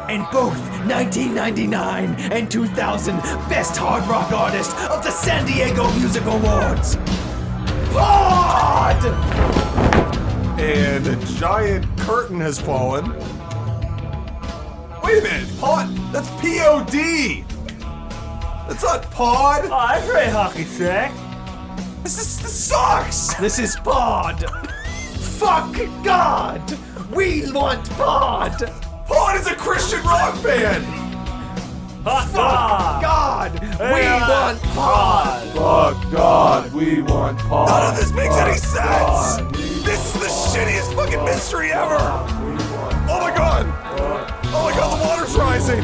Speaker 1: and both 1999 and 2000 Best Hard Rock Artist of the San Diego Music Awards. Pod!
Speaker 2: And a giant curtain has fallen. Wait a minute, pod? That's POD! That's not pod!
Speaker 7: I play hockey sack.
Speaker 2: This is this sucks!
Speaker 1: This is Pod! Fuck God! We want Pod!
Speaker 2: Pod is a Christian rock band! Ah.
Speaker 1: Fuck God! We want Pod!
Speaker 2: Fuck God, we want pod. None of this makes any sense! This is the shittiest fucking mystery ever! Oh my god! Oh my god, the water's rising!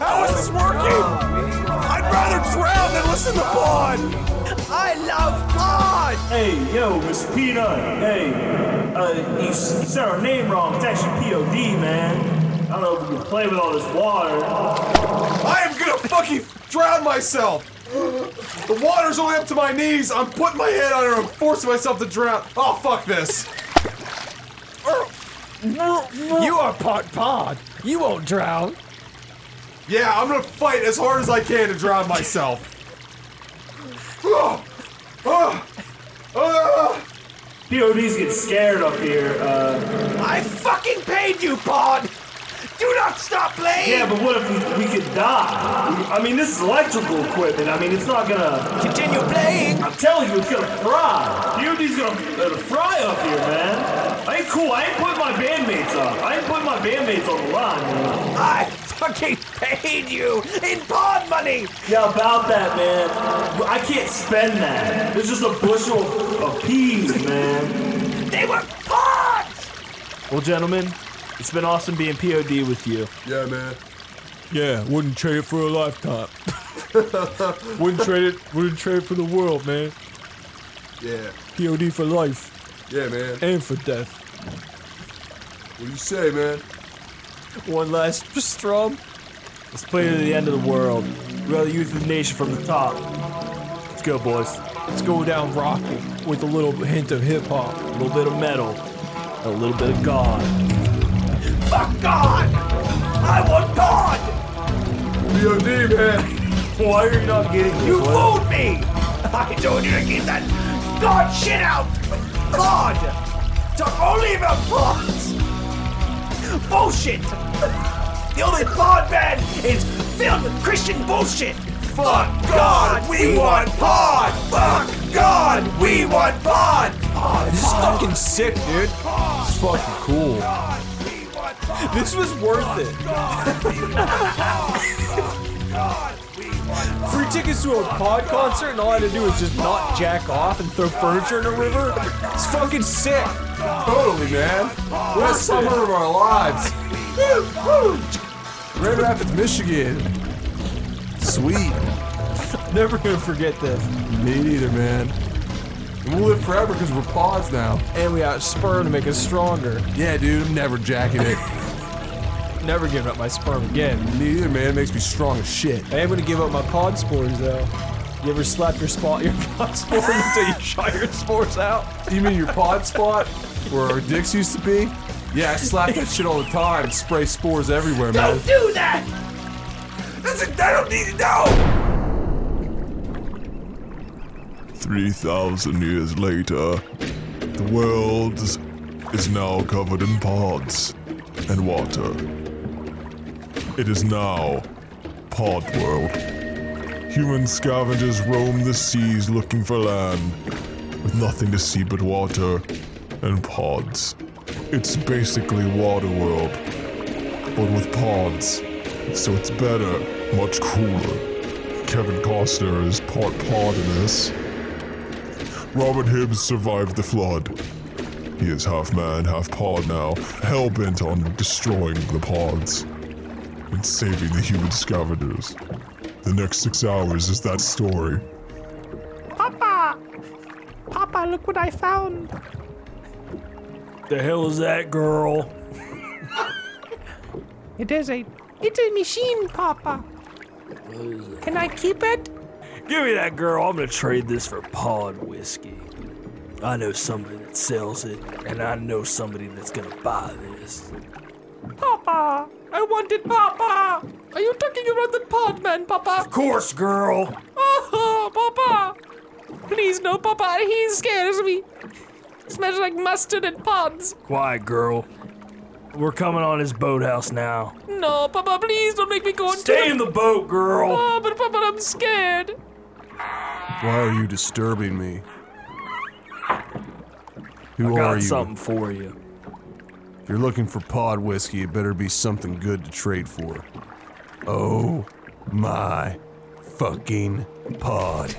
Speaker 2: How is this working? I'd rather drown than listen to pod!
Speaker 1: I love Pod!
Speaker 5: Hey, yo, Mr. Peanut. Hey, uh, you, s- you said our name wrong. It's actually POD, man. I don't know if we can play with all this water.
Speaker 2: I am gonna fucking drown myself! The water's only up to my knees! I'm putting my head under and forcing myself to drown! Oh, fuck this!
Speaker 11: You are pod pod. You won't drown.
Speaker 2: Yeah, I'm gonna fight as hard as I can to drown myself. Oh, oh, oh.
Speaker 5: PODs get scared up here. Uh,
Speaker 1: I fucking paid you, Pod! Do not stop playing!
Speaker 5: yeah, but what if we, we could die? We- I mean, this is electrical equipment. I mean, it's not gonna.
Speaker 1: Continue playing!
Speaker 5: I'm telling you, it's gonna fry. POD's gonna, gonna fry up here, man. I ain't cool. I ain't putting my bandmates up. I ain't putting my bandmates on the line, man.
Speaker 1: I fucking paid you in Pod money!
Speaker 5: Yeah, about that, man. I can't spend that. There's just a bushel of peas, man.
Speaker 1: They were Pod!
Speaker 7: Well, gentlemen, it's been awesome being POD with you.
Speaker 2: Yeah, man.
Speaker 11: Yeah, wouldn't trade it for a lifetime. wouldn't trade it. Wouldn't trade it for the world, man.
Speaker 2: Yeah,
Speaker 11: POD for life
Speaker 2: yeah, man.
Speaker 11: and for death.
Speaker 2: What do you say, man?
Speaker 7: One last strum. Let's play to the end of the world. Rather youth of the nation from the top. Let's go, boys.
Speaker 11: Let's go down rocky with a little hint of hip hop.
Speaker 7: A little bit of metal, a little bit of God.
Speaker 1: Fuck God! I want God!
Speaker 2: BOD, man.
Speaker 7: Why are you not getting this?
Speaker 1: You
Speaker 7: What?
Speaker 1: fooled me! I told you to keep that God shit out! God! Talk only about pods! Bullshit! The only pod band is filled with Christian bullshit!
Speaker 14: Fuck God, we want pod. Fuck God, we want pod.
Speaker 1: This is fucking sick, dude. It's fucking cool. This was worth it. Free tickets to a pod concert, and all I had to do was just not jack off and throw furniture in a river. It's fucking sick.
Speaker 2: Totally, man. Best summer of our lives. Woo, woo. Grand Rapids, Michigan. Sweet.
Speaker 1: Never gonna forget this.
Speaker 2: Me neither, man. And we'll live forever because we're paws now.
Speaker 1: And we got sperm to make us stronger.
Speaker 2: Yeah, dude, I'm never jacking it.
Speaker 1: Never giving up my sperm again.
Speaker 2: Me either, man. It makes me strong as shit.
Speaker 1: I am gonna give up my pod spores though. You ever slapped your spot your pod spore until you shot your spores out?
Speaker 2: You mean your pod spot where our dicks used to be? Yeah, I slap that shit all the time. Spray spores everywhere, man.
Speaker 14: Don't do that. That's a, I don't need to know.
Speaker 7: 3,000 years later, the world is now covered in pods and water. It is now Pod World. Human scavengers roam the seas looking for land, with nothing to see but water and pods. It's basically Water World, but with pods, so it's better, much cooler. Kevin Costner is part pod in this. Robert Hibbs survived the flood. He is half man, half pod now, hell bent on destroying the pods and saving the human scavengers. The next six hours is that story.
Speaker 3: Papa! Papa, look what I found!
Speaker 5: The hell is that girl?
Speaker 3: It is a. It's a machine, Papa! Can I keep it?
Speaker 5: Give me that girl. I'm gonna trade this for pod whiskey. I know somebody that sells it, and I know somebody that's gonna buy this.
Speaker 3: Papa! I want it, Papa! Are you talking about the pod man, Papa?
Speaker 5: Of course, girl.
Speaker 3: Oh, Papa! Please, no, Papa, he scares me. Smells like mustard and pods.
Speaker 5: Quiet, girl. We're coming on his boathouse now.
Speaker 3: No, Oh, Papa, please don't make me go into
Speaker 5: Stay in the boat, girl.
Speaker 3: Oh, but Papa, I'm scared.
Speaker 2: Why are you disturbing me? Who
Speaker 5: I got
Speaker 2: are you?
Speaker 5: something for you.
Speaker 2: If you're looking for pod whiskey, it better be something good to trade for. Oh my fucking pod.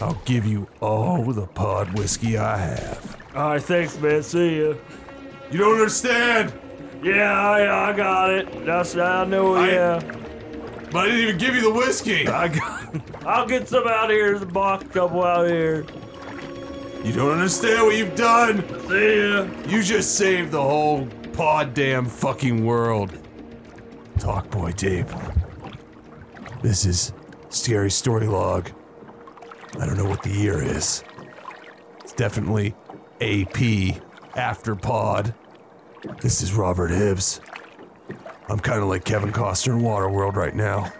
Speaker 2: I'll give you all the pod whiskey I have.
Speaker 5: All right, thanks, man. See ya.
Speaker 2: You don't understand.
Speaker 5: Yeah, I, I got it. That's I know.
Speaker 2: I-
Speaker 5: yeah.
Speaker 2: But I didn't even give you the whiskey.
Speaker 5: I got, I'll get some out here. There's a box couple out here.
Speaker 2: You don't understand what you've done.
Speaker 5: See ya.
Speaker 2: You just saved the whole pod damn fucking world. Talk boy Dave. This is scary story log. I don't know what the year is. It's definitely AP after pod. This is Robert Hibbs. I'm kind of like Kevin Costner in Waterworld right now.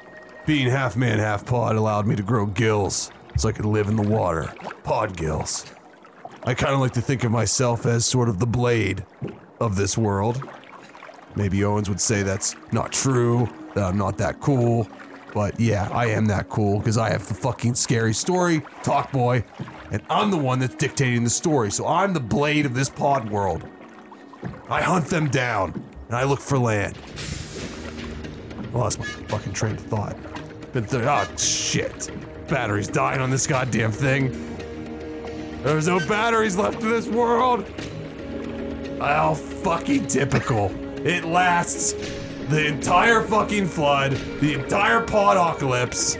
Speaker 2: Being half man, half pod allowed me to grow gills so I could live in the water. Pod gills. I kind of like to think of myself as sort of the blade of this world. Maybe Owens would say that's not true, that I'm not that cool. But yeah, I am that cool because I have the fucking scary story, Talk Boy, and I'm the one that's dictating the story. So I'm the blade of this pod world. I hunt them down and I look for land. Lost my fucking train of thought. Been th- oh shit. Battery's dying on this goddamn thing. There's no batteries left in this world. Oh, fucking typical. It lasts the entire fucking flood, the entire podocalypse,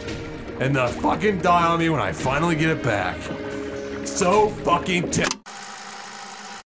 Speaker 2: and the fucking die on me when I finally get it back. So fucking typical.